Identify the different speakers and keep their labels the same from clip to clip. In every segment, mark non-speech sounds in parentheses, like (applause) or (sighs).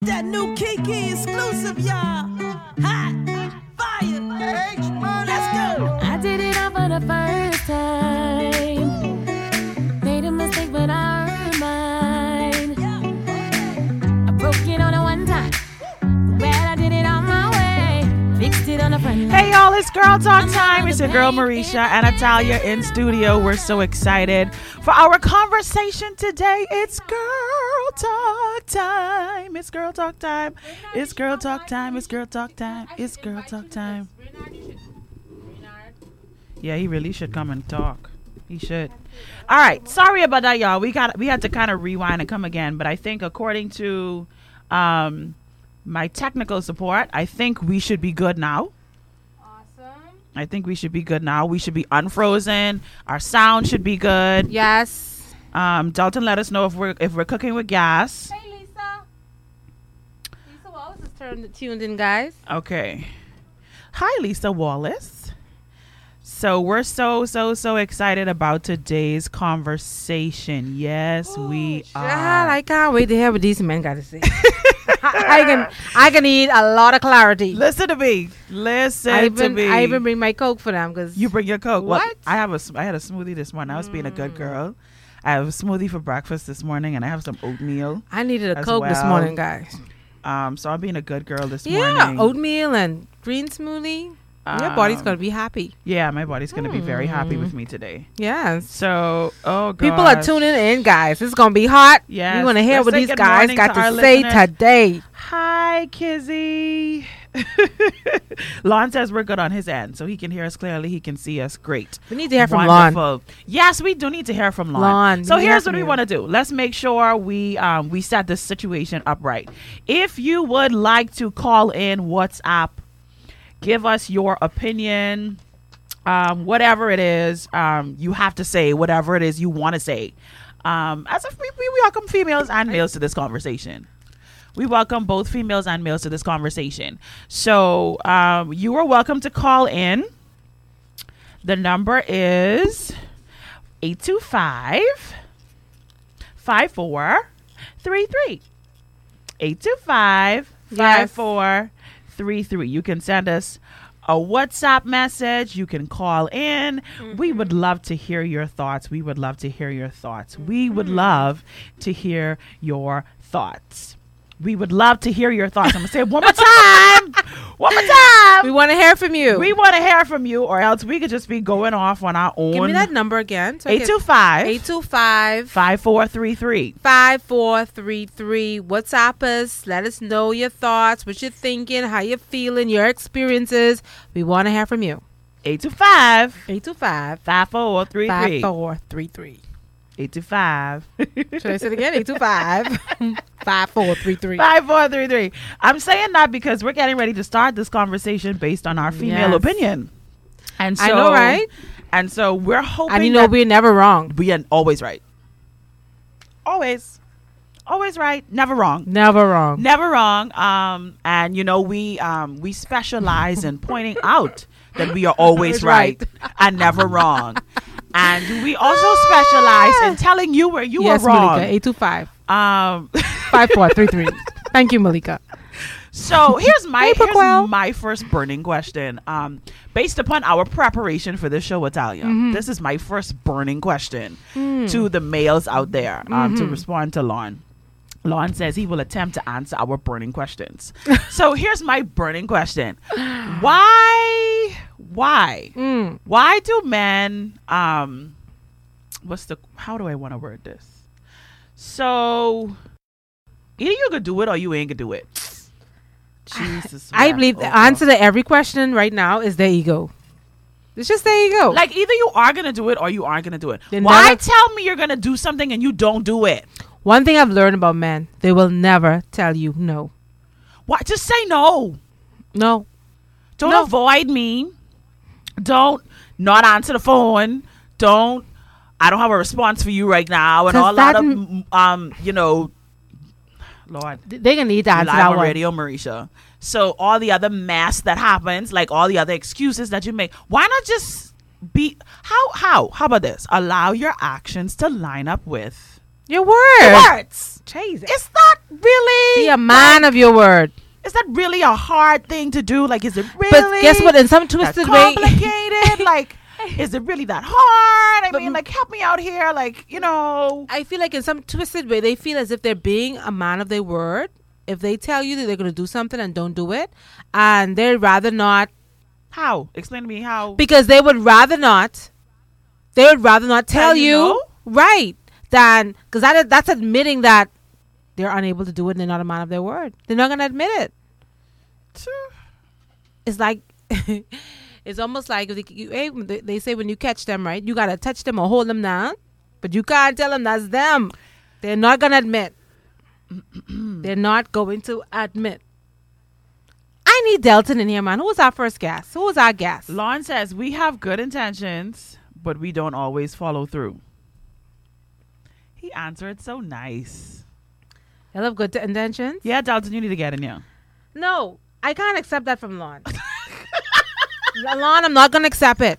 Speaker 1: That new Kiki exclusive, y'all. Hot, fire, let's go.
Speaker 2: I did it all for the first time. Made a mistake, but I earned mine. I broke it on a one time. Glad I did it on my way. Fixed it on the front line.
Speaker 3: Hey y'all, it's Girl Talk time. It's your girl Marisha and Natalia in studio. We're so excited for our conversation today. It's Girl Talk time. It's Girl Talk time. It's Girl Talk time. It's Girl Talk time. It's Girl Talk time. Yeah, he really should come and talk. He should. All right. Sorry about that, y'all. We got we had to kind of rewind and come again, but I think according to um my technical support, I think we should be good now. I think we should be good now. We should be unfrozen. Our sound should be good.
Speaker 4: Yes.
Speaker 3: Um, Dalton, let us know if we're if we're cooking with gas.
Speaker 4: Hey, Lisa. Lisa Wallace is turned, tuned in, guys.
Speaker 3: Okay. Hi, Lisa Wallace. So we're so so so excited about today's conversation. Yes, we
Speaker 4: Oh, Child,
Speaker 3: are.
Speaker 4: I can't wait to hear what these men got
Speaker 3: (laughs)
Speaker 4: to say. I, I can, I can need a lot of clarity.
Speaker 3: Listen to me. Listen
Speaker 4: I even,
Speaker 3: to me.
Speaker 4: I even bring my coke for them because
Speaker 3: You bring your coke. Well,
Speaker 4: What? Mm.
Speaker 3: I have a. sm- I had a smoothie this morning. I was being a good girl. I have a smoothie for breakfast this morning, and I have some oatmeal.
Speaker 4: I needed a
Speaker 3: as
Speaker 4: coke this
Speaker 3: well.
Speaker 4: morning, guys.
Speaker 3: Um, so I'm being a good girl this
Speaker 4: Yeah,
Speaker 3: morning.
Speaker 4: oatmeal and green smoothie. Your body's
Speaker 3: Um,
Speaker 4: gonna be happy.
Speaker 3: Yeah, my body's gonna be very happy with me today.
Speaker 4: Yes.
Speaker 3: So, oh, gosh.
Speaker 4: People are tuning in, guys. It's gonna be hot.
Speaker 3: Yes.
Speaker 4: We're gonna hear
Speaker 3: Let's
Speaker 4: what
Speaker 3: say
Speaker 4: these
Speaker 3: good
Speaker 4: guys
Speaker 3: morning
Speaker 4: got
Speaker 3: to our
Speaker 4: to, say
Speaker 3: listeners.
Speaker 4: today.
Speaker 3: Hi, Kizzy. (laughs) Lon says we're good on his end, so he can hear us clearly. He can see us. Great.
Speaker 4: We need to hear from Lon.
Speaker 3: Wonderful. Yes, we do need to hear from Lon.
Speaker 4: Lon, we
Speaker 3: so
Speaker 4: need to hear
Speaker 3: here's
Speaker 4: from
Speaker 3: what we
Speaker 4: you.
Speaker 3: want to do. Let's make sure we um, we set this situation upright. If you would like to call in WhatsApp, give us your opinion. Um, whatever it is, um, you have to say whatever it is you want to say. Um, as if we, we welcome females and males to this conversation. We welcome both females and males to this conversation. So um, you are welcome to call in. The number is 825 5433. 825 5433. You can send us a WhatsApp message. You can call in. We would love to hear your thoughts. We would love to hear your thoughts. We would love to hear your thoughts. We would love to hear your thoughts. I'm going to say it one more time. One more time.
Speaker 4: We want to hear from you.
Speaker 3: We want to hear from you, or else we could just be going off on our own.
Speaker 4: Give me that number again. so I can-
Speaker 3: 825
Speaker 4: 825
Speaker 3: 5433.
Speaker 4: 5433. WhatsApp us. Let us know your thoughts, what you're thinking, how you're feeling, your experiences. We want to hear from you.
Speaker 3: 825
Speaker 4: 825
Speaker 3: 5433.
Speaker 4: 5433.
Speaker 3: 825
Speaker 4: Should I say it again? 825 5433.
Speaker 3: 5433. I'm saying that because we're getting ready to start this conversation based on our female
Speaker 4: Yes.
Speaker 3: opinion. And so,
Speaker 4: I know, right?
Speaker 3: And so we're hoping
Speaker 4: And you know,
Speaker 3: that
Speaker 4: we're never wrong.
Speaker 3: we are always right. Always. Always right. Never wrong.
Speaker 4: Never wrong.
Speaker 3: never wrong um and you know we um we specialize in pointing out that we
Speaker 4: (laughs)
Speaker 3: are always right, and never wrong and we also specialize in telling you where you
Speaker 4: yes,
Speaker 3: were wrong
Speaker 4: Malika. 825
Speaker 3: um (laughs)
Speaker 4: 5433. Thank you, Malika.
Speaker 3: so here's my
Speaker 4: Hey, Paquel.
Speaker 3: here's my first burning question um based upon our preparation for this show Italia
Speaker 4: Mm-hmm.
Speaker 3: this is my
Speaker 4: Hmm. Mm-hmm.
Speaker 3: first burning question to the males out there um to respond to Lon Lon says he will attempt to answer our burning questions. (laughs) so here's my burning
Speaker 4: (gasps)
Speaker 3: question: Why, why,
Speaker 4: Mm.
Speaker 3: why do men? Um, what's the? How do I want to word this? So either you could do it or you ain't gonna do it. Jesus,
Speaker 4: (sighs) I
Speaker 3: man.
Speaker 4: believe
Speaker 3: Oh,
Speaker 4: the
Speaker 3: God.
Speaker 4: answer to every question right now is their ego. It's just their ego.
Speaker 3: Like either you are gonna do it or you aren't gonna do it.
Speaker 4: Then
Speaker 3: Why
Speaker 4: never-
Speaker 3: tell me you're gonna do something and you don't do it?
Speaker 4: one thing I've learned about men, they will never tell you no.
Speaker 3: Why just say no?
Speaker 4: No.
Speaker 3: Don't
Speaker 4: No.
Speaker 3: avoid me. Don't not answer the phone. Don't. I don't have a response for you right now, and
Speaker 4: Does
Speaker 3: all that
Speaker 4: that
Speaker 3: of
Speaker 4: m-
Speaker 3: um, you know, Lord,
Speaker 4: Th- They're gonna need to answer
Speaker 3: live
Speaker 4: that
Speaker 3: on
Speaker 4: one.
Speaker 3: radio, Marisha. So all the other mess that happens, like all the other excuses that you make, why not just be? How how how about this? Allow your actions to line up with
Speaker 4: Your word.
Speaker 3: words.
Speaker 4: Jesus.
Speaker 3: It's not really
Speaker 4: Be a man of your word.
Speaker 3: Is that really a hard thing to do? Like, is it really?
Speaker 4: But guess what? In some
Speaker 3: that
Speaker 4: twisted way,
Speaker 3: complicated? like, is it really that hard? I mean, like, help me out here. Like, you know,
Speaker 4: (laughs) I feel like in some twisted way, they feel as if they're being a man of their word. If they tell you that they're going to do something and don't do it, and they'd rather not,
Speaker 3: how? Explain to me how.
Speaker 4: because they would rather not, they would rather not tell,
Speaker 3: you
Speaker 4: you,
Speaker 3: no?
Speaker 4: right, than, because that, that's admitting that they're unable to do it and they're not a man of their word. They're not going to admit it. It's like, (laughs) it's almost like if they, you, eh, they they say when you catch them, right, you got to touch them or hold them down, but you can't tell them that's them. They're not going to admit. They're not going to admit. I need Delton in here, man. Who was our first guest? Who was our guest?
Speaker 3: Lon says we have good intentions, but we don't always follow through. He answered so nice.
Speaker 4: I love good intentions.
Speaker 3: Yeah, Dalton, you need to get in here.
Speaker 4: No, I can't accept that from Lon. (laughs) Lon, I'm not going to accept it.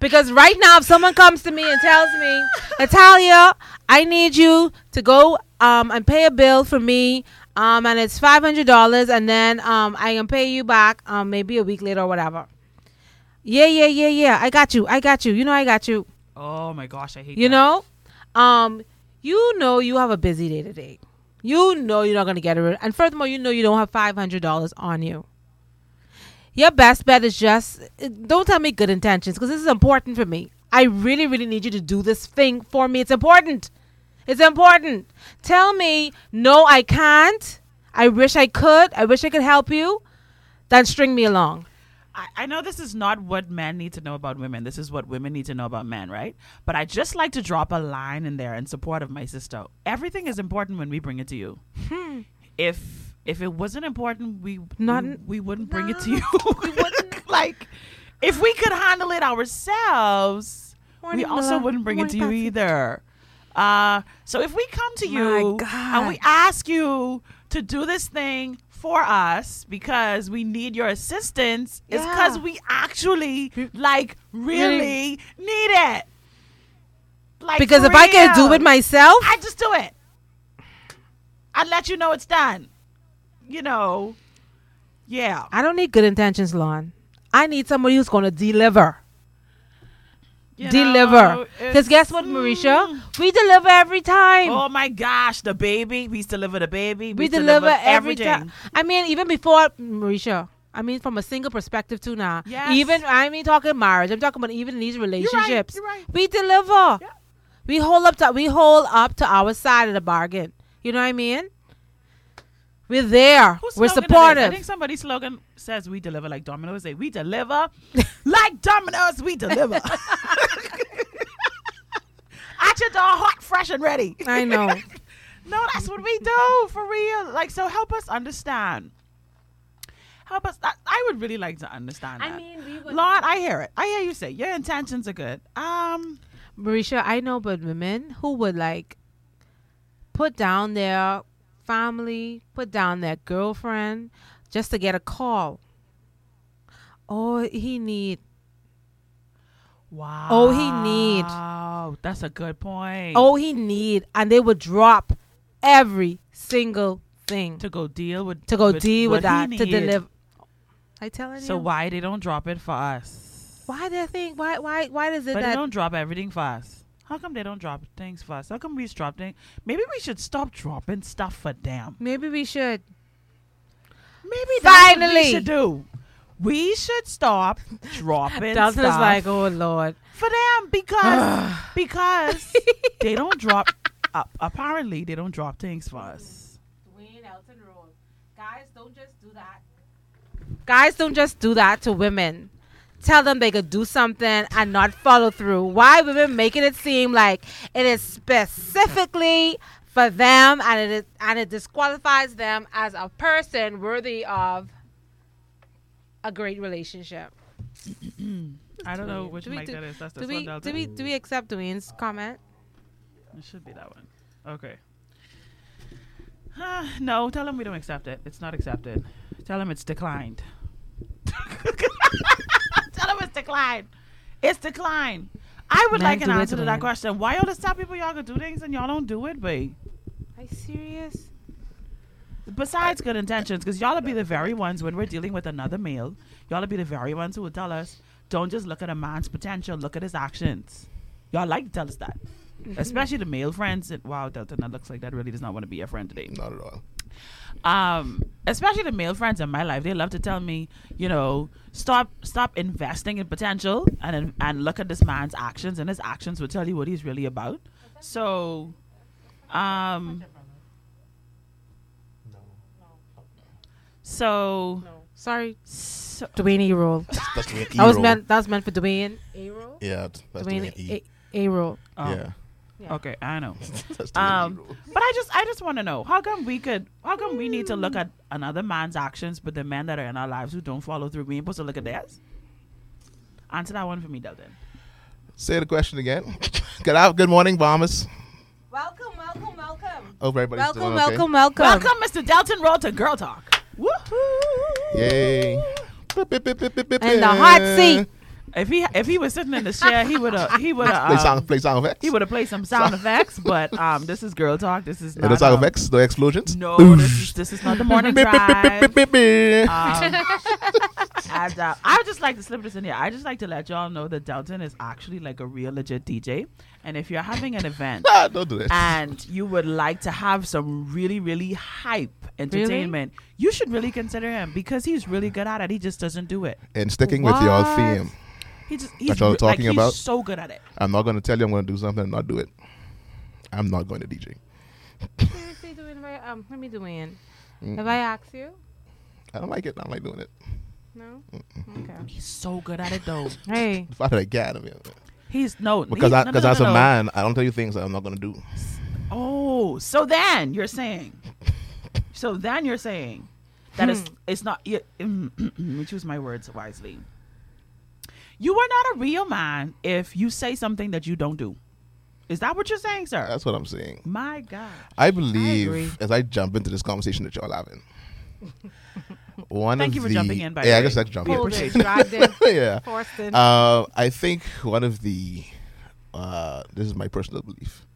Speaker 4: Because right now, if someone comes to me and tells me, Natalia, I need you to go um, and pay a bill for me, um, and it's $500, and then um, I can pay you back um, maybe a week later or whatever. Yeah, yeah, yeah, yeah. I got you. I got you. You know, I got you.
Speaker 3: Oh my gosh, I hate
Speaker 4: You
Speaker 3: that.
Speaker 4: know, um, you know you have a busy day today. You know you're not gonna get it, and furthermore, you know you don't have five hundred dollars on you. Your best bet is just uh, don't tell me good intentions because this is important for me. I really, really need you to do this thing for me. It's important. It's important. Tell me no, I can't. I wish I could. I wish I could help you. Then string me along.
Speaker 3: I, I know this is not what men need to know about women. This is what women need to know about men, right? But I just like to drop a line in there in support of my sister. Everything is important when we bring it to you. if if it wasn't important, we
Speaker 4: Not-
Speaker 3: we, we wouldn't bring it to you. (laughs) like if we could handle it ourselves, we
Speaker 4: Morning,
Speaker 3: also
Speaker 4: Lola.
Speaker 3: wouldn't bring it
Speaker 4: Morning,
Speaker 3: to you
Speaker 4: Patsy.
Speaker 3: either. Uh, so if we come to you and we ask you to do this thing for us because we need your assistance, it's because
Speaker 4: Yeah.
Speaker 3: we actually like really need it. Like
Speaker 4: Because
Speaker 3: for
Speaker 4: if I can do
Speaker 3: real.
Speaker 4: it myself,
Speaker 3: I just do it. I let you know it's done. You know, yeah.
Speaker 4: I don't need good intentions, Lon. I need somebody who's going to deliver.
Speaker 3: You know,
Speaker 4: deliver. Because
Speaker 3: it's-
Speaker 4: guess what, Marisha?
Speaker 3: Mm.
Speaker 4: We deliver every time.
Speaker 3: Oh my gosh, the baby. We used to deliver the baby.
Speaker 4: we
Speaker 3: used to deliver,
Speaker 4: deliver every
Speaker 3: everything.
Speaker 4: time. I mean, even before Marisha. I mean, from a single perspective too now.
Speaker 3: Yes.
Speaker 4: Even I mean, talking marriage. I'm talking about even in these relationships.
Speaker 3: you're right.
Speaker 4: We deliver.
Speaker 3: Yeah.
Speaker 4: We hold up to we hold up to our side of the bargain. You know what I mean? We're there.
Speaker 3: Whose slogan
Speaker 4: We're
Speaker 3: it is? I
Speaker 4: supportive.
Speaker 3: think somebody's slogan says we deliver like Domino's. Say we deliver (laughs) like Domino's. We (laughs) deliver. At your door, hot, fresh, and ready.
Speaker 4: I know.
Speaker 3: (laughs)
Speaker 4: (laughs)
Speaker 3: No, that's what we do for real. Like, so help us understand. Help us. I, I would really like to understand. That. I mean, we would. Lord, I hear it. I hear you say your intentions are good. Um,
Speaker 4: Marisha, I know but women who would like put down their family, put down their girlfriend just to get a call. Oh, he need.
Speaker 3: wow.
Speaker 4: Oh, he need.
Speaker 3: Wow, that's a good point.
Speaker 4: Oh, he need, and they would drop every single thing to,
Speaker 3: to go deal with
Speaker 4: go deal with
Speaker 3: what
Speaker 4: that
Speaker 3: he
Speaker 4: to
Speaker 3: needed.
Speaker 4: deliver. I telling
Speaker 3: So
Speaker 4: you, why,
Speaker 3: why they don't drop it for us?
Speaker 4: why do they think? Why why why does it
Speaker 3: But they
Speaker 4: that?
Speaker 3: don't drop everything for us. How come they don't drop things for us? How come we just drop things? Maybe we should stop dropping stuff for them.
Speaker 4: Maybe we should.
Speaker 3: Maybe that's what we
Speaker 4: Finally.
Speaker 3: should do. We should stop dropping stuff
Speaker 4: Dalton is like, oh Lord.
Speaker 3: for them
Speaker 4: (sighs)
Speaker 3: because because
Speaker 4: (laughs)
Speaker 3: they don't drop. Uh, apparently, they don't drop things for us.
Speaker 4: Dwayne Elton Road. Guys, don't just do that. Guys, don't just do that to women. Tell them they could do something and not follow through. Why women making it seem like it is specifically for them and it is, and it disqualifies them as a person worthy of a great relationship.
Speaker 3: I don't know which
Speaker 4: Do we
Speaker 3: mic
Speaker 4: do-
Speaker 3: that is. That's
Speaker 4: Do
Speaker 3: this
Speaker 4: we,
Speaker 3: one,
Speaker 4: do
Speaker 3: Dalton.
Speaker 4: we do we accept Dwayne's comment?
Speaker 3: It should be that one. Okay. Uh, no, tell him we don't accept it. It's not accepted. Tell him it's declined. (laughs) tell him it's declined. It's declined. I would
Speaker 4: Man,
Speaker 3: like an
Speaker 4: do it,
Speaker 3: answer to that
Speaker 4: man.
Speaker 3: question. Why all this time people y'all can do things and y'all don't do it, babe?
Speaker 4: Are you serious?
Speaker 3: Besides good intentions, because y'all will be the very ones when we're dealing with another male, y'all will be the very ones who will tell us, don't just look at a man's potential, look at his actions. Y'all like to tell us that.
Speaker 5: Mm-hmm.
Speaker 3: Especially the male friends. And, wow, Delton, that looks like that really does not want to be your friend today
Speaker 5: Not at all.
Speaker 3: um, especially the male friends in my life, they love to tell me, you know, stop stop investing in potential and and look at this man's actions, and his actions will tell you what he's really about. So, um, so,
Speaker 4: Sorry,
Speaker 3: so
Speaker 4: Dwayne A roll.
Speaker 5: That's Dwayne
Speaker 4: That was
Speaker 5: E-roll.
Speaker 4: meant that was meant for Dwayne. A roll.
Speaker 5: Yeah, that's Dwayne,
Speaker 4: Dwayne
Speaker 5: E.
Speaker 4: A, A roll.
Speaker 3: oh,
Speaker 5: yeah. (laughs)
Speaker 3: okay, I know.
Speaker 5: That's Dwayne
Speaker 3: Um,
Speaker 5: E-roll.
Speaker 3: but I just I just want to know how come we could how come we need to look at another man's actions, but the men that are in our lives who don't follow through, we ain't supposed to look at theirs. Answer that one for me, Delton.
Speaker 5: Say the question again. (laughs) good, out, good morning, Bombers.
Speaker 4: Welcome, welcome, welcome.
Speaker 5: Hope everybody's
Speaker 4: Welcome,
Speaker 5: doing okay.
Speaker 4: welcome, welcome.
Speaker 3: Welcome, Mr. Delton Roll to Girl Talk. Woohoo!
Speaker 5: Yay. Boop, boop, boop, boop, boop, boop,
Speaker 4: In the hot seat.
Speaker 3: If he if he was sitting in the chair, he would have he would
Speaker 5: (laughs) Play
Speaker 3: have
Speaker 5: sound, play sound effects.
Speaker 3: um, he would have played some sound effects. But um, this is Girl Talk. This is
Speaker 5: Yeah,
Speaker 3: not
Speaker 5: the sound
Speaker 3: um,
Speaker 5: effects, the explosions.
Speaker 3: No, this is, this is
Speaker 5: (laughs)
Speaker 3: not the morning
Speaker 5: Beep, beep, beep, beep,
Speaker 3: drive.
Speaker 5: beep, beep, beep.
Speaker 3: Um, (laughs) and, uh, I would just like to slip this in here. I just like to let y'all know that Delton is actually like a real legit DJ. And if you're having an event
Speaker 5: Ah, don't do this.
Speaker 3: and you would like to have some really, really hype entertainment, you should really consider him because he's really good at it. He just doesn't do it.
Speaker 5: and sticking with your
Speaker 4: What?
Speaker 5: theme,
Speaker 3: He just he's
Speaker 5: That's what
Speaker 3: re-
Speaker 5: I'm
Speaker 3: like,
Speaker 5: talking about.
Speaker 3: He's so good at it.
Speaker 5: I'm not going to tell you I'm going to do something and not do it. I'm not going to DJ.
Speaker 4: Seriously, Dwayne, if I, um, let me Dwayne. If I ask you,
Speaker 5: I don't like it. I don't like doing it.
Speaker 4: no. Okay.
Speaker 3: He's so good at it though.
Speaker 4: Hey,
Speaker 5: The fact that I can, I mean,
Speaker 3: He's no
Speaker 5: because
Speaker 3: he-
Speaker 5: I,
Speaker 3: no,
Speaker 5: because
Speaker 3: no, no,
Speaker 5: as
Speaker 3: no.
Speaker 5: a man, I don't tell you things that I'm not going to do.
Speaker 3: Oh, so then you're
Speaker 5: (laughs)
Speaker 3: saying, so then you're saying that
Speaker 5: Hmm.
Speaker 3: it's it's not. You, (clears throat) let me choose my words wisely. You are not a real man if you say something that you don't do. Is that what you're saying, sir?
Speaker 5: That's what I'm saying.
Speaker 3: my God.
Speaker 5: I
Speaker 4: agree.
Speaker 5: believe as I jump into this conversation that
Speaker 3: (laughs)
Speaker 5: y'all having. One
Speaker 3: Thank
Speaker 5: of
Speaker 3: you for
Speaker 5: the-
Speaker 3: jumping in, by
Speaker 5: yeah,
Speaker 3: the
Speaker 5: I guess
Speaker 3: way.
Speaker 5: that's jumping.
Speaker 3: We
Speaker 5: in.
Speaker 4: pulled it,
Speaker 3: appreciate
Speaker 4: dragged it,
Speaker 5: (laughs) yeah.
Speaker 4: forced it.
Speaker 5: Uh, I think one of the uh, this is my personal belief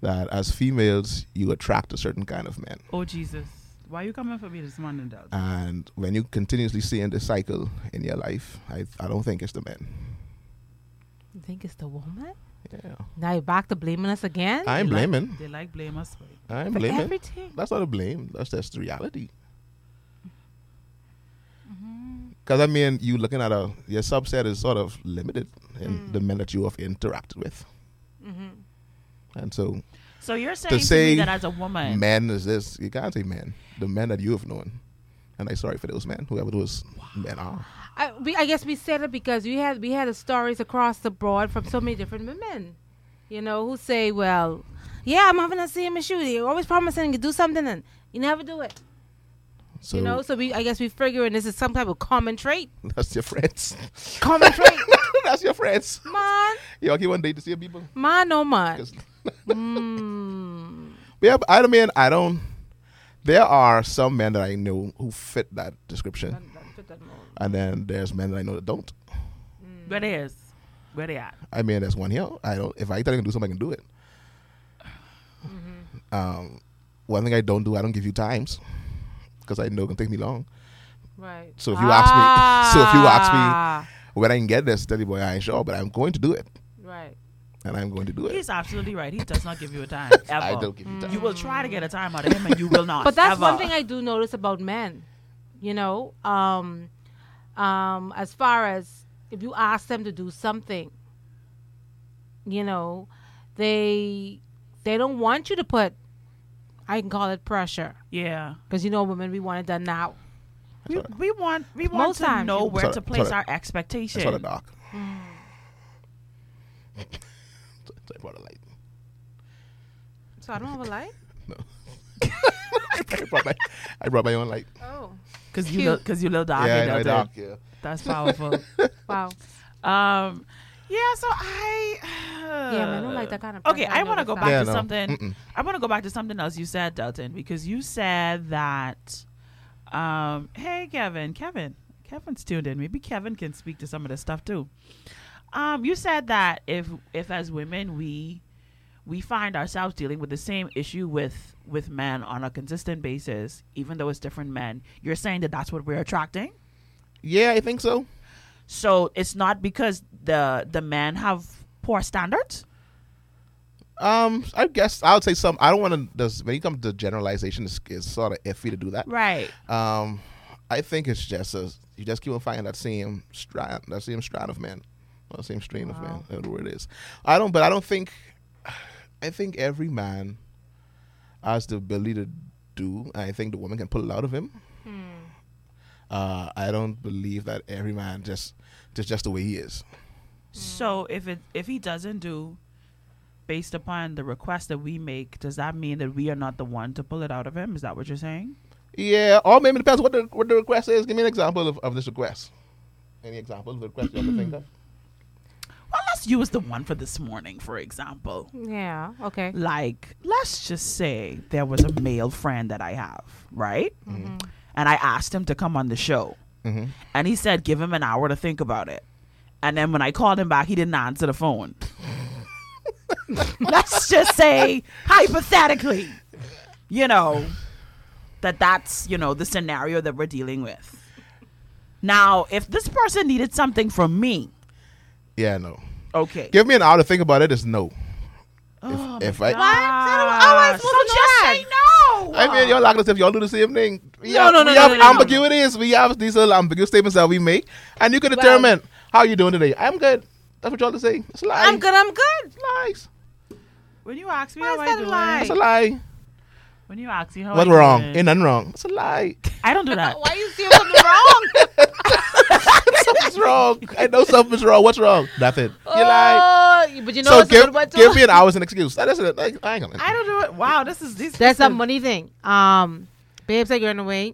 Speaker 5: that as females you attract a certain kind of man,
Speaker 3: Oh Jesus, why are you coming for me this morning, Doug?
Speaker 5: and when you continuously see in this cycle in your life, I I don't think it's the man.
Speaker 4: you think it's the woman?
Speaker 5: Yeah,
Speaker 4: Now you're back to blaming us again?
Speaker 5: I'm blaming.
Speaker 3: They like blame us. for it.
Speaker 5: I'm
Speaker 4: For
Speaker 5: blaming.
Speaker 4: everything?
Speaker 5: That's not a blame. That's just the reality.
Speaker 4: Mm-hmm.
Speaker 5: Because I mean, you looking at a your subset is sort of limited in
Speaker 4: Mm.
Speaker 5: the men that you have interacted with,
Speaker 4: Mm-hmm.
Speaker 5: and so
Speaker 3: So you're saying to,
Speaker 5: say
Speaker 3: me that as a woman,
Speaker 5: men is this. You can't say men. The men that you have known, and I'm sorry for those men, whoever those men are.
Speaker 4: I, we, I guess we said it because we had we had the stories across the board from so many different women, you know, who say, well, yeah, I'm having a same issue. You're always promising you do something and you never do it.
Speaker 5: So
Speaker 4: you know, so we I guess we figuring this is some type of common trait.
Speaker 5: (laughs) that's your friends.
Speaker 4: Common trait.
Speaker 5: (laughs) that's your friends.
Speaker 4: man,
Speaker 5: Y'all keep on dating the same people.
Speaker 4: man, no man.
Speaker 5: 'Cause- (laughs)
Speaker 4: Mm.
Speaker 5: Yeah, but I mean, I don't. There are some men that I know who fit that description, and then there's men that I know that don't.
Speaker 3: where they is, where they at?
Speaker 5: I mean, there's one here. I don't. If I tell you to do something, I can do it. Um, one thing I don't do, I don't give you times, because I know it can take me long.
Speaker 4: Right.
Speaker 5: So if you ask me, so if you ask me when I can get this, tell you, boy, I ain't sure, but I'm going to do it.
Speaker 4: me, right.
Speaker 5: and I'm going to do it.
Speaker 3: He's absolutely right. He does not give
Speaker 5: (laughs)
Speaker 3: you a time ever.
Speaker 5: I don't give you time.
Speaker 3: You will try to get a time out of him, and you will not.
Speaker 4: But that's
Speaker 3: ever.
Speaker 4: one thing I do notice about men. You know, um, um, as far as if you ask them to do something, you know, they they don't want you to put. I can call it pressure
Speaker 3: yeah.
Speaker 4: because you know women we want it done now.
Speaker 3: We,
Speaker 5: That's all
Speaker 3: we want we want
Speaker 4: Most
Speaker 3: to
Speaker 4: times
Speaker 3: know
Speaker 4: you-
Speaker 3: where
Speaker 5: Sorry,
Speaker 3: to place
Speaker 5: sorry.
Speaker 3: our expectation.
Speaker 5: That's all the (sighs) dark. Sorry about the light.
Speaker 4: So I don't have a light.
Speaker 5: No. I, brought my, I brought my own (laughs) light.
Speaker 4: Oh
Speaker 3: Cause you,
Speaker 4: Cute.
Speaker 3: look, cause you little dark.
Speaker 5: yeah, I
Speaker 3: ain't
Speaker 5: know
Speaker 3: that
Speaker 5: dark.
Speaker 3: it?
Speaker 5: Yeah.
Speaker 3: That's powerful. (laughs)
Speaker 4: wow!
Speaker 3: um, yeah. So I. (sighs)
Speaker 4: Yeah, man, I don't like that kind of.
Speaker 3: Okay,
Speaker 4: pressure.
Speaker 3: I want to
Speaker 4: notice
Speaker 3: go
Speaker 4: that.
Speaker 3: back
Speaker 5: Yeah,
Speaker 3: to
Speaker 5: no.
Speaker 3: something.
Speaker 5: Mm-mm.
Speaker 3: I want to go back to something else you said, Dalton, because you said that. Um, hey, Kevin, Kevin, Kevin's tuned in. Maybe Kevin can speak to some of this stuff too. Um, you said that if if as women we we find ourselves dealing with the same issue with with men on a consistent basis, even though it's different men, you're saying that that's what we're attracting.
Speaker 5: yeah, I think so.
Speaker 3: So it's not because the the men have poor standards.
Speaker 5: Um, I guess I would say some. I don't want to. When it comes to generalization, it's, it's sort of iffy to do that.
Speaker 3: Right.
Speaker 5: Um, I think it's just a, you just keep on finding that same strand, that same strand of men, or same strain of men, whatever word it is. I don't, but I don't think, I think every man has the ability to do, and I think the woman can pull it out of him. Uh, I don't believe that every man just, just, just the way he is.
Speaker 3: So if it if he doesn't do based upon the request that we make, does that mean that we are not the one to pull it out of him? Is that what you're saying?
Speaker 5: Yeah, or maybe depends what the what the request is. Give me an example of, of this request. Any example of the request you have to think of?
Speaker 3: Well, let's use the one for this morning, for example.
Speaker 4: Yeah. Okay.
Speaker 3: Like, let's just say there was a male friend that I have, right?
Speaker 4: Mm-hmm.
Speaker 3: And I asked him to come on the show.
Speaker 5: Mhm.
Speaker 3: And he said, give him an hour to think about it. And then when I called him back, he didn't answer the phone. let's just say, hypothetically, you know, that that's, you know, the scenario that we're dealing with. Now, if this person needed something from me,
Speaker 5: Yeah, no.
Speaker 3: okay.
Speaker 5: Give me an hour to think about it. Is no.
Speaker 3: Oh
Speaker 5: if
Speaker 3: my
Speaker 5: I-
Speaker 4: Ah,
Speaker 3: gosh.
Speaker 4: How am I
Speaker 3: Ah,
Speaker 4: supposed
Speaker 3: so
Speaker 4: to know
Speaker 3: oh, just
Speaker 4: that?
Speaker 3: say no.
Speaker 5: I mean, y'all like this if y'all do the same thing. We
Speaker 4: No,
Speaker 5: have,
Speaker 4: no, no,
Speaker 5: we
Speaker 4: no,
Speaker 5: have
Speaker 4: no, no, no.
Speaker 5: ambiguities. We have these little ambiguous statements that we make, and you can determine how you doing today. I'm good. That's what y'all to say. It's a lie.
Speaker 4: I'm good. I'm good.
Speaker 5: Lies.
Speaker 3: when you ask me
Speaker 4: Why
Speaker 3: how
Speaker 4: is
Speaker 3: I
Speaker 4: that a
Speaker 3: do
Speaker 4: lie?
Speaker 5: It's a lie.
Speaker 3: when you ask me
Speaker 4: Oh,
Speaker 3: how
Speaker 5: What's
Speaker 3: I
Speaker 5: wrong?
Speaker 3: do
Speaker 5: Ain't nothing wrong. It's a lie. (laughs)
Speaker 3: I don't do that.
Speaker 4: Why you see something wrong?
Speaker 5: Something's wrong. I know something's wrong. What's wrong? Nothing. You lie.
Speaker 4: Oh, but you know
Speaker 5: So
Speaker 4: what's a good
Speaker 5: give,
Speaker 4: one too? (laughs)
Speaker 5: give me an hour as an excuse. That isn't it. Like, I ain't gonna.
Speaker 3: I don't do it. Wow, this is these.
Speaker 4: That's a money thing. Um, babes, I going away.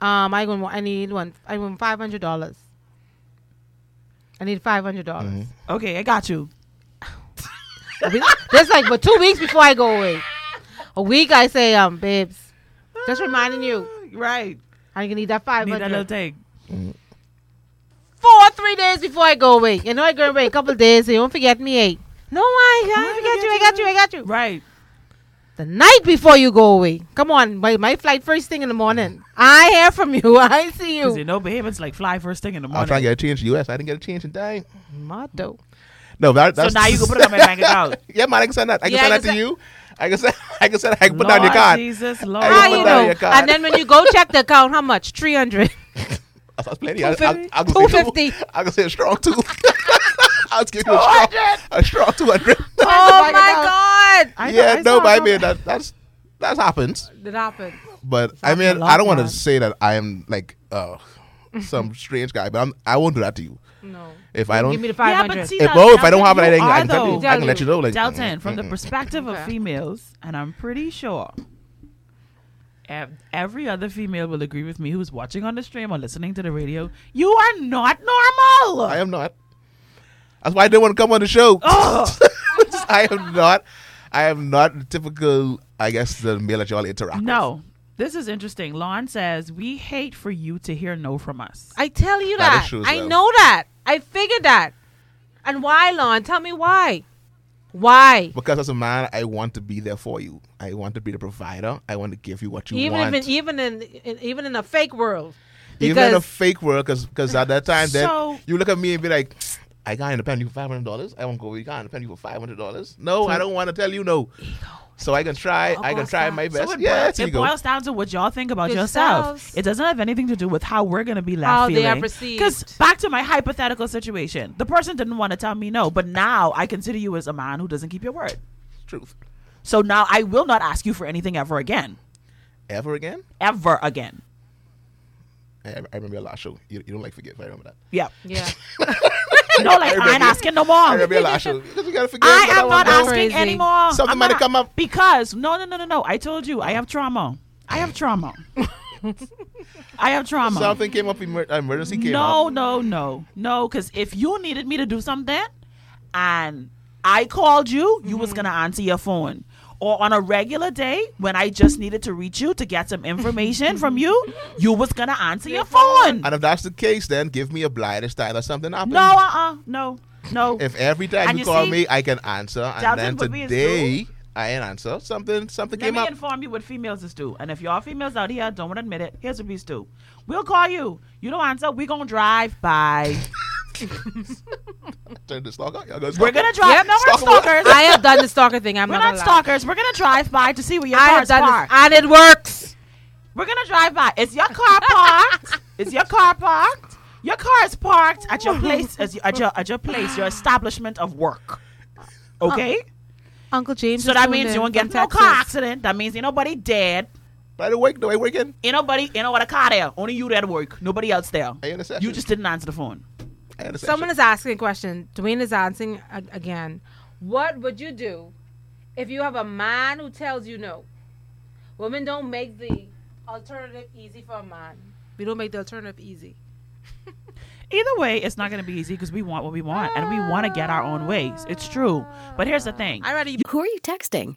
Speaker 4: Um, I going. I need one. I want five hundred dollars. I need five hundred dollars.
Speaker 3: okay, I got you.
Speaker 4: That's like but two weeks before I go away. A week, I say, um, babes, just reminding you,
Speaker 3: Right.
Speaker 4: I need that five
Speaker 3: Need that little
Speaker 4: hundred.
Speaker 3: thing.
Speaker 4: Four, three days before I go away. You know I going away a couple days. So you don't forget me, eh? No, I, I forget you. I got you. I got you.
Speaker 3: Right.
Speaker 4: the night before you go away. Come on, my, my flight first thing in the morning. I hear from you. (laughs) I see
Speaker 3: Because you
Speaker 4: you.
Speaker 3: know, babe, it's like fly first thing in the
Speaker 5: I'll
Speaker 3: morning.
Speaker 5: try and get a change in the US. I didn't get a change in time.
Speaker 4: Motto.
Speaker 5: No, that,
Speaker 3: so
Speaker 5: that's
Speaker 3: now you can put it on
Speaker 5: (laughs)
Speaker 3: my bank account.
Speaker 5: yeah, man, I can send that. I can
Speaker 4: Yeah,
Speaker 5: send
Speaker 4: I
Speaker 5: that
Speaker 4: can
Speaker 5: to you. I can send. (laughs) I can send. I can put down your
Speaker 3: Lord
Speaker 5: card.
Speaker 3: Jesus, Lord.
Speaker 5: I
Speaker 4: How
Speaker 5: put
Speaker 4: Ah, you
Speaker 5: that on
Speaker 4: know?
Speaker 5: your card.
Speaker 4: And then when you go check the account, how much?
Speaker 5: (laughs)
Speaker 4: 300.
Speaker 5: That's, that's plenty. I, I, I,
Speaker 4: 250.
Speaker 5: I can say
Speaker 4: 250.
Speaker 5: two. (laughs) I can say a strong two. (laughs) I'll give you a strong, a strong two hundred.
Speaker 4: oh my God.
Speaker 3: I know-
Speaker 5: yeah,
Speaker 3: I
Speaker 5: no,
Speaker 3: saw
Speaker 5: but I
Speaker 3: some-
Speaker 5: mean that that's that happens.
Speaker 4: That happened.
Speaker 5: But I
Speaker 4: happened a
Speaker 5: mean,
Speaker 4: lot,
Speaker 5: I don't want
Speaker 4: man.
Speaker 5: to say that I am like uh, some strange guy, but I'm, I won't do that to you.
Speaker 4: No.
Speaker 5: If I don't,
Speaker 4: Give me the
Speaker 3: Yeah,
Speaker 4: 500.
Speaker 3: but see,
Speaker 5: if,
Speaker 3: now,
Speaker 5: oh, if I don't have
Speaker 3: Dalton,
Speaker 5: it, I,
Speaker 3: you
Speaker 5: can- I
Speaker 3: are,
Speaker 5: can, tell you,
Speaker 3: though.
Speaker 5: I can let you know. Like
Speaker 3: Dalton, from the
Speaker 5: mm-mm.
Speaker 3: perspective of
Speaker 4: Okay.
Speaker 3: females, and I'm pretty sure ev- every other female will agree with me who's watching on the stream or listening to the radio, you are not normal.
Speaker 5: I am not. That's why I didn't want to come on the show.
Speaker 3: Ugh.
Speaker 5: (laughs) I am not. I am not the typical. I guess the male that y'all interact.
Speaker 3: no. This is interesting. Lon says, We hate for you to hear no from us.
Speaker 4: I tell you
Speaker 5: That is
Speaker 4: that.
Speaker 5: true as
Speaker 4: I
Speaker 5: well.
Speaker 4: know that. I figured that. And why, Lon? Tell me why. Why?
Speaker 5: with. because as a man, I want to be there for you. I want to be the provider. I want to give you what you
Speaker 4: Even
Speaker 5: want,
Speaker 4: if in, even in, in even in a fake world.
Speaker 5: even in a
Speaker 4: because-
Speaker 5: fake world. Because at that time,
Speaker 3: So-
Speaker 5: then you look at me and be like, I got independent you for five hundred dollars. I won't go. You got independent you for five hundred dollars. No, I don't want to tell you no. So I can try. I can try my best.
Speaker 3: So it,
Speaker 5: yeah,
Speaker 3: boils,
Speaker 5: it's
Speaker 3: it
Speaker 5: ego.
Speaker 3: boils down to what y'all think about yourself.
Speaker 4: Yourselves.
Speaker 3: It doesn't have anything to do with how we're gonna be left
Speaker 4: How
Speaker 3: feeling.
Speaker 4: they are
Speaker 3: Because
Speaker 4: perceived.
Speaker 3: back to my hypothetical situation, the person didn't want to tell me no, but now I consider you as a man who doesn't keep your word.
Speaker 5: Truth.
Speaker 3: So now I will not ask you for anything ever again,
Speaker 5: Ever again?
Speaker 3: ever again.
Speaker 5: I, I remember your last show. You, you don't like forgive. I remember that. (laughs)
Speaker 3: Yep.
Speaker 4: (laughs) Yeah.
Speaker 3: No, like I ain't asking no more.
Speaker 5: I remember your last show. Because you gotta forgive.
Speaker 3: Oh. I
Speaker 5: but
Speaker 3: am not
Speaker 5: won't go.
Speaker 3: asking
Speaker 4: crazy.
Speaker 3: anymore.
Speaker 5: Something
Speaker 3: I'm
Speaker 5: might
Speaker 3: not-
Speaker 5: have come up.
Speaker 3: Because no, no, no, no, no. I told you, I have trauma. I have trauma. I have trauma.
Speaker 5: Something came up. emer- uh, Emergency came
Speaker 3: no,
Speaker 5: up.
Speaker 3: no, no, no. Because if you needed me to do something, and I called you, you was gonna answer your phone. Or on a regular day when I just needed to reach you to get some information from you, you was gonna answer (laughs) your phone.
Speaker 5: And if that's the case, then give me a blighted style or something happened.
Speaker 3: No, uh, uh no, no.
Speaker 5: If every time
Speaker 3: And you
Speaker 5: you, call
Speaker 3: see,
Speaker 5: me, I can answer, and
Speaker 3: Dalton
Speaker 5: then
Speaker 3: would be in
Speaker 5: today I ain't answer something. Something
Speaker 3: Let
Speaker 5: came
Speaker 3: me
Speaker 5: up.
Speaker 3: inform you what females is do. And if y'all females out here don't want to admit it, here's what we do. We'll call you. You don't answer. we going to drive
Speaker 4: (laughs)
Speaker 3: by.
Speaker 5: Turn this log out. Y'all gonna
Speaker 3: We're
Speaker 5: stop
Speaker 3: going
Speaker 5: it?
Speaker 3: to drive. No, we're not
Speaker 5: Stalker.
Speaker 3: stalkers.
Speaker 4: I have done the stalker thing. I'm
Speaker 3: we're
Speaker 4: not,
Speaker 3: not
Speaker 4: gonna lie.
Speaker 3: stalkers. We're going to drive by to see where your
Speaker 4: I
Speaker 3: car
Speaker 4: have
Speaker 3: is
Speaker 4: done
Speaker 3: parked.
Speaker 4: this, and it works.
Speaker 3: we're going to drive by. Is your
Speaker 4: (laughs)
Speaker 3: car parked? is your car parked? Your car is parked at your place, as you- at your, at your place, your establishment of work.
Speaker 4: Oh.
Speaker 3: Okay?
Speaker 4: Uncle James.
Speaker 3: so
Speaker 4: is
Speaker 3: that
Speaker 4: tuned
Speaker 3: means
Speaker 4: in
Speaker 3: you won't
Speaker 4: from
Speaker 3: get no
Speaker 4: Texas.
Speaker 3: car accident. That means ain't nobody dead.
Speaker 5: By the way, the way we're getting.
Speaker 3: Ain't nobody, ain't nobody car there. Only you there at work. Nobody else there.
Speaker 5: I understand.
Speaker 3: You just didn't answer the phone.
Speaker 5: I understand.
Speaker 4: Someone is asking a question. Dwayne is answering a- again. What would you do if you have a man who tells you no? Women don't make the alternative easy for a man. We don't make the alternative easy.
Speaker 3: Either way, it's not going to be easy because we want what we want and we want to get our own ways. It's true. But here's the thing.
Speaker 4: I rather you
Speaker 6: Who are you texting?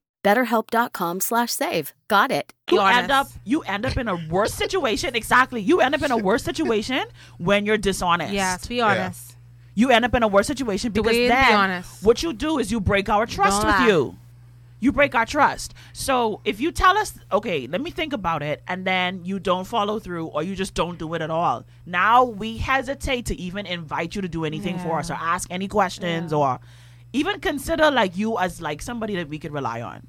Speaker 6: BetterHelp.com slash save. Got it.
Speaker 3: You
Speaker 4: Be
Speaker 3: end up
Speaker 4: honest.
Speaker 3: you end up in a worse situation. Exactly. You end up in a worse situation when you're dishonest.
Speaker 4: yes, be honest.
Speaker 3: You end up in a worse situation because
Speaker 4: Dwayne, be
Speaker 3: then
Speaker 4: honest.
Speaker 3: what you do is you break our trust
Speaker 4: Don't
Speaker 3: with
Speaker 4: lie.
Speaker 3: you. You break our trust. So if you tell us, okay, let me think about it, and then you don't follow through or you just don't do it at all, now we hesitate to even invite you to do anything for us or ask any questions or even consider like you as like somebody that we could rely on.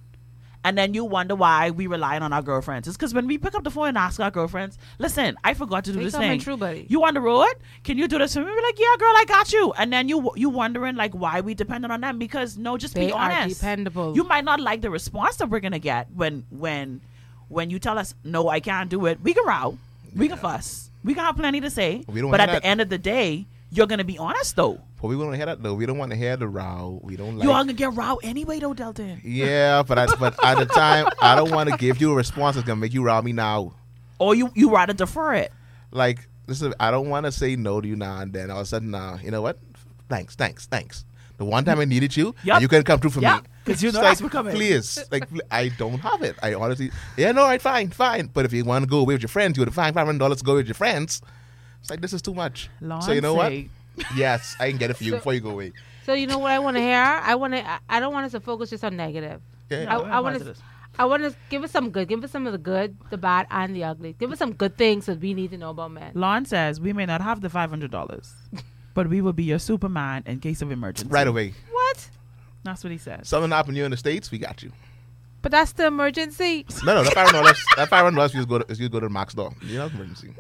Speaker 3: And then you wonder why we relying on our girlfriends. It's because when we pick up the phone and ask our girlfriends, listen, I forgot to do
Speaker 4: They
Speaker 3: this
Speaker 4: call me
Speaker 3: thing.
Speaker 4: true buddy.
Speaker 3: You on the road? Can you do this for me? We're like, yeah, girl, I got you. And then you you wondering like why we dependent on them because no, just
Speaker 4: They
Speaker 3: be
Speaker 4: are
Speaker 3: honest.
Speaker 4: dependable.
Speaker 3: You might not like the response that we're gonna get when when when you tell us no, I can't do it. We can row. We can fuss. We can have plenty to say.
Speaker 5: We don't
Speaker 3: but at
Speaker 5: have
Speaker 3: the
Speaker 5: that.
Speaker 3: end of the day, you're gonna be honest though.
Speaker 5: But we want to hear that though. We don't want to hear the row. We don't like.
Speaker 3: you are gonna get row anyway though, Delton.
Speaker 5: yeah, but I, but at the time, I don't want to give you a response that's gonna make you row me now.
Speaker 3: Or you you rather defer it.
Speaker 5: Like listen, I don't want to say no to you now and then. All of a sudden, now you know what? Thanks, thanks, thanks. The one time I needed you,
Speaker 3: Yup.
Speaker 5: you couldn't come through for
Speaker 3: Yup,
Speaker 5: me
Speaker 3: 'cause you
Speaker 5: It's
Speaker 3: know
Speaker 5: like,
Speaker 3: that's what coming.
Speaker 5: Please, like pl- I don't have it. I honestly, yeah, no, all right, fine, fine. But if you want to go away with your friends, you would find five hundred dollars to go with your friends. It's like this is too much.
Speaker 3: Lord
Speaker 5: so you know
Speaker 3: sake.
Speaker 5: what? Yes, I can get it for you before you go away.
Speaker 4: So you know what I want to hear? I want to. I, I don't want us to focus just on negative.
Speaker 5: Yeah.
Speaker 4: I,
Speaker 3: No,
Speaker 4: I want to.
Speaker 3: positive.
Speaker 4: I want to give us some good. Give us some of the good, the bad, and the ugly. Give us some good things that we need to know about men.
Speaker 3: Lon says we may not have the five hundred
Speaker 5: (laughs)
Speaker 3: dollars, but we will be your Superman in case of emergency.
Speaker 5: Right away.
Speaker 4: What?
Speaker 3: That's what he says.
Speaker 5: Something happened here in the States, we got you.
Speaker 4: But that's the emergency.
Speaker 5: No, no, that five hundred dollars. That five hundred dollars, you just go to you just go to the Max door. You know, emergency.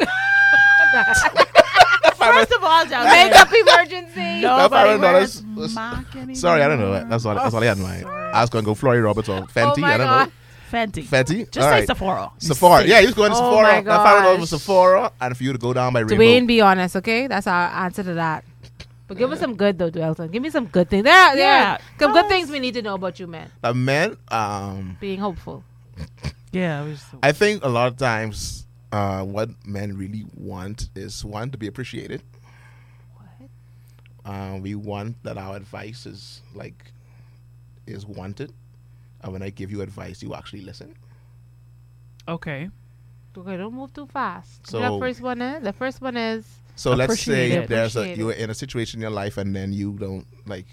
Speaker 3: First of all, Delton,
Speaker 4: Makeup emergency.
Speaker 3: nobody
Speaker 5: $500
Speaker 3: wears
Speaker 5: was-
Speaker 3: mock anymore.
Speaker 5: Sorry, I don't know. That's all. That's all I had in mind.
Speaker 3: Sorry.
Speaker 5: I was gonna go Flory Roberts or Fenty.
Speaker 4: Oh, my
Speaker 5: I don't
Speaker 4: God.
Speaker 3: Fenty.
Speaker 5: Fenty?
Speaker 3: Just
Speaker 5: All
Speaker 3: say
Speaker 5: right.
Speaker 3: Sephora.
Speaker 5: know. Sephora. Yeah, you was going to
Speaker 4: Oh
Speaker 5: Sephora.
Speaker 4: my
Speaker 5: I found out
Speaker 4: gosh.
Speaker 5: it was Sephora, and for you to go down by Rainbow.
Speaker 4: Dwayne, be honest, okay? That's our answer to that. But give us some good though, Dwelton. Give me some good things. There, are- there
Speaker 3: Yeah,
Speaker 4: are some
Speaker 3: tell
Speaker 4: good things we need to know about you, man.
Speaker 5: But men, um,
Speaker 4: Being hopeful.
Speaker 3: Yeah. we just-
Speaker 5: I think a lot of times uh, what men really want is one to be appreciated. Uh, we want that our advice is like is wanted, and when I give you advice, you actually listen.
Speaker 3: Okay.
Speaker 4: Okay, don't move too fast. So
Speaker 5: So-
Speaker 4: the first one is the first one is
Speaker 5: So let's say
Speaker 3: Appreciated.
Speaker 5: there's a
Speaker 4: Appreciated.
Speaker 5: you're in a situation in your life, and then you don't like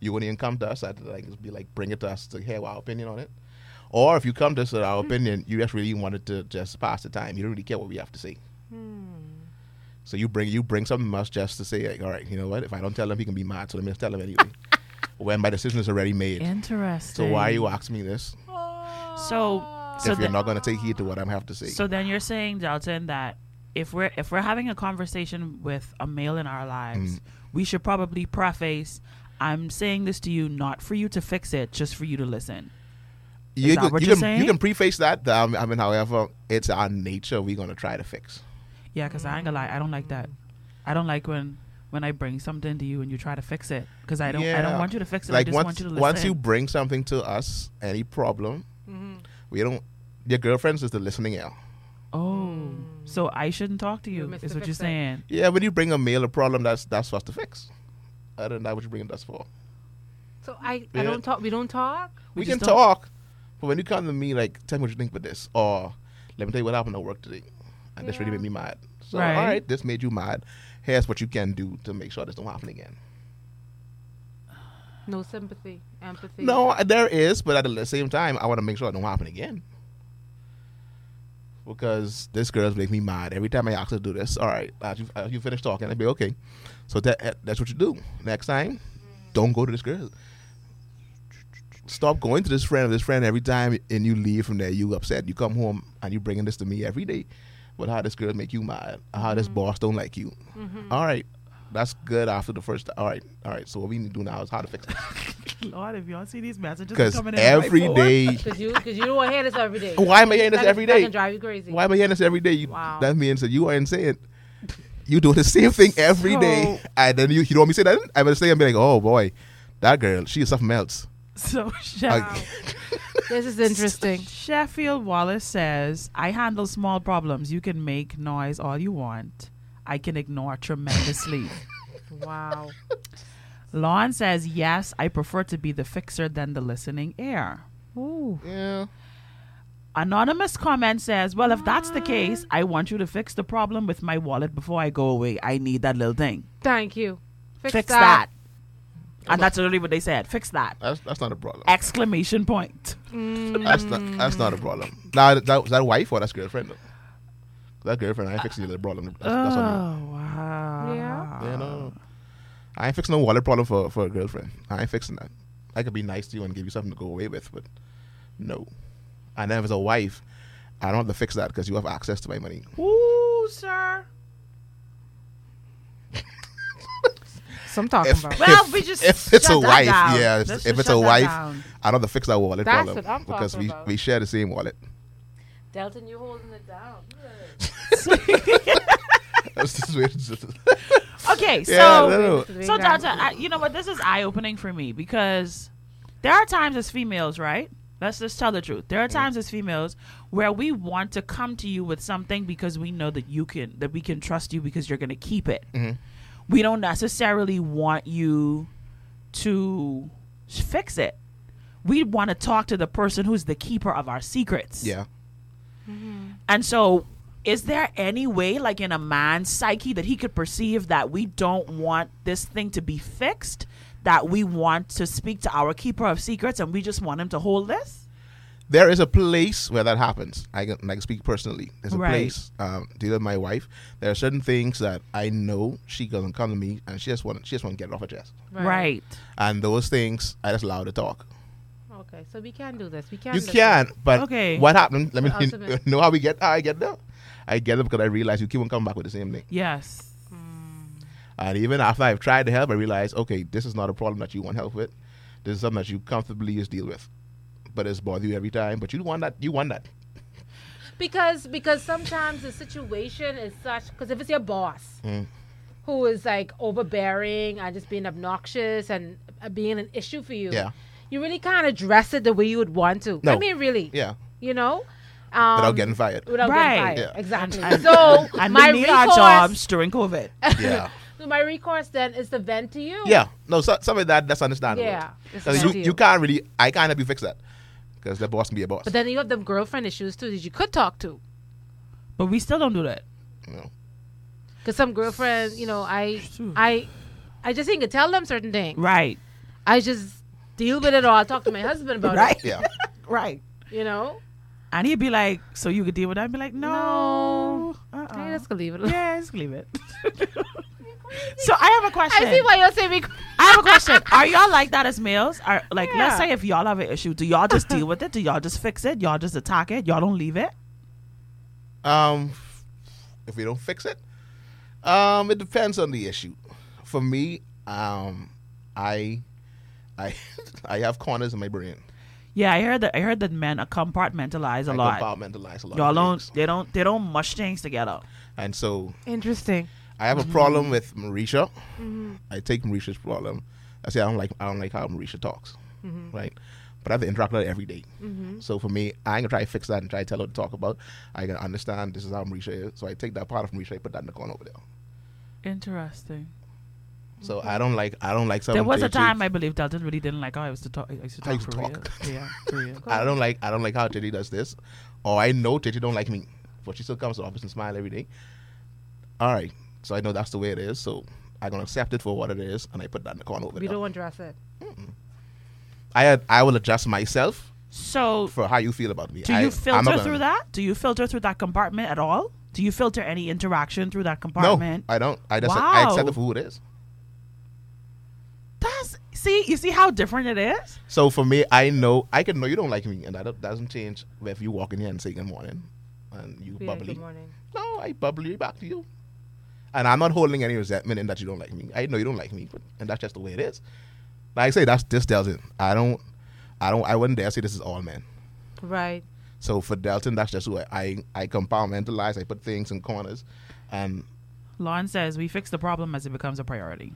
Speaker 5: you wouldn't even come to us. I'd like be like bring it to us to hear our opinion on it. Or if you come to us with our
Speaker 3: Hmm.
Speaker 5: opinion, you just really wanted to just pass the time. You don't really care what we have to say.
Speaker 3: Hmm.
Speaker 5: So you bring you bring something to us just to say like, all right, you know what? If I don't tell him, he can be mad. So let me just tell him
Speaker 3: (laughs)
Speaker 5: anyway. when my decision is already made.
Speaker 3: Interesting.
Speaker 5: So why are you asking me this
Speaker 3: So so
Speaker 5: if you're
Speaker 3: the-
Speaker 5: not going to take heed to what I have to say?
Speaker 3: So then you're saying, Dalton, that if we're if we're having a conversation with a male in our
Speaker 5: Mm.
Speaker 3: lives, we should probably preface, I'm saying this to you not for you to fix it, just for you to listen.
Speaker 5: you,
Speaker 3: that
Speaker 5: can,
Speaker 3: what
Speaker 5: you,
Speaker 3: you're
Speaker 5: can,
Speaker 3: saying?
Speaker 5: you can preface that. that, um, I mean, however, it's our nature. We're going to try to fix.
Speaker 3: Yeah, because I ain't gonna lie, I don't like that. I don't like when when I bring something to you and you try to fix it because I don't I
Speaker 5: Yeah.
Speaker 3: don't want you to fix it. I
Speaker 5: like
Speaker 3: just
Speaker 5: once,
Speaker 3: want you to listen.
Speaker 5: once you bring something to us, any problem, we don't. Your girlfriend's is the listening ear.
Speaker 3: oh, so I shouldn't talk to you
Speaker 4: missed
Speaker 3: is
Speaker 4: the
Speaker 3: what you're
Speaker 4: fix it.
Speaker 3: saying?
Speaker 5: Yeah, when you bring a male a problem, that's that's for us to fix. Other than that, what you bringing us for?
Speaker 4: so I,
Speaker 5: Yeah.
Speaker 4: I don't talk we don't talk.
Speaker 5: We,
Speaker 3: just
Speaker 5: can
Speaker 3: don't-
Speaker 5: talk, but when you come to me, like, tell me what you think about this, or let me tell you what happened at work today, and this really made me mad. So,
Speaker 3: Right.
Speaker 5: all right, this made you mad. Here's what you can do to make sure this don't happen again.
Speaker 4: No sympathy, empathy.
Speaker 5: No, uh, there is, but at the same time, I want to make sure it don't happen again. Because this girl's make me mad every time I ask her to do this. All right, uh, you, uh, you finish talking, I'll be okay. So that uh, that's what you do. Next time, don't go to this girl. Stop going to this friend or this friend every time, and you leave from there. You upset. You come home and you bringing this to me every day. But how this girl make you mad? How this boss don't like you? All right, that's good after the first. All right, all right. So what we need to do now is how to fix it.
Speaker 3: Lord, if y'all see these messages
Speaker 5: Because every day,
Speaker 4: Cause you cause you don't hear this every day.
Speaker 5: why am I hearing this
Speaker 4: That-
Speaker 5: every
Speaker 4: that
Speaker 5: day?
Speaker 4: can drive you crazy.
Speaker 5: Why am I hearing this every day? You,
Speaker 4: Wow.
Speaker 5: That means that you are insane. You do the same thing every day,
Speaker 3: So-
Speaker 5: and then you, you don't want me to say that. I'm gonna say and be like, oh boy, that girl, she is something else.
Speaker 3: (laughs) so
Speaker 5: I-
Speaker 3: Shaq-
Speaker 4: This is interesting.
Speaker 3: Sheffield Wallace says, I handle small problems. You can make noise all you want. I can ignore (laughs) tremendously.
Speaker 4: wow.
Speaker 3: Lon says, Yes, I prefer to be the fixer than the listening ear.
Speaker 4: Ooh.
Speaker 5: yeah.
Speaker 3: Anonymous comment says, Well, if that's the case, I want you to fix the problem with my wallet before I go away. I need that little thing.
Speaker 4: Thank you. Fix,
Speaker 3: Fix
Speaker 4: that.
Speaker 3: that. And that's literally what they said. Fix that.
Speaker 5: That's, that's not a problem.
Speaker 3: Exclamation point.
Speaker 5: That's not that's not a problem. Now that, that, that wife or that's girlfriend. though. That girlfriend, I ain't fixing the problem. That's, that's on
Speaker 3: Oh, wow.
Speaker 4: Yeah.
Speaker 5: me. Yeah, no. Ah. I ain't fixing no wallet problem for, for a girlfriend. I ain't fixing that. I could be nice to you and give you something to go away with, but no. And then if it's a wife, I don't have to fix that because you have access to my money.
Speaker 3: Ooh, sir.
Speaker 4: So I'm talking
Speaker 5: If-
Speaker 4: about.
Speaker 3: Well, we just
Speaker 5: (laughs) if it's
Speaker 3: shut
Speaker 5: a
Speaker 3: that
Speaker 5: wife,
Speaker 3: down.
Speaker 5: yeah,
Speaker 3: Let's
Speaker 5: if
Speaker 3: just
Speaker 5: it's
Speaker 3: shut
Speaker 5: a
Speaker 3: that
Speaker 5: wife,
Speaker 3: down.
Speaker 5: I don't have to fix that wallet
Speaker 4: That's
Speaker 5: problem
Speaker 4: what I'm
Speaker 5: because
Speaker 4: talking
Speaker 5: we
Speaker 4: about.
Speaker 5: we share the same wallet.
Speaker 4: Delton, you holding it down.
Speaker 5: (laughs) That's just weird. Just-
Speaker 3: Okay, so
Speaker 5: yeah, I don't know.
Speaker 3: So, Dada, I, you know what? This is eye opening for me because there are times as females, right? Let's just tell the truth. There
Speaker 5: Mm.
Speaker 3: are times as females where we want to come to you with something because we know that you can, that we can trust you because you're going to keep it.
Speaker 5: Mm-hmm.
Speaker 3: We don't necessarily want you to s- fix it. We want to talk to the person who's the keeper of our secrets.
Speaker 5: yeah.
Speaker 3: And so, is there any way, like in a man's psyche, that he could perceive that we don't want this thing to be fixed? That we want to speak to our keeper of secrets and we just want him to hold this?
Speaker 5: There is a place where that happens. I can, I can speak personally. There's a
Speaker 3: Right.
Speaker 5: place um, dealing with my wife. There are certain things that I know she doesn't come to me, and she just want she just want to get it off her chest.
Speaker 3: Right.
Speaker 5: And those things, I just allow her to talk.
Speaker 4: Okay, so we can do this. We can.
Speaker 5: You
Speaker 4: listen.
Speaker 5: can, but
Speaker 3: Okay.
Speaker 5: what happened? Let me (laughs)
Speaker 4: I'll submit.
Speaker 5: know how we get how I get there. I get there because I realize you keep on coming back with the same thing.
Speaker 3: Yes.
Speaker 5: And even after I've tried to help, I realize, okay, this is not a problem that you want help with. This is something that you comfortably just deal with, but it's bother you every time. But you want that. You want that.
Speaker 4: because because sometimes the situation is such because if it's your boss
Speaker 5: Mm.
Speaker 4: who is like overbearing and just being obnoxious and uh, being an issue for you
Speaker 5: Yeah.
Speaker 4: you really can't address it the way you would want to i
Speaker 5: No.
Speaker 4: mean really
Speaker 5: Yeah.
Speaker 4: you know um,
Speaker 5: Without getting fired.
Speaker 4: without
Speaker 3: Right.
Speaker 4: getting fired
Speaker 5: Yeah.
Speaker 4: exactly
Speaker 3: And-
Speaker 4: so
Speaker 3: (laughs) And
Speaker 4: my
Speaker 3: we need
Speaker 4: recourse,
Speaker 3: our jobs during COVID.
Speaker 4: (laughs)
Speaker 5: yeah.
Speaker 4: so my recourse then is to vent to you
Speaker 5: Yeah. No, so, some of that that's understandable.
Speaker 4: Yeah, it's
Speaker 5: 'Cause
Speaker 4: fair
Speaker 5: you,
Speaker 4: to
Speaker 5: you
Speaker 4: you.
Speaker 5: can't really I can't help you fix that. Because the boss can be a boss.
Speaker 4: but then you have them girlfriend issues too that you could talk to
Speaker 3: But we still don't do that.
Speaker 5: you know.
Speaker 4: because some girlfriend you know i i i just ain't gonna tell them certain things
Speaker 3: Right.
Speaker 4: I just deal with it or I'll talk to my husband about
Speaker 3: Right.
Speaker 5: Yeah. (laughs)
Speaker 3: Right.
Speaker 4: it. You know?
Speaker 3: And he'd be like, so you could deal with that? I'd be like, no.
Speaker 4: Hey,
Speaker 3: Uh-uh. (laughs)
Speaker 4: let's go leave it alone.
Speaker 3: Yeah, just leave
Speaker 4: (laughs)
Speaker 3: it. so I have a question.
Speaker 4: I see why you're saying we
Speaker 3: I have a question. Are y'all like that as males? Are like let's
Speaker 4: Yeah.
Speaker 3: say if y'all have an issue, do y'all just deal with it? Do y'all just fix it? Y'all just attack it? Y'all don't leave it?
Speaker 5: Um, if we don't fix it, um, it depends on the issue. For me, um, I, I, (laughs) I have corners in my brain.
Speaker 3: Yeah, I heard that. I heard that men are compartmentalize a
Speaker 5: I
Speaker 3: lot.
Speaker 5: compartmentalize a lot.
Speaker 3: Y'all
Speaker 5: of
Speaker 3: don't.
Speaker 5: things.
Speaker 3: They don't. They don't mush things together.
Speaker 5: And so
Speaker 4: Interesting.
Speaker 5: I have a
Speaker 4: Mm-hmm.
Speaker 5: problem with Marisha. I take Marisha's problem. I say I don't like I don't like how Marisha talks,
Speaker 4: Mm-hmm.
Speaker 5: right? But I have to interact with her every day. So for me, I ain't gonna try to fix that and try to tell her to talk about. I can understand this is how Marisha is. So I take that part of Marisha, I put that in the corner over there.
Speaker 3: Interesting.
Speaker 5: So
Speaker 4: Mm-hmm.
Speaker 5: I don't like I don't like something.
Speaker 3: There was a time I believe Dalton really didn't like. Oh, I used to talk. I used to
Speaker 5: I
Speaker 3: talk
Speaker 5: used
Speaker 3: for
Speaker 5: to
Speaker 3: real.
Speaker 5: talk.
Speaker 3: Yeah, for real.
Speaker 5: I don't like I don't like how Titi does this, or I know Titi don't like me, but she still comes to the office and smile every day. All right, so I know that's the way it is. So I'm gonna accept it for what it is, and I put that in the corner over
Speaker 4: We
Speaker 5: there.
Speaker 4: don't address it.
Speaker 5: I had, I will adjust myself
Speaker 3: (laughs) So,
Speaker 5: for how you feel about me.
Speaker 3: do
Speaker 5: I,
Speaker 3: you
Speaker 5: I'm not
Speaker 3: filter
Speaker 5: gonna-
Speaker 3: through that? Do you filter through that compartment at all? Do you filter any interaction through that
Speaker 5: No,
Speaker 3: compartment?
Speaker 5: I don't. I just I
Speaker 3: Wow.
Speaker 5: accept it for who it is.
Speaker 3: That's see. You see how different it is.
Speaker 5: So for me, I know I can know you don't like me, and that don't- doesn't change if you walk in here and say good morning, and you
Speaker 4: Yeah,
Speaker 5: bubbly.
Speaker 4: good morning.
Speaker 5: No, I bubbly back to you. And I'm not holding any resentment in that you don't like me. I know you don't like me, but and that's just the way it is. Like I say, that's this Delton. I don't I don't I wouldn't dare say this is all men.
Speaker 4: Right.
Speaker 5: So for Delton, that's just who I I, I compartmentalize, I put things in corners and
Speaker 3: Lauren says we fix the problem as it becomes a priority.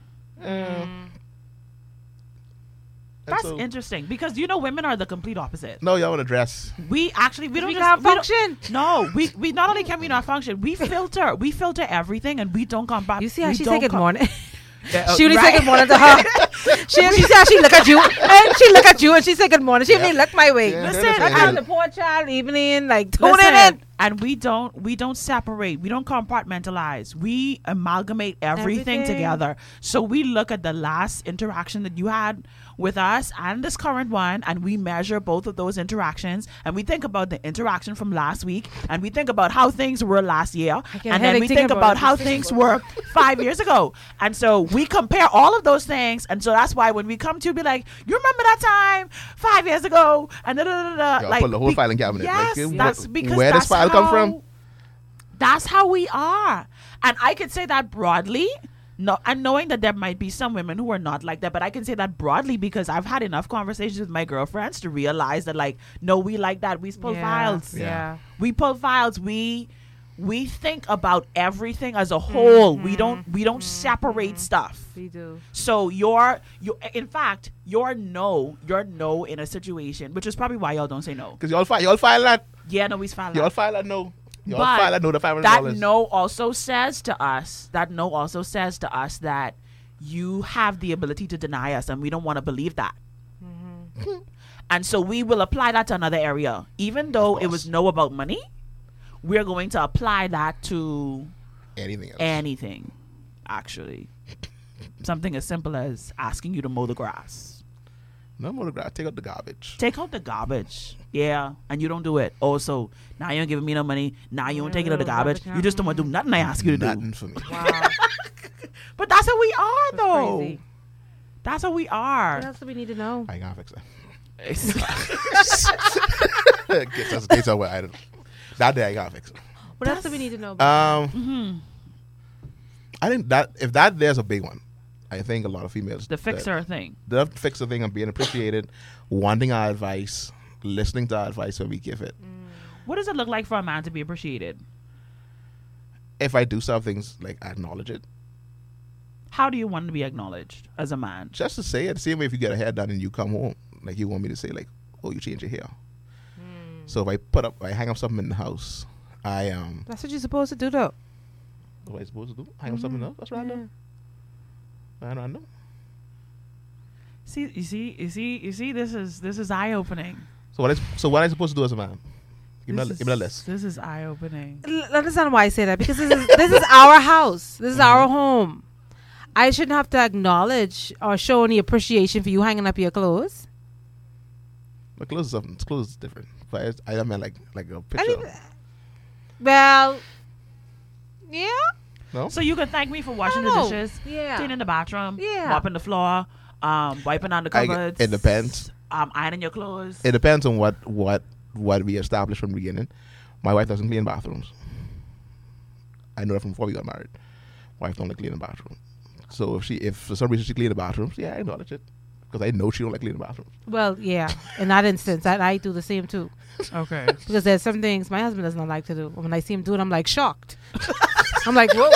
Speaker 5: and
Speaker 3: That's
Speaker 5: so-
Speaker 3: interesting because you know women are the complete opposite.
Speaker 5: No, y'all want to dress.
Speaker 3: We actually we don't
Speaker 4: We
Speaker 3: just-
Speaker 4: can't
Speaker 3: we don't-
Speaker 4: function.
Speaker 3: no, we we not only can we not function, we filter we filter everything and we don't come back.
Speaker 4: You see how
Speaker 3: we
Speaker 4: she
Speaker 3: don't
Speaker 4: say good
Speaker 3: com-
Speaker 4: morning?
Speaker 3: Yeah,
Speaker 4: (laughs) she only
Speaker 3: right.
Speaker 4: say good morning to her. she, she see how she look at you and she look at you and she say good morning. She only look my way.
Speaker 5: Yeah,
Speaker 3: Listen,
Speaker 5: that's what
Speaker 3: I
Speaker 5: it
Speaker 3: got
Speaker 5: is.
Speaker 4: I'm the poor child evening, like tune
Speaker 3: Listen,
Speaker 4: in.
Speaker 3: and we don't we don't separate. We don't compartmentalize. We amalgamate everything,
Speaker 4: Everything.
Speaker 3: together. So we look at the last interaction that you had with us and this current one, and we measure both of those interactions, and we think about the interaction from last week, and we think about how things were last year,
Speaker 4: get a
Speaker 3: and then we
Speaker 4: headache
Speaker 3: think
Speaker 4: thinking
Speaker 3: about
Speaker 4: about it.
Speaker 3: how things were five years ago, and so we compare all of those things, and so that's why when we come to be like, you remember that time five years ago, and da da da da,
Speaker 5: Y'all
Speaker 3: like
Speaker 5: pull the whole
Speaker 3: be-
Speaker 5: filing cabinet.
Speaker 3: Yes,
Speaker 5: Like, it-
Speaker 3: that's
Speaker 5: wh-
Speaker 3: because
Speaker 5: where does
Speaker 3: that's
Speaker 5: file come from?
Speaker 3: how- That's how we are, and I could say that broadly. No, and knowing that there might be some women who are not like that, but I can say that broadly because I've had enough conversations with my girlfriends to realize that, like, no, we like that. We pull
Speaker 4: Yeah,
Speaker 3: files.
Speaker 4: yeah.
Speaker 3: we pull files. We we think about everything as a whole. We don't we don't separate stuff.
Speaker 4: We do.
Speaker 3: So your your in fact your no your no in a situation, which is probably why y'all don't say no.
Speaker 5: Because y'all file y'all file that.
Speaker 3: Yeah, no, we's fine.
Speaker 5: Y'all file that no. Y'all
Speaker 3: But
Speaker 5: file that no the five hundred
Speaker 3: that
Speaker 5: dollars.
Speaker 3: no also says to us that no also says to us that you have the ability to deny us, and we don't want to believe that. and so we will apply that to another area, even though it was no about money. We're going to apply that to
Speaker 5: anything else.
Speaker 3: anything, actually. Something as simple as asking you to mow the grass.
Speaker 5: no more grab. Take out the garbage.
Speaker 3: Take out the garbage. Yeah. And you don't do it. Also, now you don't giving me no money. Now you don't take it out the garbage. You just don't want to do nothing I ask you to
Speaker 5: Nothing
Speaker 3: do.
Speaker 5: for me.
Speaker 4: Wow.
Speaker 3: But that's how we are, though.
Speaker 4: crazy.
Speaker 3: That's how we
Speaker 4: What
Speaker 5: (laughs)
Speaker 3: are.
Speaker 4: else do we need to know?
Speaker 5: (laughs) I can't fix that.
Speaker 3: It's-
Speaker 5: (laughs) Guess that's the case of what I don't. That day I gotta fix it.
Speaker 4: What
Speaker 3: Mm-hmm.
Speaker 4: else do we need to know about?
Speaker 5: Um, I think that if that there's a big one, I think a lot of females
Speaker 3: The
Speaker 5: that-
Speaker 3: fixer thing.
Speaker 5: the fixer thing of being appreciated, wanting our advice, listening to our advice when we give it.
Speaker 3: Mm. What does it look like for a man to be appreciated?
Speaker 5: If I do something, like I acknowledge it,
Speaker 3: How do you want to be acknowledged as a man?
Speaker 5: just to say it. Same way if you get a hair done and you come home, like you want me to say like, "Oh, you change your hair." So if I put up, I hang up something in the house. I um,
Speaker 4: That's what you're supposed to do, though. Mm-hmm.
Speaker 5: what am I supposed to do? Hang up something else? That's random. Random.
Speaker 3: See, you see, you see, you see. This is this is eye opening.
Speaker 5: So what? I, so what I supposed to do as a man? Give me, a,
Speaker 3: This
Speaker 5: give me a
Speaker 3: is-
Speaker 5: list.
Speaker 3: This is eye opening.
Speaker 4: L- understand why I say that because this is this is our house. This is our
Speaker 3: Mm-hmm.
Speaker 4: home. I shouldn't have to acknowledge or show any appreciation for you hanging up your clothes.
Speaker 5: My clothes is something. Clothes is different. But I, I mean like like a
Speaker 4: I
Speaker 5: picture.
Speaker 4: didn't- Well, yeah,
Speaker 5: No.
Speaker 3: So you can thank me for washing the
Speaker 4: know.
Speaker 3: dishes,
Speaker 4: Yeah.
Speaker 3: cleaning the bathroom,
Speaker 4: Yeah.
Speaker 3: mopping the floor, um, wiping down the
Speaker 5: I-
Speaker 3: cupboards.
Speaker 5: it depends.
Speaker 3: Um, ironing your clothes.
Speaker 5: it depends on what what what we established from the beginning. My wife doesn't clean bathrooms. I know that from before we got married. Wife don't like cleaning the bathroom. So if she if for some reason she clean the bathrooms, yeah, I acknowledge it because I know she don't like cleaning bathrooms.
Speaker 4: well, yeah. In that instance, I, I do the same too
Speaker 3: okay.
Speaker 4: because there's some things my husband does not like to do. When I see him do it, I'm like shocked. (laughs) I'm like, whoa,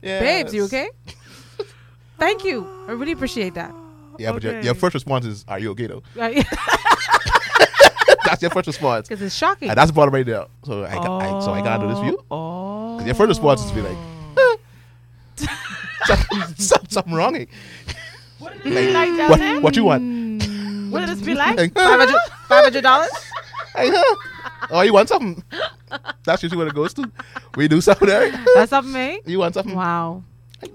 Speaker 5: Yeah,
Speaker 4: babes, you okay? Thank you. I really appreciate that. (laughs)
Speaker 5: Yeah, but your,
Speaker 3: Okay.
Speaker 5: your first response is, "Are you okay though?" (laughs)
Speaker 4: Because
Speaker 5: That's your
Speaker 4: (laughs)
Speaker 5: first response,
Speaker 4: it's shocking.
Speaker 5: and that's the problem right there. So I, ca- I so I can't do this for you.
Speaker 3: Oh.
Speaker 5: 'Cause Your first response is to be like, (laughs) something, something, something wrong. eh?
Speaker 3: What
Speaker 5: (laughs)
Speaker 3: did this be like,
Speaker 5: What,
Speaker 3: Delton?
Speaker 5: what you want?
Speaker 3: What did this be like?
Speaker 5: Like, (laughs)
Speaker 4: Five hundred dollars.
Speaker 5: Hey, huh? Oh, you want something? That's usually what it goes to. We do something, Eric.
Speaker 4: That's up, mate.
Speaker 5: You want something?
Speaker 4: Wow.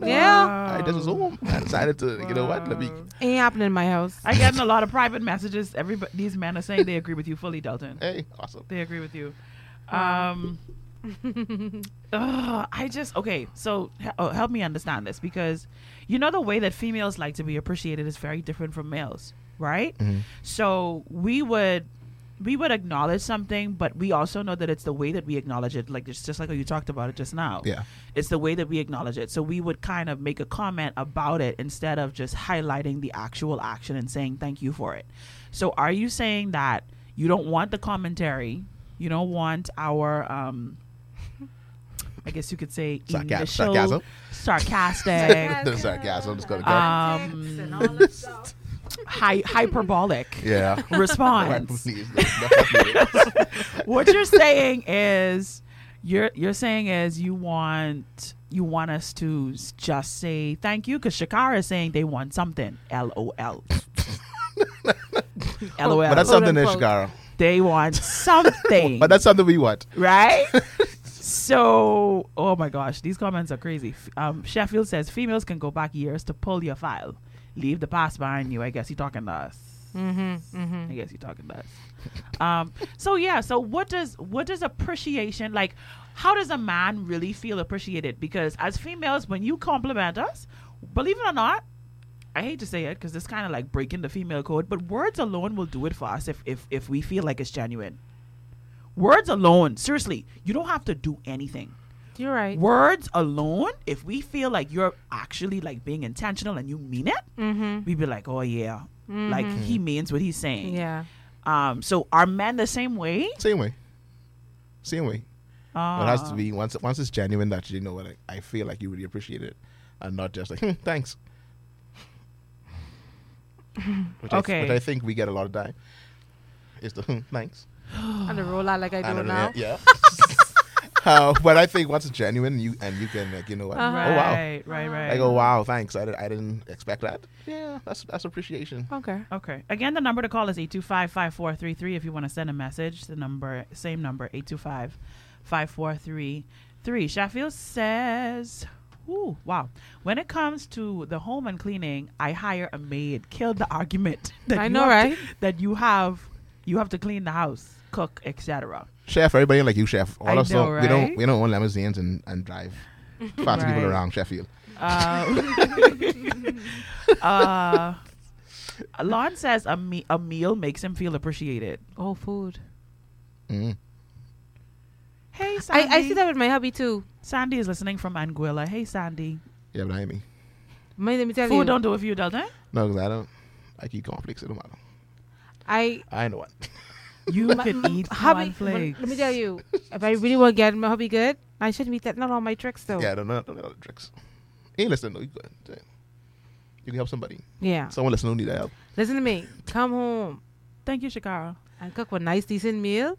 Speaker 4: Yeah.
Speaker 5: I just was home. I decided to, you know what? Let me.
Speaker 4: Ain't happening in my house.
Speaker 3: I getting a lot of private messages. Everybody, these men are saying they agree with you fully, Delton.
Speaker 5: Hey, awesome.
Speaker 3: They agree with you. Um, ugh, I just okay. So he- oh, help me understand this because you know the way that females like to be appreciated is very different from males, right? So we would we would acknowledge something, but we also know that it's the way that we acknowledge it. Like it's just like how you talked about it just now.
Speaker 5: Yeah.
Speaker 3: it's the way that we acknowledge it. So we would kind of make a comment about it instead of just highlighting the actual action and saying thank you for it. So are you saying that you don't want the commentary? You don't want our um I guess you could say
Speaker 5: Sarcasm-
Speaker 3: initial
Speaker 5: sarcasm?
Speaker 3: sarcastic,
Speaker 5: The sarcasm just gonna go.
Speaker 4: Ah.
Speaker 3: um, hy- hyperbolic
Speaker 5: (laughs)
Speaker 4: (laughs)
Speaker 5: yeah. (laughs)
Speaker 3: response. what you're saying is you're you're saying is you want you want us to s- just say thank you because Shakara is saying they want something. LOL.
Speaker 5: (laughs)
Speaker 3: LOL.
Speaker 5: but that's something in
Speaker 4: unquote.
Speaker 5: Chicago.
Speaker 3: they
Speaker 5: (laughs)
Speaker 3: want something.
Speaker 5: But that's something we want.
Speaker 3: right? so, oh my gosh, these comments are crazy. F- Um, Sheffield says females can go back years to pull your file, leave the past behind you. I guess you're talking to us. Mm-hmm, I guess you're talking to us. um, so yeah, so what does what does appreciation like? How does a man really feel appreciated? Because as females, when you compliment us, believe it or not. I hate to say it because it's kind of like breaking the female code, but words alone will do it for us if, if if we feel like it's genuine. Words alone, seriously, you don't have to do anything.
Speaker 4: You're right.
Speaker 3: Words alone, if we feel like you're actually like being intentional and you mean it, we'd be like, oh yeah, like he means what he's saying.
Speaker 5: (sighs)
Speaker 4: Yeah.
Speaker 3: Um. So are men the same way?
Speaker 5: Same way. Same way. But it has
Speaker 3: Uh,
Speaker 5: to be once once it's genuine that you know what I, I feel like you really appreciate it, and not just like (laughs) hmm, thanks. Which I,
Speaker 3: Okay.
Speaker 5: which I think we get a lot of time. Is the (laughs) hmm, thanks.
Speaker 4: On the roll out like I do
Speaker 5: I don't know.
Speaker 4: now.
Speaker 3: (laughs)
Speaker 5: Yeah. (laughs) Uh, but I think once it's genuine, you and you can like you know what? Oh wow!
Speaker 3: Right. Right. Right.
Speaker 5: I go wow, thanks. I, did, I didn't expect that. Yeah, that's that's appreciation.
Speaker 3: Oh.
Speaker 4: Okay.
Speaker 3: Okay. Again, the number to call is 825-5433 if you want to send a message. The number, same number, 825-5433. Sheffield says, ooh, wow. When it comes to the home and cleaning, I hire a maid. Kill the argument (laughs) that
Speaker 4: I
Speaker 3: you
Speaker 4: know,
Speaker 3: have to-
Speaker 4: right?
Speaker 3: that you have you have to clean the house, cook,
Speaker 4: (laughs)
Speaker 3: etc.
Speaker 5: Chef, everybody like you, chef. All
Speaker 3: I
Speaker 5: of us
Speaker 3: know,
Speaker 5: don't- we don't
Speaker 3: right?
Speaker 5: we don't own limousines and
Speaker 3: (laughs)
Speaker 5: and drive fancy
Speaker 3: Right.
Speaker 5: people around Sheffield.
Speaker 3: Um, (laughs) uh, Lon says a, me- a meal makes him feel appreciated.
Speaker 4: Oh, food.
Speaker 5: Mm.
Speaker 3: Hey,
Speaker 4: I,
Speaker 3: Sandy.
Speaker 4: I see that with my hubby too.
Speaker 3: Sandy is listening from Anguilla. Hey, Sandy.
Speaker 5: Yeah, but I mean,
Speaker 4: Man, let me tell you,
Speaker 3: Food don't do it for you, does it?
Speaker 5: No, because I don't. I keep conflicts. It don't matter.
Speaker 4: I
Speaker 5: I know what.
Speaker 3: (laughs) You could eat
Speaker 4: hubby. well, Let me
Speaker 3: (laughs)
Speaker 4: tell you, if I really want to get my hubby good, I shouldn't be that. Not all my tricks though.
Speaker 5: Yeah, I don't know. I don't know the tricks. Ain't listen. No, you good. You can help somebody.
Speaker 4: Yeah.
Speaker 5: Someone listen who need that help.
Speaker 4: Listen to me. Come home
Speaker 3: Thank you, Shakara.
Speaker 4: and cook a nice decent meal,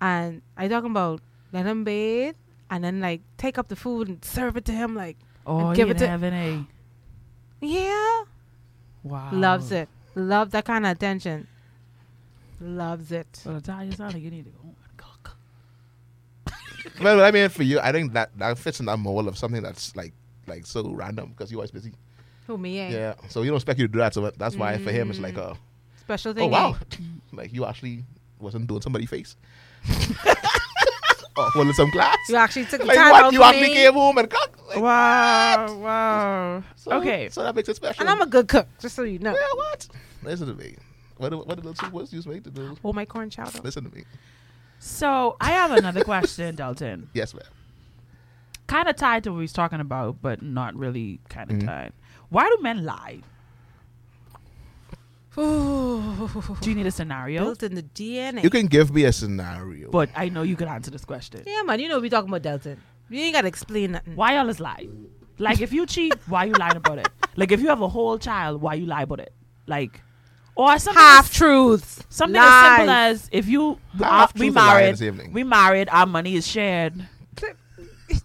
Speaker 4: and I talking about let him bathe and then like take up the food and serve it to him like
Speaker 3: Oh,
Speaker 4: give
Speaker 3: give
Speaker 4: it
Speaker 3: it
Speaker 4: to-
Speaker 3: heaven, a
Speaker 4: yeah
Speaker 3: wow.
Speaker 4: loves it love that kind of attention loves it
Speaker 3: Well, Natalia, sound like you need to go home and cook.
Speaker 5: well, I mean, for you, I think that that fits in that mold of something that's like like so random because you're always busy.
Speaker 4: who me eh?
Speaker 5: Yeah. So you don't expect you to do that. So that- that's why for him it's
Speaker 4: Mm.
Speaker 5: like, uh,
Speaker 4: special thing
Speaker 5: oh wow,
Speaker 4: eh?
Speaker 5: (laughs) like you actually wasn't doing somebody's face. (laughs) oh, well, in some class.
Speaker 4: you actually took the
Speaker 5: Like
Speaker 4: time
Speaker 5: what?
Speaker 4: out
Speaker 5: You
Speaker 4: for
Speaker 5: actually
Speaker 4: me.
Speaker 5: came home and cooked. Like,
Speaker 3: Wow, wow.
Speaker 5: so-
Speaker 3: okay.
Speaker 5: So that makes it special.
Speaker 4: and I'm a good cook just so you know
Speaker 5: yeah, what? Listen to me. What do- what did those two words you make to do?
Speaker 4: oh my corn chowder
Speaker 5: Listen to me.
Speaker 3: So I have another question, (laughs) Dalton.
Speaker 5: Yes, ma'am.
Speaker 3: Kind of tied to what we was talking about, but not really kind of
Speaker 5: Mhm.
Speaker 3: tied. Why do men lie? Do you need a scenario?
Speaker 4: built in the DNA
Speaker 5: You can give me a scenario.
Speaker 3: But I know you can answer this question.
Speaker 4: yeah man you know we talking about Delton you ain't gotta explain nothing
Speaker 3: Why y'all is lie? Like if you cheat, why you lying about it? Like if you have a whole child, why you lie about it? Like or something
Speaker 4: half truths
Speaker 3: Something as simple
Speaker 4: Lies.
Speaker 3: as if you
Speaker 5: Half
Speaker 3: uh, we
Speaker 5: truth is lying
Speaker 3: married,
Speaker 5: this evening.
Speaker 3: we married, our money is
Speaker 4: (laughs)
Speaker 3: shared,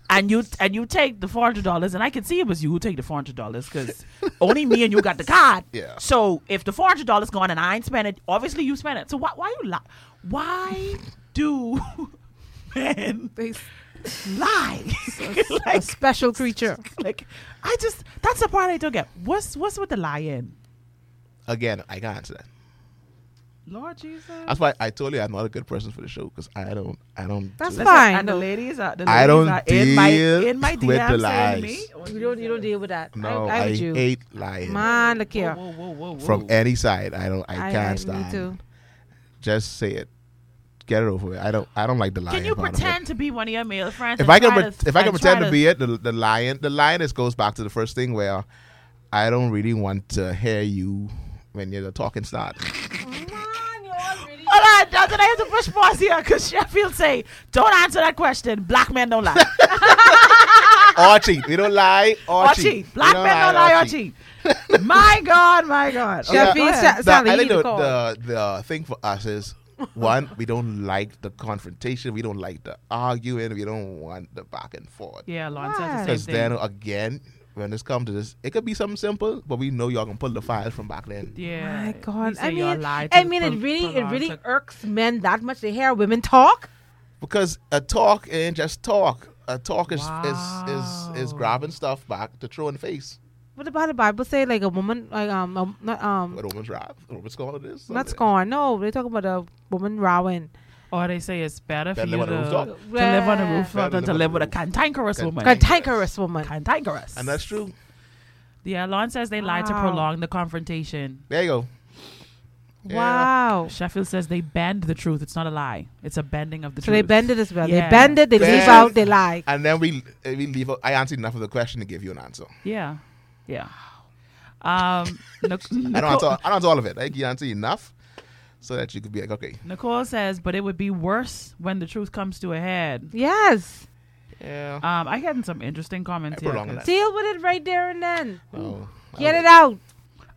Speaker 3: and you and you take the four hundred dollars, and I can see it was you who take the four hundred dollars because only me and you
Speaker 4: (laughs)
Speaker 3: got the card.
Speaker 5: Yeah.
Speaker 3: So if the four hundred dollars gone and I ain't spent it, obviously you spent it. So why why you lie? Why do (laughs) men
Speaker 4: They-
Speaker 3: (laughs)
Speaker 4: (laughs)
Speaker 3: lie?
Speaker 4: a
Speaker 3: like
Speaker 4: special creature
Speaker 3: (laughs) like I just that's the part I don't get. What's what's with the lying?
Speaker 5: Again, I can't answer that.
Speaker 3: Lord Jesus.
Speaker 5: That's why I told you I'm not a good person for the show because I don't, I don't.
Speaker 4: That's
Speaker 5: do-
Speaker 3: Listen,
Speaker 4: fine.
Speaker 3: And the ladies are, the ladies
Speaker 5: I don't
Speaker 3: are in my in my
Speaker 5: deal with
Speaker 3: DMs saying to
Speaker 5: the lies.
Speaker 3: me,
Speaker 4: you don't you don't deal with that
Speaker 5: No,
Speaker 4: I,
Speaker 5: I,
Speaker 4: I, with you
Speaker 5: hate lying
Speaker 4: man look here
Speaker 3: Whoa, whoa, whoa, whoa.
Speaker 5: from any side. I don't, I, can't stand.
Speaker 4: me too
Speaker 5: Just say it. Get it over with. I don't, I don't like the lying.
Speaker 3: Can you
Speaker 5: part of it.
Speaker 3: pretend to be one of your male friends?
Speaker 5: If
Speaker 3: and
Speaker 5: I can,
Speaker 3: try
Speaker 5: pre-
Speaker 3: to-
Speaker 5: if I can
Speaker 3: and try
Speaker 5: pretend to be it, the, the lion, the lioness goes back to the first thing where I don't really want to hear you when you're the talking start.
Speaker 3: Hold on, Jonathan, I have to push pause here because Sheffield say, "Don't answer that question. Black men don't
Speaker 5: (laughs)
Speaker 3: lie.
Speaker 5: or cheat. We don't lie. Or,
Speaker 3: or
Speaker 5: cheat.
Speaker 3: cheat.
Speaker 5: We
Speaker 3: Black men don't lie or cheat." my God, my God.
Speaker 5: (laughs) Yeah.
Speaker 3: Okay, go
Speaker 4: Sheffield,
Speaker 3: ahead.
Speaker 4: Sa-
Speaker 5: No,
Speaker 4: Sally,
Speaker 5: I
Speaker 4: you
Speaker 5: think
Speaker 4: need to
Speaker 5: the,
Speaker 4: call.
Speaker 5: the the thing for us is one, we don't like the confrontation. We don't like the arguing. We don't want the back and forth.
Speaker 3: Yeah, Lauren says the
Speaker 5: Because
Speaker 3: same thing.
Speaker 5: then again, when this comes to this, it could be something simple, but we know y'all can pull the files from back then.
Speaker 3: yeah.
Speaker 4: My
Speaker 3: he
Speaker 4: God,
Speaker 3: say
Speaker 4: I
Speaker 3: y'all
Speaker 4: mean,
Speaker 3: lie
Speaker 4: I
Speaker 3: to
Speaker 4: mean, it
Speaker 3: pro-
Speaker 4: really, it
Speaker 3: prolong
Speaker 4: really
Speaker 3: to-
Speaker 4: irks men that much. They hear women talk.
Speaker 5: Because a talk ain't just talk. A talk is is, is is grabbing stuff back to throw in the face.
Speaker 4: What about the Bible say like a woman, like um, um not um,
Speaker 5: What Roman's rob? Roman's calling this?
Speaker 4: not scorn. No, they talk about a woman rowing.
Speaker 3: Or Oh, they say it's better for
Speaker 5: Better
Speaker 3: you
Speaker 5: live
Speaker 3: to,
Speaker 5: on a rooftop.
Speaker 3: to live on a
Speaker 4: Yeah.
Speaker 3: roof
Speaker 5: Better
Speaker 3: than
Speaker 5: live
Speaker 3: to
Speaker 5: on a
Speaker 3: live with a
Speaker 5: roof.
Speaker 3: cantankerous woman.
Speaker 4: Cantankerous woman.
Speaker 3: Cantankerous.
Speaker 5: And that's true.
Speaker 3: Yeah, Lon says they lie to
Speaker 4: Wow.
Speaker 3: prolong the confrontation.
Speaker 5: There you go. Yeah.
Speaker 4: Wow.
Speaker 3: Sheffield says they bend the truth. It's not a lie. It's a bending of the
Speaker 4: So
Speaker 3: truth.
Speaker 4: they bend it as well.
Speaker 3: Yeah.
Speaker 4: They bend it. They leave
Speaker 5: Bend.
Speaker 4: out. They lie.
Speaker 5: And then we eh, we leave. out- I answered enough of the question to give you an answer.
Speaker 3: Yeah, yeah.
Speaker 4: (laughs)
Speaker 3: Um, Nic-
Speaker 5: I don't
Speaker 3: Nicole,
Speaker 5: answer. I don't answer all of it. I can answer enough so that you could be like, okay,
Speaker 3: Nicole says, but it would be worse when the truth comes to a head.
Speaker 4: Yes.
Speaker 5: yeah.
Speaker 3: Um, I had some interesting comments
Speaker 5: I
Speaker 3: here.
Speaker 5: prolong
Speaker 3: 'cause-
Speaker 5: that.
Speaker 4: Deal with it right there and then.
Speaker 5: Oh, I
Speaker 4: Get
Speaker 5: don't-
Speaker 4: it out.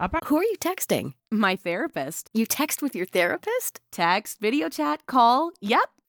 Speaker 3: Apart-
Speaker 6: Who are you texting?
Speaker 7: My therapist.
Speaker 6: You text with your therapist?
Speaker 7: Text, video chat, call. Yep.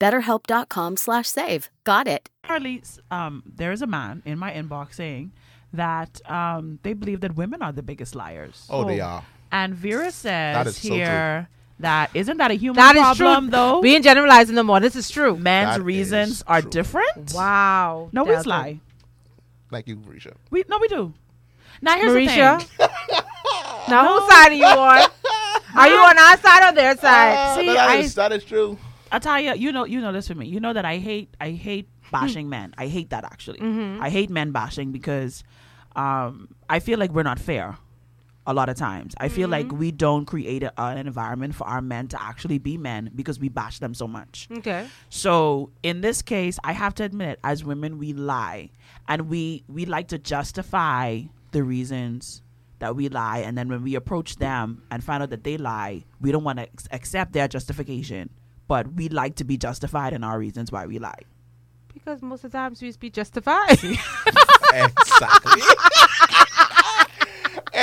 Speaker 6: BetterHelp.com slash save. Got it.
Speaker 3: Apparently, s- um, there is a man in my inbox saying that um, they believe that women are the biggest liars.
Speaker 5: Oh, they are.
Speaker 3: And Vera says
Speaker 5: is so true.
Speaker 3: here that isn't that a human
Speaker 4: That is
Speaker 3: problem
Speaker 4: true.
Speaker 3: though?
Speaker 4: We ain't generalizing no more. This is true.
Speaker 3: Men's
Speaker 5: That
Speaker 3: reasons
Speaker 5: is
Speaker 3: are
Speaker 5: true.
Speaker 3: different.
Speaker 4: Wow.
Speaker 3: No, we
Speaker 4: Delta.
Speaker 3: lie.
Speaker 5: Like you, Marisha.
Speaker 3: We no, we do. Now here's the
Speaker 4: Marisha.
Speaker 3: thing.
Speaker 5: (laughs)
Speaker 4: now whose side are you on? Are you on our side or their side?
Speaker 5: Ah,
Speaker 3: see,
Speaker 5: but that
Speaker 3: I-
Speaker 5: is- that
Speaker 3: (laughs)
Speaker 5: is true.
Speaker 3: Atalia, you know, you know this for me. You know that I hate, I hate bashing men. I hate that actually. I hate men bashing because um, I feel like we're not fair. A lot of times, I feel like we don't create a, an environment for our men to actually be men because we bash them so much.
Speaker 4: Okay.
Speaker 3: So in this case, I have to admit, as women, we lie, and we we like to justify the reasons that we lie, and then when we approach them and find out that they lie, we don't want to ex- accept their justification, but we like to be justified in our reasons why we lie.
Speaker 4: Because most of the times we be justified.
Speaker 5: Exactly. (laughs)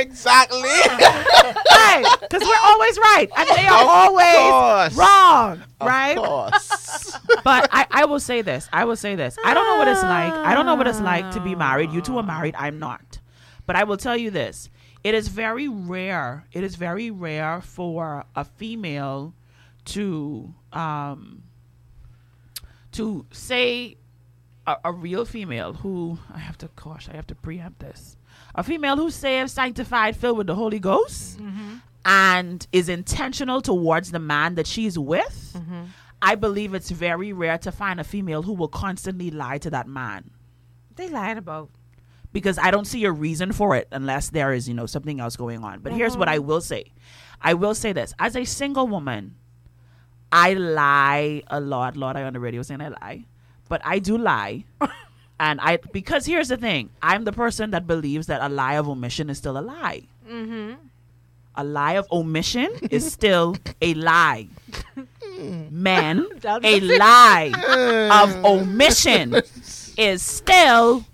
Speaker 5: exactly.
Speaker 3: Because we're always right, and they are
Speaker 5: Of
Speaker 3: always
Speaker 5: course.
Speaker 3: wrong, right?
Speaker 5: Of course.
Speaker 3: but I, I will say this. I will say this. I don't know what it's like. I don't know what it's like to be married. You two are married. I'm not. But I will tell you this. It is very rare. It is very rare for a female to um to say a, a real female who I have to gosh, I have to preempt this. A female who's saved, sanctified, filled with the Holy Ghost and is intentional towards the man that she's with. I believe it's very rare to find a female who will constantly lie to that man
Speaker 4: they lying about.
Speaker 3: because I don't see a reason for it unless there is, you know, something else going on. But here's what I will say. I will say this. As a single woman, I lie a lot. Lord, I on the radio saying I lie. But I do lie. and I because here's the thing. I'm the person that believes that a lie of omission is still a lie. Mm-hmm. A lie of omission is still a lie. Man, a
Speaker 5: (laughs)
Speaker 3: lie of omission is still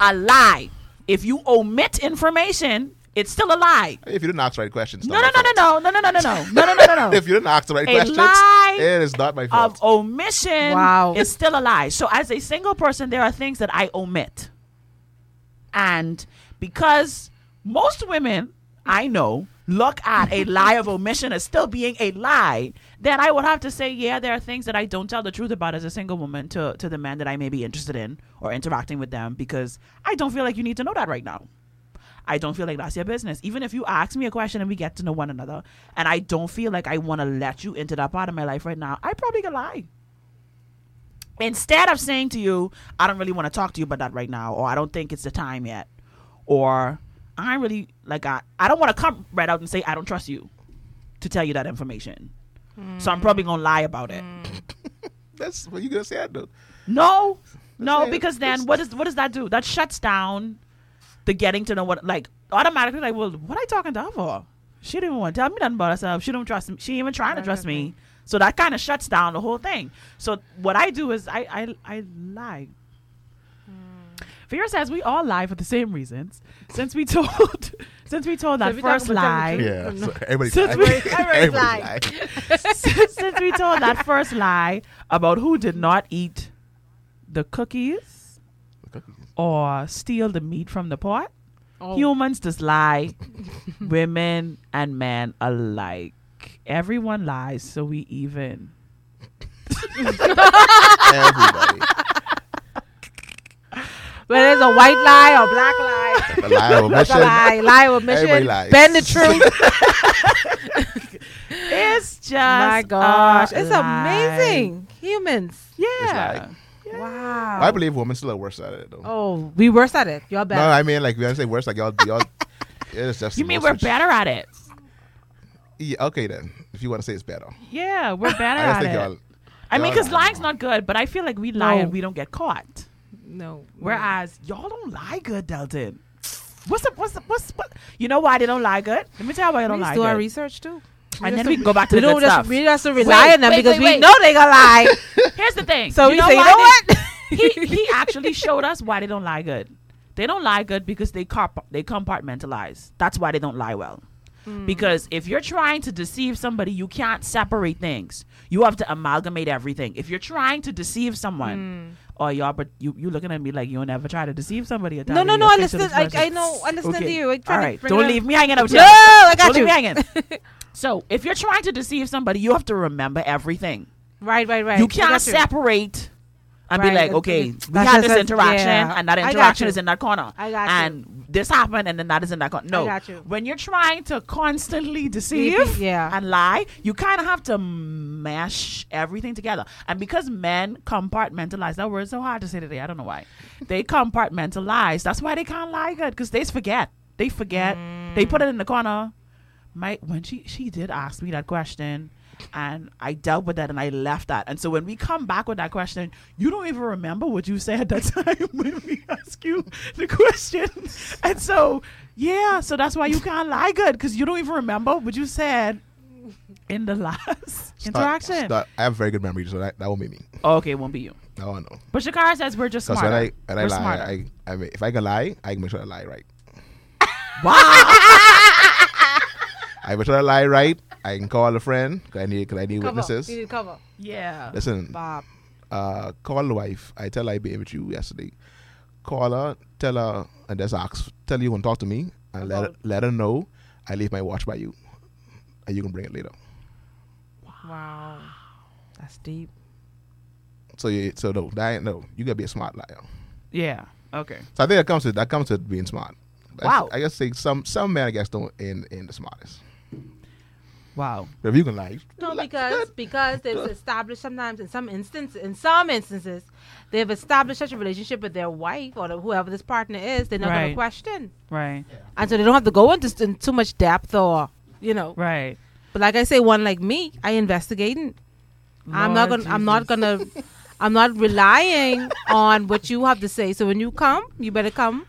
Speaker 3: a lie. If you omit information, it's still a lie.
Speaker 5: if you didn't ask the right questions,
Speaker 3: No, no, no, no, no, no, no, no, no, no, no, no, no, no,
Speaker 5: (laughs)
Speaker 3: no.
Speaker 5: If you didn't ask the right
Speaker 3: A
Speaker 5: questions,
Speaker 3: lie
Speaker 5: it is not my fault.
Speaker 3: Of omission
Speaker 4: Wow.
Speaker 3: is still a lie. So as a single person, there are things that I omit. And because most women I know look at a lie of omission as still being a lie, then I would have to say, yeah, there are things that I don't tell the truth about as a single woman to, to the man that I may be interested in or interacting with them because I don't feel like you need to know that right now. I don't feel like that's your business. Even if you ask me a question and we get to know one another, and I don't feel like I want to let you into that part of my life right now, I probably could lie. Instead of saying to you, I don't really want to talk to you about that right now, or I don't think it's the time yet, or I really like I, I don't want to come right out and say I don't trust you to tell you that information. So I'm probably gonna lie about it.
Speaker 5: That's what you gonna say, though.
Speaker 3: No, no,
Speaker 5: Say it.
Speaker 3: because then what is what does that do? That shuts down the getting to know what like automatically like well what I talking to her for? She didn't want to tell me nothing about herself. She don't trust me. She ain't even trying to trust me. So that kind of shuts down the whole thing. So what I do is I I, I lie.
Speaker 4: Hmm.
Speaker 3: Vera says we all lie for the same reasons. Since we (laughs) told, since we told that
Speaker 4: we talking
Speaker 3: first
Speaker 4: about
Speaker 3: lie,
Speaker 4: something
Speaker 5: Yeah, so everybody,
Speaker 3: Since
Speaker 5: lied.
Speaker 3: we-
Speaker 5: everybody, lied.
Speaker 3: since since we told that first lie about who did not eat the cookies or steal the meat from the pot,
Speaker 4: Oh.
Speaker 3: humans just lie, women and men alike. Everyone lies, so we even.
Speaker 5: everybody.
Speaker 4: Whether it's a white lie or black lie,
Speaker 5: The lie of
Speaker 4: it's a
Speaker 5: omission.
Speaker 4: lie, lie of omission,
Speaker 5: Everybody lies.
Speaker 4: bend the (laughs) truth.
Speaker 3: It's just
Speaker 4: (laughs) My
Speaker 3: a
Speaker 4: gosh, it's
Speaker 3: lie.
Speaker 4: amazing. Humans.
Speaker 3: Yeah.
Speaker 5: lying.
Speaker 4: Wow.
Speaker 3: Um,
Speaker 5: I believe women still are worse at it though.
Speaker 4: oh, we worse at it. Y'all
Speaker 5: no,
Speaker 4: better.
Speaker 5: I mean like when I say worse, like y'all,
Speaker 3: (laughs)
Speaker 5: y'all. It's just
Speaker 3: You
Speaker 5: the
Speaker 3: mean
Speaker 5: most
Speaker 3: we're
Speaker 5: rich-
Speaker 3: better at it?
Speaker 5: Yeah, okay then, if you want to say it's better,
Speaker 3: Yeah, we're better
Speaker 5: (laughs) I just
Speaker 3: at
Speaker 5: think
Speaker 3: it.
Speaker 5: y'all.
Speaker 3: I mean,
Speaker 5: y'all-
Speaker 3: because lying's not good, but I feel like we lie
Speaker 4: No.
Speaker 3: and we don't get caught.
Speaker 4: no.
Speaker 3: Whereas y'all don't lie good, Delton. What's up? What's up? What's what? You know why they don't lie good? Let me tell you why they don't
Speaker 4: we
Speaker 3: lie
Speaker 4: do our
Speaker 3: good.
Speaker 4: research too.
Speaker 3: and then we can go back to
Speaker 4: We
Speaker 3: the
Speaker 4: don't
Speaker 3: good stuff.
Speaker 4: just we just rely
Speaker 3: Wait,
Speaker 4: on them
Speaker 3: wait,
Speaker 4: because
Speaker 3: wait,
Speaker 4: we
Speaker 3: wait.
Speaker 4: know they gonna
Speaker 5: (laughs)
Speaker 4: lie.
Speaker 3: Here's the thing.
Speaker 4: So
Speaker 3: You
Speaker 4: we
Speaker 3: know
Speaker 4: say, you
Speaker 3: why
Speaker 4: know what?
Speaker 3: they- (laughs) he he actually showed us why they don't lie good. They don't lie good because they carp- they compartmentalize. That's why they don't lie well.
Speaker 4: Hmm.
Speaker 3: Because if you're trying to deceive somebody, you can't separate things. You have to amalgamate everything. If you're trying to deceive someone, oh y'all, but you you looking at me like you'll never try to deceive somebody.
Speaker 4: Hmm. No,
Speaker 3: Italian.
Speaker 4: no, no.
Speaker 3: You're
Speaker 4: I
Speaker 3: fixing
Speaker 4: listen.
Speaker 3: this
Speaker 4: I,
Speaker 3: person.
Speaker 4: I know. I listen to
Speaker 5: Okay.
Speaker 4: you. I try
Speaker 3: All
Speaker 4: to
Speaker 3: right,
Speaker 4: bring
Speaker 3: don't
Speaker 4: it
Speaker 3: leave
Speaker 4: up.
Speaker 3: me hanging out. with
Speaker 4: (laughs) (laughs) No,
Speaker 3: you.
Speaker 4: I got
Speaker 3: don't Leave
Speaker 4: you.
Speaker 3: me hanging. so if you're trying to deceive somebody, you have to remember everything.
Speaker 4: Right, right, right.
Speaker 3: You
Speaker 4: I
Speaker 3: can't
Speaker 4: got you.
Speaker 3: separate and
Speaker 4: Right,
Speaker 3: be like,
Speaker 4: it's-
Speaker 3: okay,
Speaker 4: it's-
Speaker 3: we
Speaker 4: that's
Speaker 3: had
Speaker 4: just
Speaker 3: this
Speaker 4: a-
Speaker 3: interaction
Speaker 4: yeah,
Speaker 3: and that
Speaker 4: I got
Speaker 3: interaction
Speaker 4: you.
Speaker 3: is in that corner.
Speaker 4: I got you.
Speaker 3: and this happened and then that is in that corner. No.
Speaker 4: got you.
Speaker 3: When you're trying to constantly deceive
Speaker 4: Deceive, yeah.
Speaker 3: and lie, you kind of have to mash everything together. And because men compartmentalize, that word's so hard to say today. I don't know why. they
Speaker 4: (laughs)
Speaker 3: compartmentalize. That's why they can't lie good because they forget. They forget.
Speaker 4: Mm.
Speaker 3: They put it in the corner my when she she did ask me that question and I dealt with that and I left that. And so when we come back with that question, you don't even remember what you said that (laughs) time when we ask you the question. And so yeah, so that's why you can't lie good because you don't even remember what you said in the last
Speaker 5: Start-
Speaker 3: interaction.
Speaker 5: start- I have very good memory, so that, that won't be me.
Speaker 3: Okay, it won't be you.
Speaker 5: That one, no.
Speaker 3: But Shakara says we're just
Speaker 5: Because
Speaker 3: smarter.
Speaker 5: when I when I
Speaker 3: we're
Speaker 5: lie,
Speaker 3: smarter.
Speaker 5: I, I mean, if I can lie, I can make sure I lie right.
Speaker 3: wow.
Speaker 5: I make sure I lie right. I can call a friend because I need cause I need
Speaker 4: Cover.
Speaker 5: witnesses.
Speaker 4: You need cover.
Speaker 3: yeah.
Speaker 5: Listen,
Speaker 4: Bob.
Speaker 5: uh, call the wife. I tell her I been with you yesterday. Call her, tell her, and just ask. Tell you you want to talk to me, and let her, let her know I leave my watch by you, and you can bring it later.
Speaker 4: Wow. That's deep.
Speaker 5: So you, so no, that ain't- no, you gotta be a smart liar.
Speaker 3: Yeah. Okay.
Speaker 5: So I think that comes with that comes with being smart. I-
Speaker 3: Wow.
Speaker 5: I, guess think some some men I guess don't in in the smartest.
Speaker 3: Wow.
Speaker 5: But if you can lie,
Speaker 4: No,
Speaker 5: lie,
Speaker 4: because
Speaker 5: good.
Speaker 4: because they've established sometimes in some instances in some instances they've established such a relationship with their wife or whoever this partner is they're not going
Speaker 3: Right.
Speaker 4: to question,
Speaker 3: Right.
Speaker 4: and so they don't have to go into s- in too much depth or you know.
Speaker 3: Right.
Speaker 4: But like I say, one like me, I investigating. I'm not gonna.
Speaker 3: Lord
Speaker 4: I'm not gonna.
Speaker 3: (laughs)
Speaker 4: I'm not relying on what you have to say. So when you come, you better come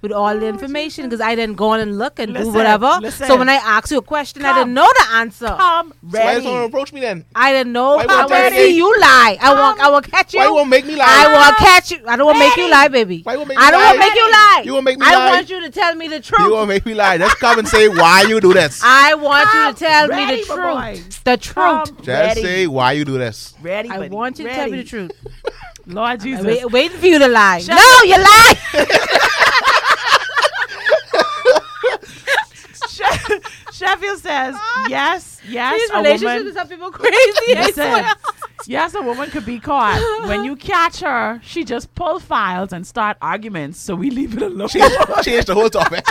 Speaker 4: with all the information because I didn't go on and look and
Speaker 3: Oh, Listen,
Speaker 4: do whatever. So
Speaker 3: listen.
Speaker 4: when I ask you a question, I
Speaker 3: Come.
Speaker 4: didn't know the answer.
Speaker 3: Come
Speaker 5: So why you
Speaker 3: ready.
Speaker 5: don't approach me then?
Speaker 4: I didn't know.
Speaker 5: Why you
Speaker 4: I
Speaker 5: won't tell
Speaker 4: will
Speaker 5: me?
Speaker 4: see you lie. I won't. I will catch you.
Speaker 5: Why you won't make me lie?
Speaker 4: I will catch you. I don't want to make you lie, baby.
Speaker 5: Why you won't make
Speaker 4: I
Speaker 5: me
Speaker 4: don't want to
Speaker 5: lie?
Speaker 4: make you lie.
Speaker 5: You won't make me
Speaker 4: I
Speaker 5: lie.
Speaker 4: want you to tell me the truth.
Speaker 5: You won't make me lie. Just come and say why you do this.
Speaker 4: I want you to tell me
Speaker 3: Ready,
Speaker 4: the
Speaker 3: my
Speaker 4: truth. The
Speaker 3: Come
Speaker 4: truth.
Speaker 5: Just
Speaker 3: ready.
Speaker 5: say why you do this.
Speaker 3: Ready,
Speaker 4: I
Speaker 3: buddy.
Speaker 4: want you to tell me the
Speaker 3: Ready.
Speaker 5: (laughs)
Speaker 4: truth.
Speaker 3: Lord Jesus.
Speaker 4: Wait, waiting for you to lie. no, you lie.
Speaker 3: (laughs) She- Sheffield says, yes, yes,
Speaker 4: These
Speaker 3: a
Speaker 4: relationships
Speaker 3: woman.
Speaker 4: with some people crazy. I
Speaker 3: Listen,
Speaker 4: swear.
Speaker 3: yes, a woman could be caught. When (laughs) you catch her, she just pull files and start arguments. So we leave it alone.
Speaker 5: Change, change the whole topic.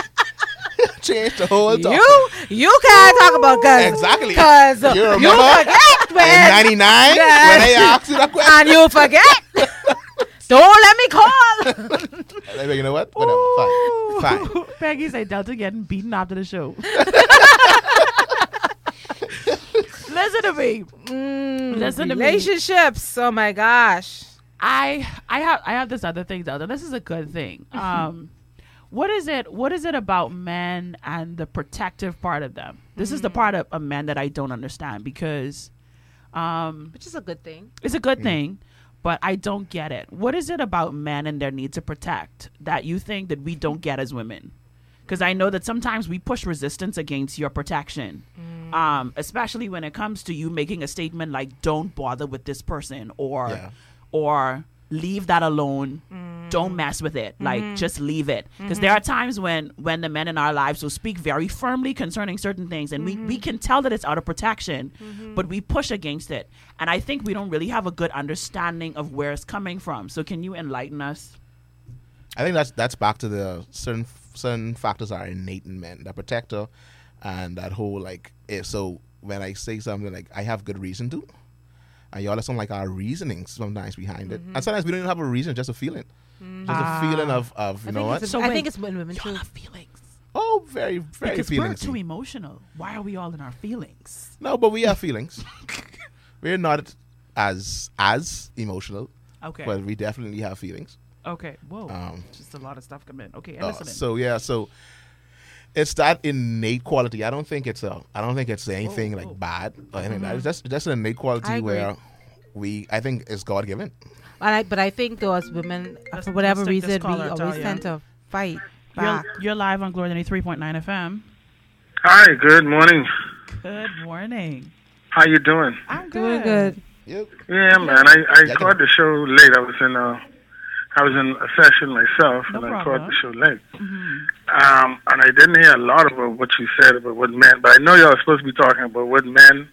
Speaker 5: (laughs) change the whole topic.
Speaker 4: You you can't talk about guns.
Speaker 5: Exactly.
Speaker 4: Cause
Speaker 5: You
Speaker 4: you,
Speaker 5: remember? (laughs)
Speaker 4: forget
Speaker 5: In
Speaker 4: when,
Speaker 5: 99,
Speaker 4: Yes.
Speaker 5: when they asked you that question.
Speaker 4: and you
Speaker 5: (laughs)
Speaker 4: forget. don't let me call. (laughs)
Speaker 5: Like, you know what?
Speaker 3: (laughs)
Speaker 5: Whatever. Fine. Fine.
Speaker 3: Peggy said Delta getting beaten after the (laughs) show. Listen to me. Listen to me.
Speaker 4: Mm, relationships. Oh my gosh.
Speaker 3: I I have I have this other thing though. and This is a good thing. Um, what is it? What is it about men and the protective part of them? This is the part of a man that I don't understand because um,
Speaker 4: Which is a good thing.
Speaker 3: it's a good thing, but I don't get it. What is it about men and their need to protect that you think that we don't get as women? Because I know that sometimes we push resistance against your protection, um, especially when it comes to you making a statement like "Don't bother with this person" or
Speaker 5: Yeah.
Speaker 3: or leave that alone don't mess with it like just leave it because there are times when when the men in our lives will speak very firmly concerning certain things and we, we can tell that it's out of protection but we push against it and i think we don't really have a good understanding of where it's coming from so can you enlighten us
Speaker 5: I think that's that's back to the certain certain factors are innate in men, that protector, and that whole like. eh, so when I say something like I have good reason to, and y'all don't like our reasoning sometimes behind it, and sometimes we don't even have a reason, just a feeling, just a feeling of of you know what?
Speaker 3: So
Speaker 4: I
Speaker 3: wait.
Speaker 4: think it's when women
Speaker 3: y'all
Speaker 4: too.
Speaker 3: have feelings
Speaker 5: oh, very very
Speaker 3: because
Speaker 5: feelings.
Speaker 3: we're too emotional why are we all in our feelings
Speaker 5: No, but we have
Speaker 4: (laughs)
Speaker 5: feelings. we're not as as emotional,
Speaker 3: okay
Speaker 5: but we definitely have feelings.
Speaker 3: okay whoa
Speaker 5: Um,
Speaker 3: just a lot of stuff come in okay
Speaker 5: Uh,
Speaker 3: Elizabeth.
Speaker 5: so yeah, so it's that innate quality. I don't think it's a. I don't think it's anything
Speaker 3: oh.
Speaker 5: like bad or anything. That's just just an innate
Speaker 4: Mm-hmm. I
Speaker 5: quality
Speaker 4: agree.
Speaker 5: where we. I think it's God given.
Speaker 4: And I, but I think though as women,
Speaker 3: Let's-
Speaker 4: for whatever
Speaker 3: let's take this
Speaker 4: reason, we
Speaker 3: caller,
Speaker 4: always
Speaker 3: Talia.
Speaker 4: tend to fight
Speaker 3: you're,
Speaker 4: back.
Speaker 3: you're live on glory 93.9 fm
Speaker 8: Hi, good morning.
Speaker 3: Good morning.
Speaker 8: How you doing?
Speaker 3: I'm
Speaker 4: Doing
Speaker 3: good.
Speaker 4: good.
Speaker 5: Yep.
Speaker 8: Yeah, man. I,
Speaker 5: Yeah,
Speaker 8: I
Speaker 5: I
Speaker 8: caught
Speaker 5: can-
Speaker 8: the show late. I was in a, I was in a session myself,
Speaker 3: No
Speaker 8: and I
Speaker 3: problem. Mm-hmm.
Speaker 8: caught the show late. Um, and I didn't hear a lot about what you said about what men. But I know y'all are supposed to be talking about what men,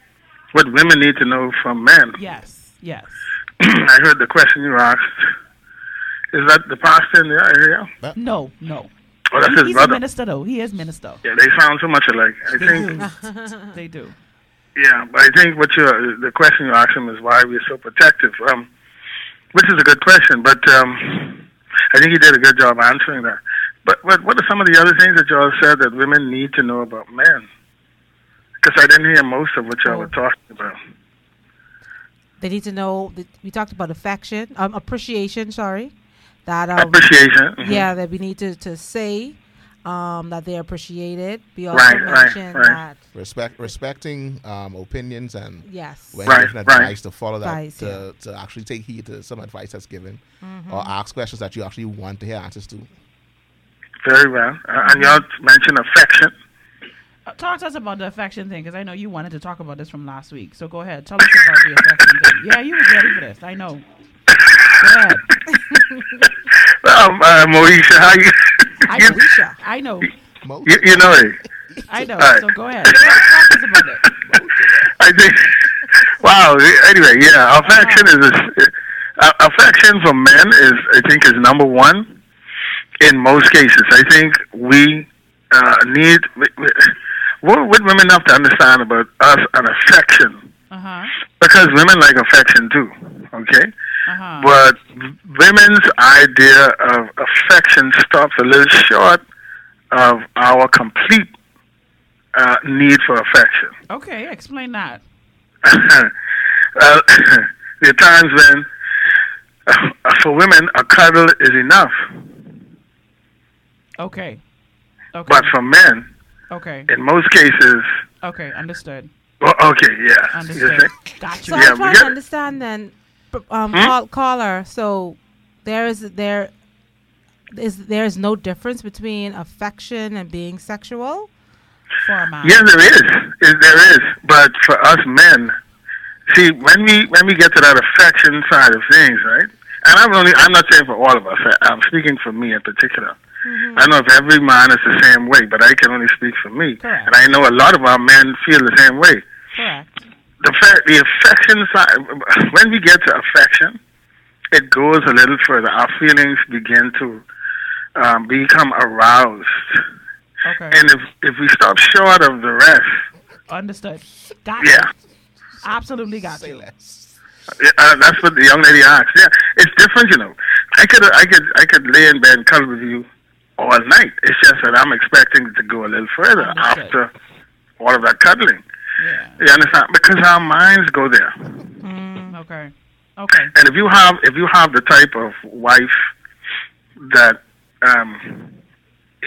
Speaker 8: what women need to know from men.
Speaker 3: Yes. Yes.
Speaker 8: (clears throat) I heard the question you asked. Is that the pastor in the area?
Speaker 3: No. No.
Speaker 8: Oh, that's his
Speaker 3: He's a
Speaker 8: brother.
Speaker 3: minister though. He is minister.
Speaker 8: Yeah, they sound so much alike. I
Speaker 3: They
Speaker 8: think.
Speaker 3: do. they do.
Speaker 8: Yeah, but I think what you the question you asked him is why we're so protective, um, which is a good question. But um, I think he did a good job answering that. But what what are some of the other things that y'all said that women need to know about men? Because I didn't hear most of what y'all were
Speaker 3: Oh.
Speaker 8: talking about.
Speaker 4: They need to know. That we talked about affection, um, appreciation. Sorry, that um,
Speaker 3: Oh.
Speaker 8: Appreciation. mhm.
Speaker 4: yeah, that we need to to say um, that they appreciate it. We also
Speaker 8: Right, right,
Speaker 4: mentioned
Speaker 8: right.
Speaker 4: that
Speaker 5: Respect respecting um, opinions and
Speaker 4: yes,
Speaker 5: when
Speaker 8: Right,
Speaker 5: given
Speaker 8: right.
Speaker 5: advice to follow that
Speaker 4: Advice, Mm-hmm.
Speaker 5: to, to actually take heed to some advice that's given or ask questions that you actually want to hear answers to.
Speaker 8: Very well. Uh, and y'all mentioned affection.
Speaker 3: Uh, Talk to us about the affection thing, because I know you wanted to talk about this from last week. So go ahead, tell us about the affection thing. Yeah, you were ready for this. I know. Go ahead.
Speaker 8: Um, uh, Moesha, how you?
Speaker 3: I
Speaker 8: (laughs) you,
Speaker 3: know. I know.
Speaker 5: Most
Speaker 8: you, you know it.
Speaker 3: I know.
Speaker 8: All right.
Speaker 3: So go ahead. Talk to us about it.
Speaker 8: (laughs) I think. Wow. Anyway, yeah, affection is a, uh, affection for men is I think is number one in most cases. I think we uh, need we, we, what, what women have to understand about us and affection
Speaker 3: Uh huh.
Speaker 8: because women like affection too. Okay,
Speaker 3: Uh huh.
Speaker 8: but women's idea of affection stops a little short of our complete uh, need for affection.
Speaker 3: Okay, explain that.
Speaker 8: (laughs) uh, (coughs) there are times when, uh, for women, a cuddle is enough,
Speaker 3: Okay. Okay.
Speaker 8: but for men,
Speaker 3: okay.
Speaker 8: in most cases,
Speaker 3: Okay. Understood.
Speaker 8: well, okay, yeah, you
Speaker 3: Understood.
Speaker 8: see?
Speaker 3: Got
Speaker 4: So
Speaker 3: you.
Speaker 8: Yeah,
Speaker 4: I'm
Speaker 8: we
Speaker 4: trying
Speaker 8: got- Hmm?
Speaker 4: to understand then, p- um, call, caller. So there is there is there is no difference between affection and being sexual.
Speaker 3: For a man.
Speaker 8: yes, there is, Yes, there is. But for us men, see, when we when we get to that affection side of things, right? And I'm only I'm not saying for all of us. I, I'm speaking for me in particular.
Speaker 3: Mm-hmm.
Speaker 8: I know if every man is the same way, but I can only speak for me.
Speaker 3: Correct.
Speaker 8: And I know a lot of our men feel the same way.
Speaker 3: Correct.
Speaker 8: the fact the affection side when we get to affection it goes a little further our feelings begin to um, become aroused
Speaker 3: Okay.
Speaker 8: and if if we stop short of the rest
Speaker 3: Understood. Got
Speaker 8: yeah
Speaker 3: you. Absolutely got
Speaker 5: say
Speaker 3: you.
Speaker 5: less.
Speaker 8: Yeah, uh, that's what the young lady asked yeah it's different you know i could i could i could lay in bed and cuddle with you all night it's just that i'm expecting it to go a little further
Speaker 3: Understood.
Speaker 8: after all of that cuddling
Speaker 3: Yeah.
Speaker 8: you understand because our minds go there
Speaker 3: Okay. Okay.
Speaker 8: and if you have if you have the type of wife that um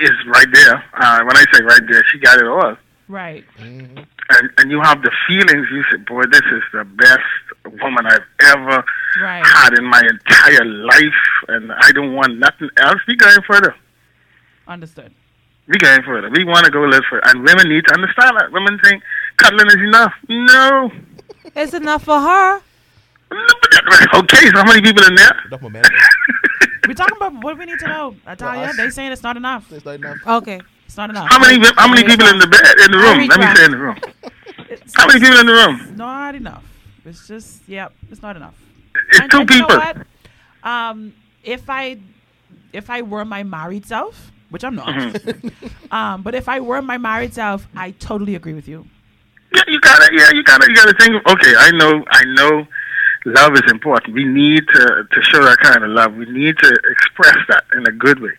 Speaker 8: is right there uh when i say right there she got it all
Speaker 3: Right.
Speaker 8: and and you have the feelings you say boy this is the best woman i've ever
Speaker 3: Right.
Speaker 8: had in my entire life and i don't want nothing else we going further
Speaker 3: Understood.
Speaker 8: we going further we want to go a little further and women need to understand that women think cuddling is enough no
Speaker 4: It's enough for her.
Speaker 8: okay so how many people in there (laughs)
Speaker 5: Enough momentum.
Speaker 3: We're talking about what we need to know. Natalia,
Speaker 5: us-
Speaker 3: they saying it's not enough.
Speaker 5: It's not enough.
Speaker 4: Okay.
Speaker 3: It's not enough.
Speaker 8: How many how many people in the bed in the room? Let me say in the room.
Speaker 3: It's
Speaker 8: How many people in the room?
Speaker 3: not enough. It's just yep. It's not enough.
Speaker 8: It's two
Speaker 3: you know
Speaker 8: people.
Speaker 3: what? um, if I if I were my married self, which I'm not, (laughs)
Speaker 8: Mm-hmm.
Speaker 3: um, but if I were my married self, I totally agree with you.
Speaker 8: Yeah, you gotta yeah, you gotta you gotta think of- okay, I know I know love is important. We need to to show that kind of love. We need to express that in a good way.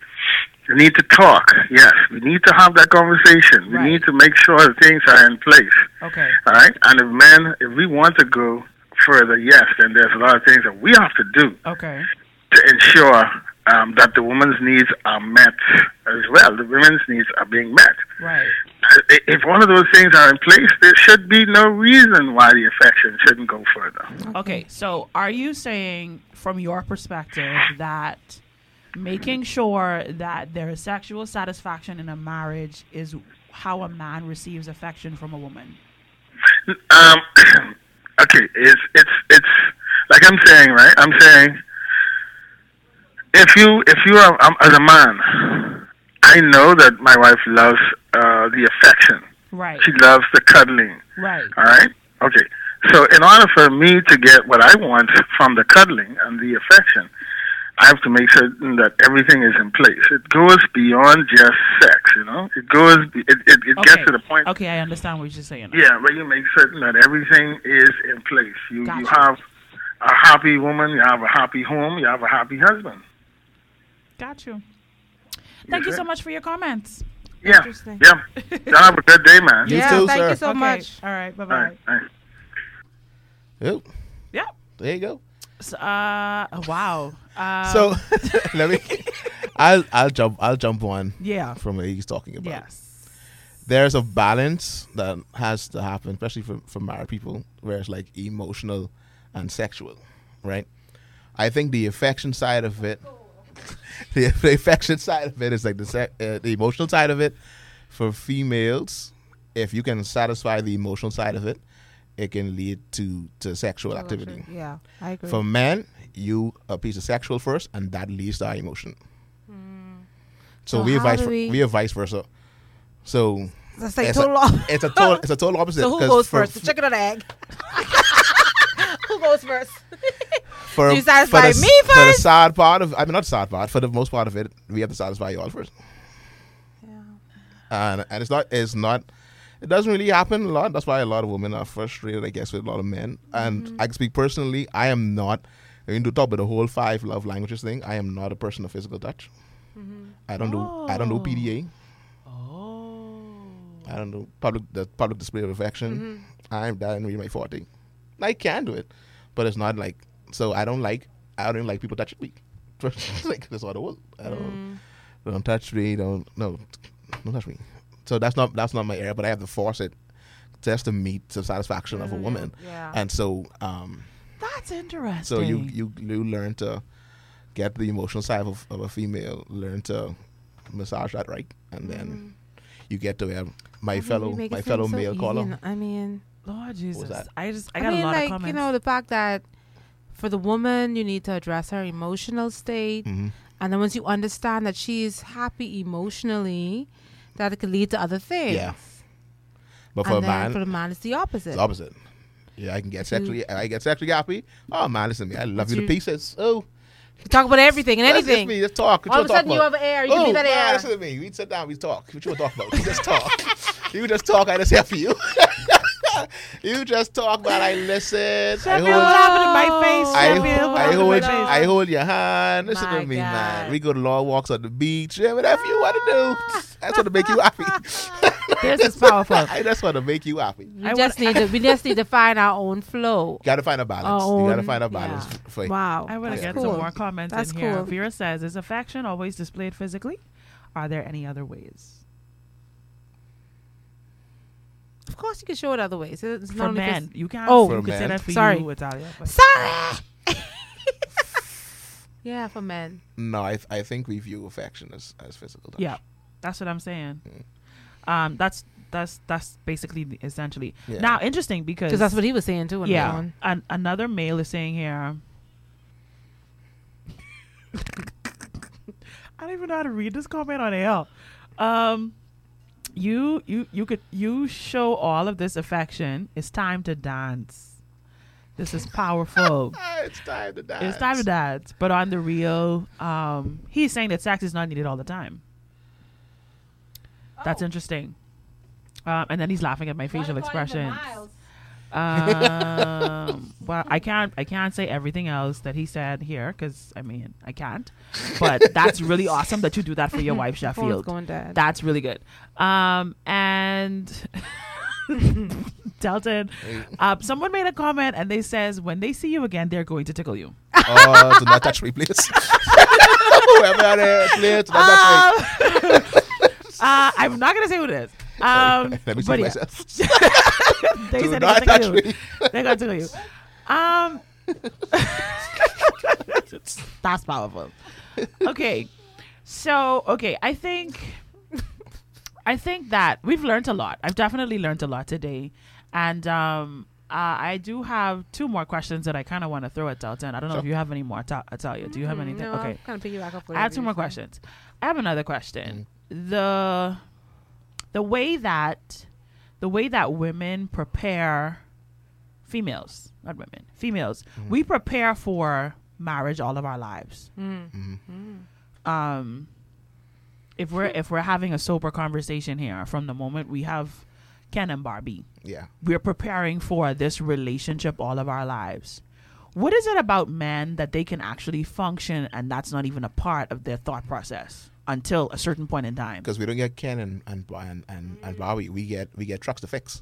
Speaker 8: We need to talk, yes. We need to have that conversation. We
Speaker 3: Right.
Speaker 8: need to make sure that things are in place.
Speaker 3: Okay.
Speaker 8: All right? And if men if we want to go further, yes, then there's a lot of things that we have to do.
Speaker 3: Okay.
Speaker 8: to ensure um, that the woman's needs are met as well. The women's needs are being met.
Speaker 3: Right.
Speaker 8: I- If all of those things are in place, there should be no reason why the affection shouldn't go further.
Speaker 3: Okay. So, are you saying, from your perspective, that making sure that there is sexual satisfaction in a marriage is how a man receives affection from a woman?
Speaker 8: um, (clears throat) okay, it's it's it's like I'm saying, right? I'm saying if you if you are um, as a man, I know that my wife loves uh, the affection.
Speaker 3: Right.
Speaker 8: She loves the cuddling.
Speaker 3: Right.
Speaker 8: All right. Okay. So in order for me to get what I want from the cuddling and the affection, I have to make certain that everything is in place. It goes beyond just sex, you know. It goes. It it, it gets to the point.
Speaker 3: Okay, I understand what you're saying.
Speaker 8: Yeah, but you make certain that everything is in place. You you
Speaker 3: Gotcha.
Speaker 8: have a happy woman, you have a happy home, you have a happy husband.
Speaker 3: Got you. Thank you
Speaker 8: sir.
Speaker 3: so much for your comments.
Speaker 8: Yeah,
Speaker 4: Interesting.
Speaker 3: (laughs)
Speaker 8: yeah. Y'all have a good day, man.
Speaker 5: You
Speaker 4: yeah,
Speaker 5: too,
Speaker 4: thank
Speaker 5: sir.
Speaker 4: you so
Speaker 3: Okay,
Speaker 4: much.
Speaker 3: All right. Bye
Speaker 8: All
Speaker 3: bye.
Speaker 8: right, all right.
Speaker 5: Yep.
Speaker 3: Yeah.
Speaker 5: There you go.
Speaker 3: So, uh, wow. Uh,
Speaker 5: so (laughs) let me. I'll I'll jump I'll jump one
Speaker 3: yeah.
Speaker 5: from what he's talking about.
Speaker 3: Yes.
Speaker 5: There's a balance that has to happen, especially for for married people, where it's like emotional and sexual, right? I think the affection side of it, (laughs) the, the affection side of it is like the sec, uh, the emotional side of it. For females, if you can satisfy the emotional side of it, it can lead to to sexual activity.
Speaker 4: Yeah, I agree.
Speaker 5: For men, you a piece of sexual first, and that leads to our emotion. So,
Speaker 4: Hmm. So
Speaker 5: we are
Speaker 4: how
Speaker 5: vice
Speaker 4: do
Speaker 5: ver-
Speaker 4: we-
Speaker 5: we are vice versa. So
Speaker 4: That's like
Speaker 5: it's
Speaker 4: total. (laughs)
Speaker 5: a, it's a total it's a total opposite.
Speaker 4: so who
Speaker 5: 'cause
Speaker 4: goes
Speaker 5: for,
Speaker 4: first? The chicken or the egg? (laughs) who goes first?
Speaker 5: For,
Speaker 4: You
Speaker 5: for
Speaker 4: satisfy
Speaker 5: the, s-
Speaker 4: me
Speaker 5: For the
Speaker 4: first?
Speaker 5: sad part of I mean not sad part. For the most part of it, we have to satisfy you all first. And and it's not it's not. It doesn't really happen a lot. That's why a lot of women are frustrated, I guess, with a lot of men. And
Speaker 4: Mm-hmm.
Speaker 5: I can speak personally. I am not. I mean, to talk about the whole five love languages thing, I am not a person of physical touch.
Speaker 4: Mm-hmm.
Speaker 5: I don't do. I don't
Speaker 4: Oh.
Speaker 5: do PDA. I don't do public the public display of affection. I'm that ain't really my forte. I can do it, but it's not like so. I don't like. I don't even like people touching me. (laughs) like that's all the world. I don't. Don't touch me. Don't no. Don't touch me. So that's not that's not my area. But I have to force it just to meet the satisfaction of a woman.
Speaker 4: yeah.
Speaker 5: And so um,
Speaker 3: That's interesting.
Speaker 5: so you, you you learn to get the emotional side of, of a female, learn to massage that right, and
Speaker 4: Mm-hmm.
Speaker 5: then you get to where my fellow my fellow male caller.
Speaker 4: I mean,
Speaker 3: Lord Jesus.
Speaker 5: that?
Speaker 3: I just I got
Speaker 4: mean,
Speaker 3: a lot
Speaker 4: like
Speaker 3: of comments.
Speaker 4: you know, the fact that for the woman, you need to address her emotional state,
Speaker 5: Mm-hmm.
Speaker 4: and then once you understand that she's happy emotionally, that it could lead to other things.
Speaker 5: Yeah. But for
Speaker 4: And
Speaker 5: a
Speaker 4: then
Speaker 5: man,
Speaker 4: for the man, it's the opposite.
Speaker 5: it's the opposite. Yeah, I can get sexually I get sexually happy. Oh man, listen to me, I love you to
Speaker 4: you-
Speaker 5: pieces. Oh,
Speaker 4: We talk about everything and
Speaker 5: that's just
Speaker 4: anything.
Speaker 5: me. Just talk. What
Speaker 4: All
Speaker 5: you
Speaker 4: of a
Speaker 5: wanna talk
Speaker 4: sudden you
Speaker 5: about?
Speaker 4: have air. You can
Speaker 5: oh,
Speaker 4: leave that
Speaker 5: man,
Speaker 4: air.
Speaker 5: Listen to me. We sit down. We talk. What you want to talk about? We just talk. (laughs) you just talk. I just here for you. (laughs) you just talk, but I listen. I
Speaker 3: Sheffield, what happened to my face?
Speaker 5: I,
Speaker 3: Sheffield,
Speaker 5: ho-
Speaker 3: what
Speaker 5: I
Speaker 3: happened to my
Speaker 5: hold,
Speaker 3: face?
Speaker 5: I hold your hand. Listen
Speaker 4: My
Speaker 5: to me, man.
Speaker 4: God.
Speaker 5: We go to long walks on the beach. Yeah, whatever you want to do. That's what to make you happy.
Speaker 3: This is
Speaker 5: (laughs)
Speaker 3: powerful.
Speaker 5: I just want to make you happy. You
Speaker 4: We
Speaker 3: I
Speaker 4: just need to we
Speaker 3: (laughs)
Speaker 4: just need to find our own flow.
Speaker 5: gotta find a balance.
Speaker 4: Our
Speaker 5: you gotta
Speaker 4: own-
Speaker 5: find a balance.
Speaker 4: yeah.
Speaker 5: f- For,
Speaker 4: Wow,
Speaker 3: I want to
Speaker 4: that's
Speaker 3: get
Speaker 4: cool.
Speaker 3: some more comments
Speaker 4: That's
Speaker 3: in here.
Speaker 4: cool.
Speaker 3: Vera says, "Is affection always displayed physically? Are there any other ways
Speaker 4: Of course, you can show it other ways. It's
Speaker 3: for
Speaker 4: not only
Speaker 3: men? You can't.
Speaker 4: Oh.
Speaker 3: you
Speaker 5: For
Speaker 3: could say
Speaker 5: men.
Speaker 3: that for
Speaker 4: Sorry.
Speaker 3: you, Italia. but- (laughs)
Speaker 4: Sorry. yeah, for men.
Speaker 5: No, I, th- I think we view affection as, as physical. touch.
Speaker 3: Yeah, that's what I'm saying. Um, that's that's that's basically the- essentially.
Speaker 5: Mm. Yeah.
Speaker 3: Now, interesting because
Speaker 4: Because that's what he was saying too. in that
Speaker 3: yeah,
Speaker 4: one.
Speaker 3: an, another male is saying here. (laughs) I don't even know how to read this comment on air. Um, you you you could you show all of this affection. It's time to dance. This is
Speaker 5: (laughs)
Speaker 3: powerful.
Speaker 5: Ah, it's time to die.
Speaker 3: it's time to dance. But on the real, um, he's saying that sex is not needed all the time. That's interesting. Um, and then he's laughing at my facial expression. Um, well, I can't. I can't say everything else that he said here because I mean I can't. But that's really awesome that you do that for your wife,
Speaker 4: Phone's
Speaker 3: Sheffield.
Speaker 4: going dead.
Speaker 3: That's really good. Um, and (laughs) Delton, um, someone made a comment and they says when they see you again, they're going to tickle you.
Speaker 5: Oh, do not touch me, please. (laughs) Whoever out there, please do not touch me.
Speaker 3: Uh, I'm not gonna say who it is. Um,
Speaker 5: (laughs) Let me see
Speaker 3: but yeah,
Speaker 5: myself.
Speaker 3: (laughs) they
Speaker 5: Do
Speaker 3: said they're gonna
Speaker 5: not touch
Speaker 3: tickle you.
Speaker 5: me.
Speaker 3: They're gonna tickle you.
Speaker 5: (laughs)
Speaker 3: Um, that's powerful. Okay, so okay, I think I think that we've learned a lot. I've definitely learned a lot today, and um, uh, I do have two more questions that I kind of want to throw at Delta. And I don't know if you have any more, Ta- Atalia. Do you have anything?
Speaker 4: Mm, No,
Speaker 3: okay,
Speaker 4: kind of piggyback off.
Speaker 3: I have two more questions. I have another question.
Speaker 5: Mm.
Speaker 3: The the way that the way that women prepare females, not women, females, we prepare for marriage all of our lives. Um if we're if we're having a sober conversation here from the moment we have Ken and Barbie,
Speaker 5: Yeah.
Speaker 3: we're preparing for this relationship all of our lives. What is it about men that they can actually function and that's not even a part of their thought process until a certain point in time?
Speaker 5: Because we don't get Ken and and and, and, and
Speaker 4: Mm.
Speaker 5: Bobby. We get we get trucks to fix.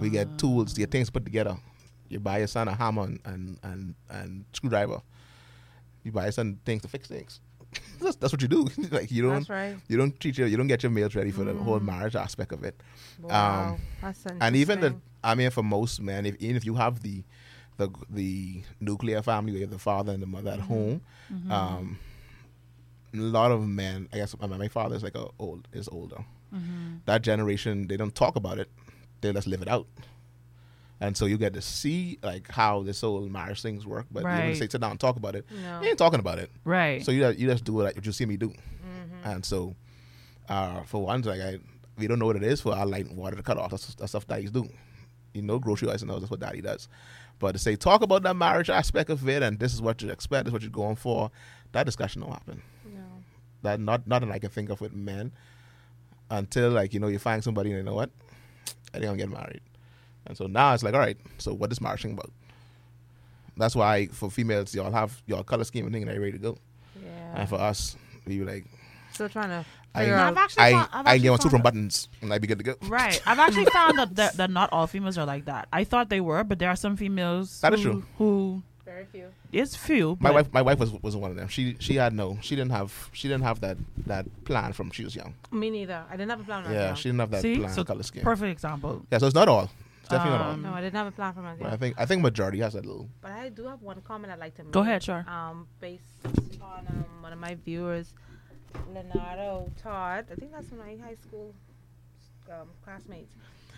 Speaker 5: we
Speaker 4: Ah.
Speaker 5: get tools to get things put together. You buy your son a hammer and and and, and screwdriver. You buy your son things to fix things. (laughs) that's, that's what you do. (laughs) like you don't
Speaker 4: That's right. Mm.
Speaker 5: you don't treat your you don't get your males ready for the whole marriage aspect of it. Um,
Speaker 4: Wow, that's
Speaker 5: and even the
Speaker 4: interesting.
Speaker 5: I mean for most men, if even if you have the the the nuclear family where you have the father and the mother
Speaker 4: Mm-hmm.
Speaker 5: at home, um, a lot of men. I guess my, my father's like a old is older.
Speaker 4: Mm-hmm.
Speaker 5: That generation they don't talk about it; they just live it out. And so you get to see like how this whole marriage things work, but you
Speaker 3: Right.
Speaker 5: don't say sit down and talk about it.
Speaker 4: No.
Speaker 5: They ain't talking about it.
Speaker 3: Right.
Speaker 5: So you just- you just do like what you see me do, and so uh, for one, like I we don't know what it is for our light and water to cut off. That's, that's stuff daddies do. You know, grocery lights and all that's what daddy does. But to say talk about that marriage aspect of it and this is what you expect, this is what you're going for, that discussion don't happen. That not nothing I can think of with men until like you know you find somebody and you know what I think I'm getting married, and so now it's like all right, so what is marriage thing about? That's why for females y'all have your color scheme and thing and they ready to go,
Speaker 4: yeah,
Speaker 5: and for us we were like
Speaker 4: still trying to
Speaker 5: I
Speaker 4: figure
Speaker 3: I've
Speaker 4: out.
Speaker 3: actually
Speaker 5: I
Speaker 3: found- I've
Speaker 5: I
Speaker 3: actually
Speaker 5: can get one two
Speaker 3: found
Speaker 5: from
Speaker 3: that-
Speaker 5: buttons and I'd be good to go.
Speaker 3: Right. I've
Speaker 4: (laughs)
Speaker 3: actually found that, that that not all females are like that. I thought they were, but there are some females
Speaker 5: That
Speaker 3: who,
Speaker 5: is true.
Speaker 3: who
Speaker 4: Very few.
Speaker 3: it's few.
Speaker 5: My
Speaker 3: but-
Speaker 5: wife, my wife was was one of them. She she had no, she didn't have, she didn't have that that plan from she was young.
Speaker 4: Me neither. I didn't have a plan. when I was
Speaker 5: Yeah,
Speaker 4: young.
Speaker 5: she didn't have that
Speaker 3: see,
Speaker 5: plan
Speaker 3: so
Speaker 5: color scheme.
Speaker 3: perfect example.
Speaker 5: Yeah, so it's not all, it's definitely not all.
Speaker 4: Um, No, I didn't have a plan for my
Speaker 5: But I
Speaker 4: girl.
Speaker 5: think I think majority has that little.
Speaker 4: But I do have one comment I'd like to make.
Speaker 3: Go ahead, sure.
Speaker 4: Um, based on um, one of my viewers, Leonardo Todd. I think that's my high school um, classmates.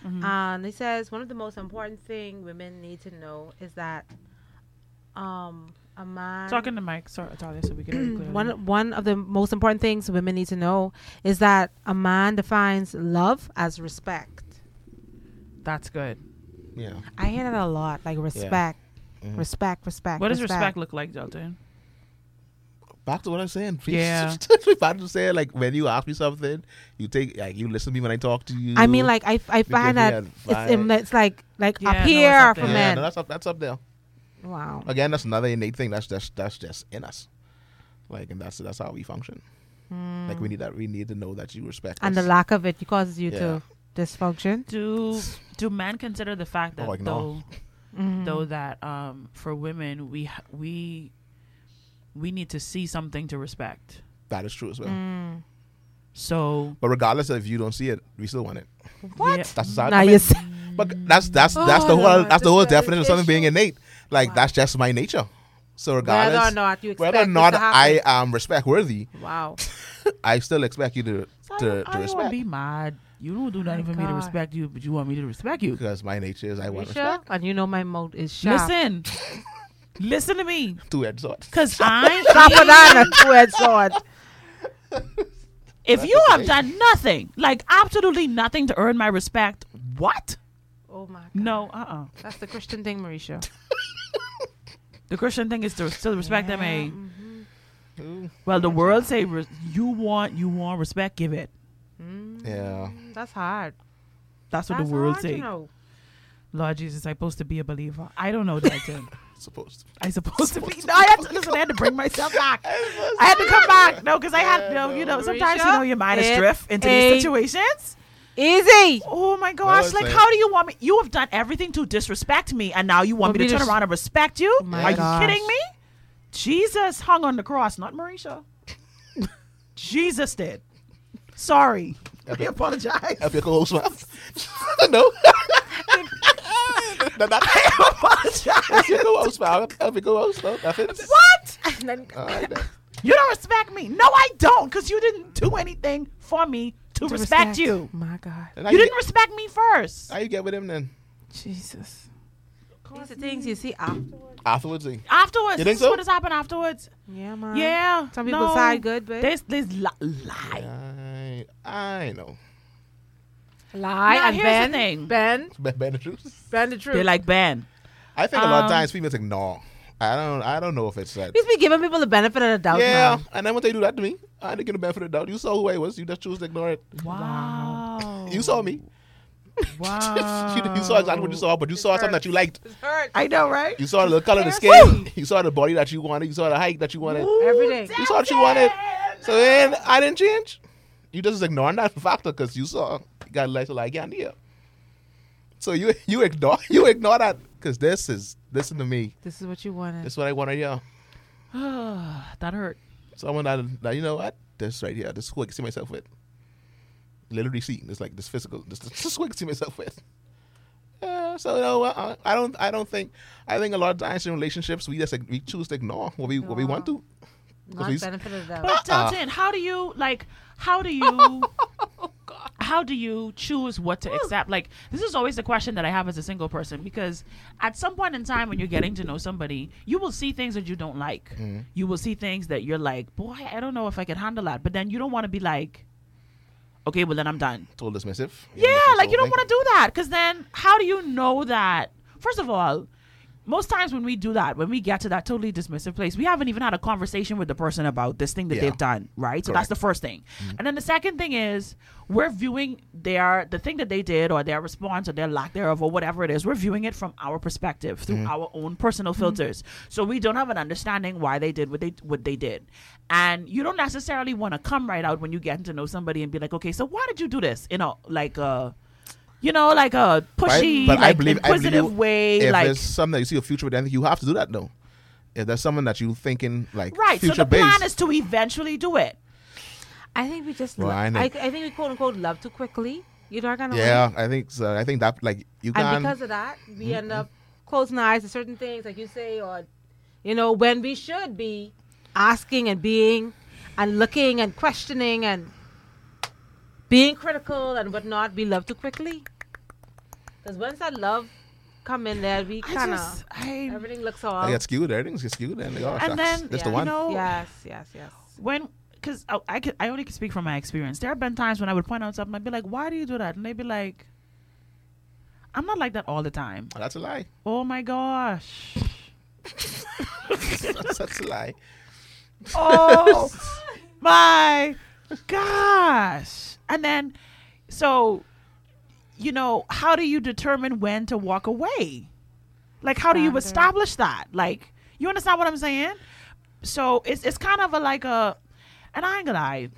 Speaker 3: Mm-hmm.
Speaker 4: And he says one of the most important thing women need to know is that um, a man.
Speaker 3: Talking to Mike, sorry, Italia, so we can clear.
Speaker 4: one one of the most important things women need to know is that a man defines love as respect.
Speaker 3: That's good.
Speaker 5: Yeah,
Speaker 4: I hear that a lot, like respect,
Speaker 5: Mm-hmm.
Speaker 4: respect, respect.
Speaker 3: What does respect look like, Delton?
Speaker 5: back to what I was saying. (laughs)
Speaker 3: Yeah.
Speaker 5: back to saying like when you ask me something, you take like you listen to me when I talk to you.
Speaker 4: I mean, like I, I
Speaker 5: give me
Speaker 4: find that
Speaker 5: a
Speaker 4: it's, in-
Speaker 5: vibe.
Speaker 4: it's like like
Speaker 3: Yeah,
Speaker 4: up
Speaker 3: no, it's
Speaker 4: here
Speaker 3: up
Speaker 4: for
Speaker 3: there.
Speaker 5: yeah,
Speaker 4: men.
Speaker 5: no, that's up that's up there.
Speaker 4: wow.
Speaker 5: Again, that's another innate thing. That's just that's just in us. Like, and that's that's how we function. Like we need that. We need to know that you respect.
Speaker 4: And the
Speaker 5: us.
Speaker 4: lack of it causes you
Speaker 5: Yeah.
Speaker 4: to dysfunction.
Speaker 3: Do do men consider the fact that
Speaker 5: Oh, like,
Speaker 3: though
Speaker 5: no.
Speaker 4: Mm-hmm.
Speaker 3: though that um for women we ha- we we need to see something to respect.
Speaker 5: that is true as well.
Speaker 4: Mm.
Speaker 3: So
Speaker 5: But regardless of if you don't see it, we still want it.
Speaker 3: what?
Speaker 5: That's the side.
Speaker 4: Now you see,
Speaker 5: But that's that's that's the
Speaker 4: Oh,
Speaker 5: whole
Speaker 4: Lord,
Speaker 5: that's the
Speaker 4: this
Speaker 5: whole
Speaker 4: is
Speaker 5: definition of something being
Speaker 4: issue.
Speaker 5: innate. Like that's just my nature. So regardless,
Speaker 4: whether or not you expect
Speaker 5: whether or
Speaker 4: this
Speaker 5: not
Speaker 4: to
Speaker 5: I
Speaker 4: happen.
Speaker 5: am respect worthy, (laughs)
Speaker 4: wow.
Speaker 5: I still expect you to
Speaker 3: I don't,
Speaker 5: to, to
Speaker 3: I don't wanna
Speaker 5: respect
Speaker 3: be mad. You don't do nothing for me to
Speaker 4: God.
Speaker 3: respect you, but you want me to respect you.
Speaker 5: because my nature is I
Speaker 4: You
Speaker 5: want
Speaker 4: sure?
Speaker 5: respect.
Speaker 4: And you know my mode is sharp.
Speaker 3: Listen, (laughs) listen to me,
Speaker 5: Two edged sword.
Speaker 3: cause I
Speaker 4: Sharper than (laughs) a two-edged sword.
Speaker 3: if you have done nothing, like absolutely nothing to earn my respect, what?
Speaker 4: Oh my. God.
Speaker 3: No, uh, uh
Speaker 4: That's the Christian thing, Marisha.
Speaker 3: The Christian thing is to still respect them.
Speaker 4: Yeah,
Speaker 3: A well, the world say re- you want you want respect, give it.
Speaker 5: Yeah,
Speaker 4: That's hard.
Speaker 3: That's what
Speaker 4: That's
Speaker 3: the world
Speaker 4: hard,
Speaker 3: say.
Speaker 4: You know.
Speaker 3: Lord Jesus, I supposed to be a believer. I don't know Dalton.
Speaker 5: supposed. to.
Speaker 3: I (laughs) supposed to be. No, I had to listen. I had to bring myself back. (laughs) I had to come back. No, because I had you know, you know. Sometimes you know your mind is
Speaker 4: It
Speaker 3: drift into
Speaker 4: ain't-
Speaker 3: these situations.
Speaker 4: Easy.
Speaker 3: Oh my gosh!
Speaker 5: it's
Speaker 3: Like,
Speaker 5: like-
Speaker 3: how do you want me? You have done everything to disrespect me, and now you want
Speaker 4: Want
Speaker 3: me to
Speaker 4: me to
Speaker 3: turn
Speaker 4: s- Oh
Speaker 3: around and respect you?
Speaker 4: My
Speaker 3: Are
Speaker 4: gosh.
Speaker 3: you kidding me? Jesus hung on the cross, not
Speaker 4: (laughs)
Speaker 3: Marisha. Jesus did. Sorry. I apologize.
Speaker 5: Help your co-host laugh. (laughs) no. no, not
Speaker 3: I (laughs) apologize.
Speaker 5: help your co-host laugh. Help your co-host laugh. That's it.
Speaker 3: (laughs) what?
Speaker 5: All right, then.
Speaker 3: You don't respect me. No, I don't, because you didn't do anything for me to, respect, you.
Speaker 4: My God,
Speaker 5: And how
Speaker 3: You
Speaker 5: you
Speaker 3: didn't respect me first.
Speaker 5: Get, how you get with him then?
Speaker 4: Jesus. These are things you see. Ah,
Speaker 5: Afterwards, eh? he-
Speaker 3: afterwards, this
Speaker 5: You think
Speaker 3: is
Speaker 5: so?
Speaker 3: what has happened afterwards.
Speaker 4: yeah, man.
Speaker 3: yeah.
Speaker 4: Some people
Speaker 3: no.
Speaker 4: side good, but
Speaker 3: This this li- lie.
Speaker 5: I, I know.
Speaker 4: lie
Speaker 3: Now,
Speaker 4: and
Speaker 3: here's the
Speaker 4: bend,
Speaker 3: thing.
Speaker 4: bend,
Speaker 5: Better the truth.
Speaker 4: bend the truth.
Speaker 3: They're like Ben.
Speaker 5: I think a lot
Speaker 3: Um,
Speaker 5: of times people think no. I don't. I don't know if it's that.
Speaker 4: Please be giving people the benefit of the doubt.
Speaker 5: Yeah,
Speaker 4: man.
Speaker 5: and then when they do that to me, I didn't get the benefit of the doubt. You saw who I was. You just choose to ignore it.
Speaker 3: Wow.
Speaker 5: You saw me.
Speaker 3: Wow.
Speaker 5: (laughs) you, you saw exactly what you saw, but you saw something that you liked.
Speaker 4: It's hurt
Speaker 3: I know, right?
Speaker 5: You saw the color of the skin. You saw the body that you wanted. You saw the height that you wanted.
Speaker 4: every day.
Speaker 5: You saw what you wanted. So then I didn't change. You just ignoring that factor because you saw you got less like yeah, yeah. So you you ignore (laughs) you ignore that because this is listen to me.
Speaker 4: This is what you wanted.
Speaker 5: This is what I want to hear.
Speaker 3: that hurt.
Speaker 5: Someone that, that you know what this right here. This is who I can see myself with. Literally see this like this physical. This, this is who I can see myself with. Yeah, so you know what, I, I don't I don't think I think a lot of times in relationships we just like, we choose to ignore what we what we want to. 'Cause
Speaker 4: Not
Speaker 5: we s-
Speaker 4: benefit of the doubt.
Speaker 3: But
Speaker 5: Ah.
Speaker 3: Dalton, how do you like? How do
Speaker 5: (laughs)
Speaker 3: you?
Speaker 5: Oh,
Speaker 3: How do you choose what to accept? Like, this is always the question that I have as a single person because at some point in time when you're getting to know somebody, you will see things that you don't like.
Speaker 5: Mm-hmm.
Speaker 3: You will see things that you're like, boy, I don't know if I can handle that. But then you don't want to be like, okay, well, then I'm done.
Speaker 5: Told dismissive.
Speaker 3: Yeah, like you don't want to do that because then how do you know that? First of all, most times when we do that, when we get to that totally dismissive place, we haven't even had a conversation with the person about this thing that
Speaker 5: Yeah.
Speaker 3: they've done, right? So that's
Speaker 5: Correct. Mm-hmm.
Speaker 3: the first thing. And then the second thing is we're viewing their the thing that they did or their response or their lack thereof or whatever it is. We're viewing it from our perspective through
Speaker 5: Mm-hmm.
Speaker 3: our own personal
Speaker 4: Mm-hmm.
Speaker 3: filters. So we don't have an understanding why they did what they what they did. And you don't necessarily want to come right out when you get to know somebody and be like, okay, so why did you do this? You know, like uh you know, like a pushy, like inquisitive way,
Speaker 5: If
Speaker 3: like
Speaker 5: there's something that you see a future with, I think you have to do that though. If there's someone that you thinking like
Speaker 3: Right.
Speaker 5: future
Speaker 3: so the plan
Speaker 5: based,
Speaker 3: is to eventually do it.
Speaker 4: I think we just.
Speaker 5: Well,
Speaker 4: love, I,
Speaker 5: I know.
Speaker 4: I, think we quote unquote love too quickly. You know what I kind of
Speaker 5: yeah, I think so. I think that like you
Speaker 4: And
Speaker 5: can
Speaker 4: because of that, we end up closing our eyes to certain things, like you say, or you know, when we should be asking and being and looking and questioning and being critical and whatnot, we love too quickly. Because once that love come in there, we
Speaker 3: I
Speaker 4: kind
Speaker 3: just,
Speaker 4: of
Speaker 3: I,
Speaker 4: everything looks all.
Speaker 5: I get skewed. Everything's get skewed, and they are.
Speaker 3: and
Speaker 5: that's,
Speaker 3: then
Speaker 5: that's
Speaker 3: you
Speaker 5: the one.
Speaker 3: know
Speaker 4: Yes, yes, yes.
Speaker 3: when because I, I could I only can speak from my experience. There have been times when I would point out something. I'd be like, "Why do you do that?" And they'd be like, "I'm not like that all the time."
Speaker 5: Oh, that's a lie. (laughs)
Speaker 3: Oh my gosh.
Speaker 5: that's, that's a lie.
Speaker 3: Oh my gosh. And then, so, you know, how do you determine when to walk away? Like, how do you
Speaker 4: Boundary.
Speaker 3: establish that? Like, you understand what I'm saying? So it's it's kind of a like a, and I ain't gonna lie.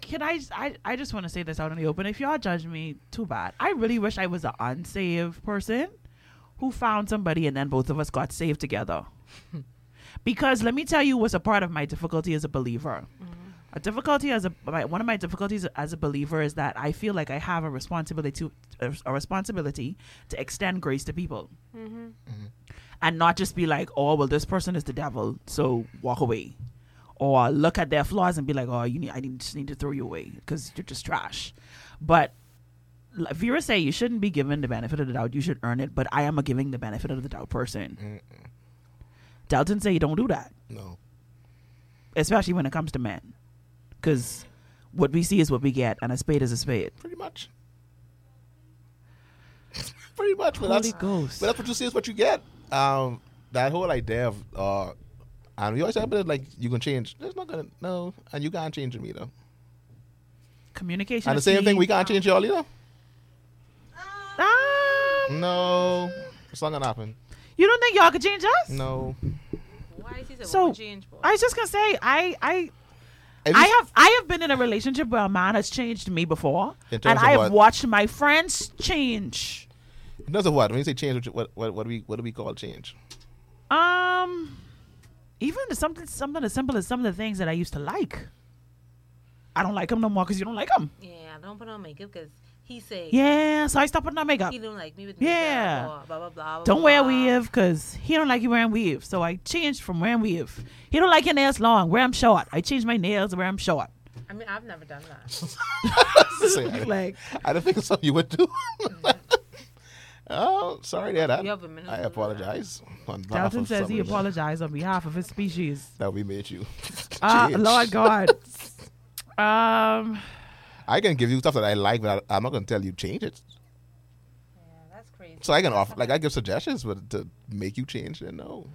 Speaker 3: Can I, I, I just want to say this out in the open. If y'all judge me, too bad. I really wish I was an unsaved person who found somebody and then both of us got saved together. because let me tell you what's a part of my difficulty as a believer. A difficulty as a my, one of my difficulties as a believer is that I feel like I have a responsibility to a responsibility to extend grace to people, and not just be like, oh well, this person is the devil, so walk away, or look at their flaws and be like, oh, you need I need just need to throw you away because you're just trash. But like Vera say you shouldn't be given the benefit of the doubt; you should earn it. But I am a giving the benefit of the doubt person. Dalton say you don't do that
Speaker 5: No.
Speaker 3: especially when it comes to men, because what we see is what we get, and a spade is a spade.
Speaker 5: Pretty much. (laughs) Pretty much. But
Speaker 3: Holy
Speaker 5: that's,
Speaker 3: Ghost.
Speaker 5: but that's what you see is what you get. Um, that whole idea of, uh, and we always have it like you can change. There's not gonna no, and you can't change me though.
Speaker 3: Communication.
Speaker 5: And the
Speaker 3: is
Speaker 5: same
Speaker 3: key.
Speaker 5: thing, we can't change y'all either.
Speaker 3: Um,
Speaker 5: No, it's not gonna happen.
Speaker 3: you don't think y'all could change us?
Speaker 5: No.
Speaker 4: Why is he so,
Speaker 3: So-
Speaker 4: change, boy?
Speaker 3: I was just gonna say, I, I,
Speaker 5: If
Speaker 3: I
Speaker 5: you-
Speaker 3: have, I have been in a relationship where a man has changed me before,
Speaker 5: In
Speaker 3: and
Speaker 5: terms of
Speaker 3: I have
Speaker 5: what?
Speaker 3: watched my friends change.
Speaker 5: In terms of what? When you say change, what what what do we what do we call change?
Speaker 3: Um, even to something, something as simple as some of the things that I used to like. I don't like him no more because you don't like him.
Speaker 4: yeah, don't put on makeup because he say
Speaker 3: Yeah, so I stopped putting on makeup.
Speaker 4: he don't like me with
Speaker 3: makeup
Speaker 4: makeup.
Speaker 3: Yeah. or
Speaker 4: blah, blah, blah,
Speaker 3: Don't wear a weave because he don't like you wearing weave. So I changed from wearing weave. He don't like your nails long. Wear them short. I changed my nails to wear them short.
Speaker 4: I mean, I've never done that.
Speaker 3: (laughs)
Speaker 5: Say, I,
Speaker 4: Like,
Speaker 5: I don't think it's something you would do. (laughs) oh, sorry, Dad. I,
Speaker 4: You have a minute
Speaker 5: I
Speaker 4: to do that.
Speaker 5: apologize. on behalf
Speaker 3: Dalton
Speaker 5: of
Speaker 3: says he
Speaker 5: somebody that-
Speaker 3: apologized on behalf of his species.
Speaker 5: That we made
Speaker 3: (laughs)
Speaker 5: you.
Speaker 3: Ah,
Speaker 5: (laughs) Jeez.
Speaker 3: Lord God. (laughs) um,
Speaker 5: I can give you stuff that I like, but I, I'm not going to tell you change it.
Speaker 4: that's crazy.
Speaker 5: So I can offer, like, I give suggestions, but to make you change, then no.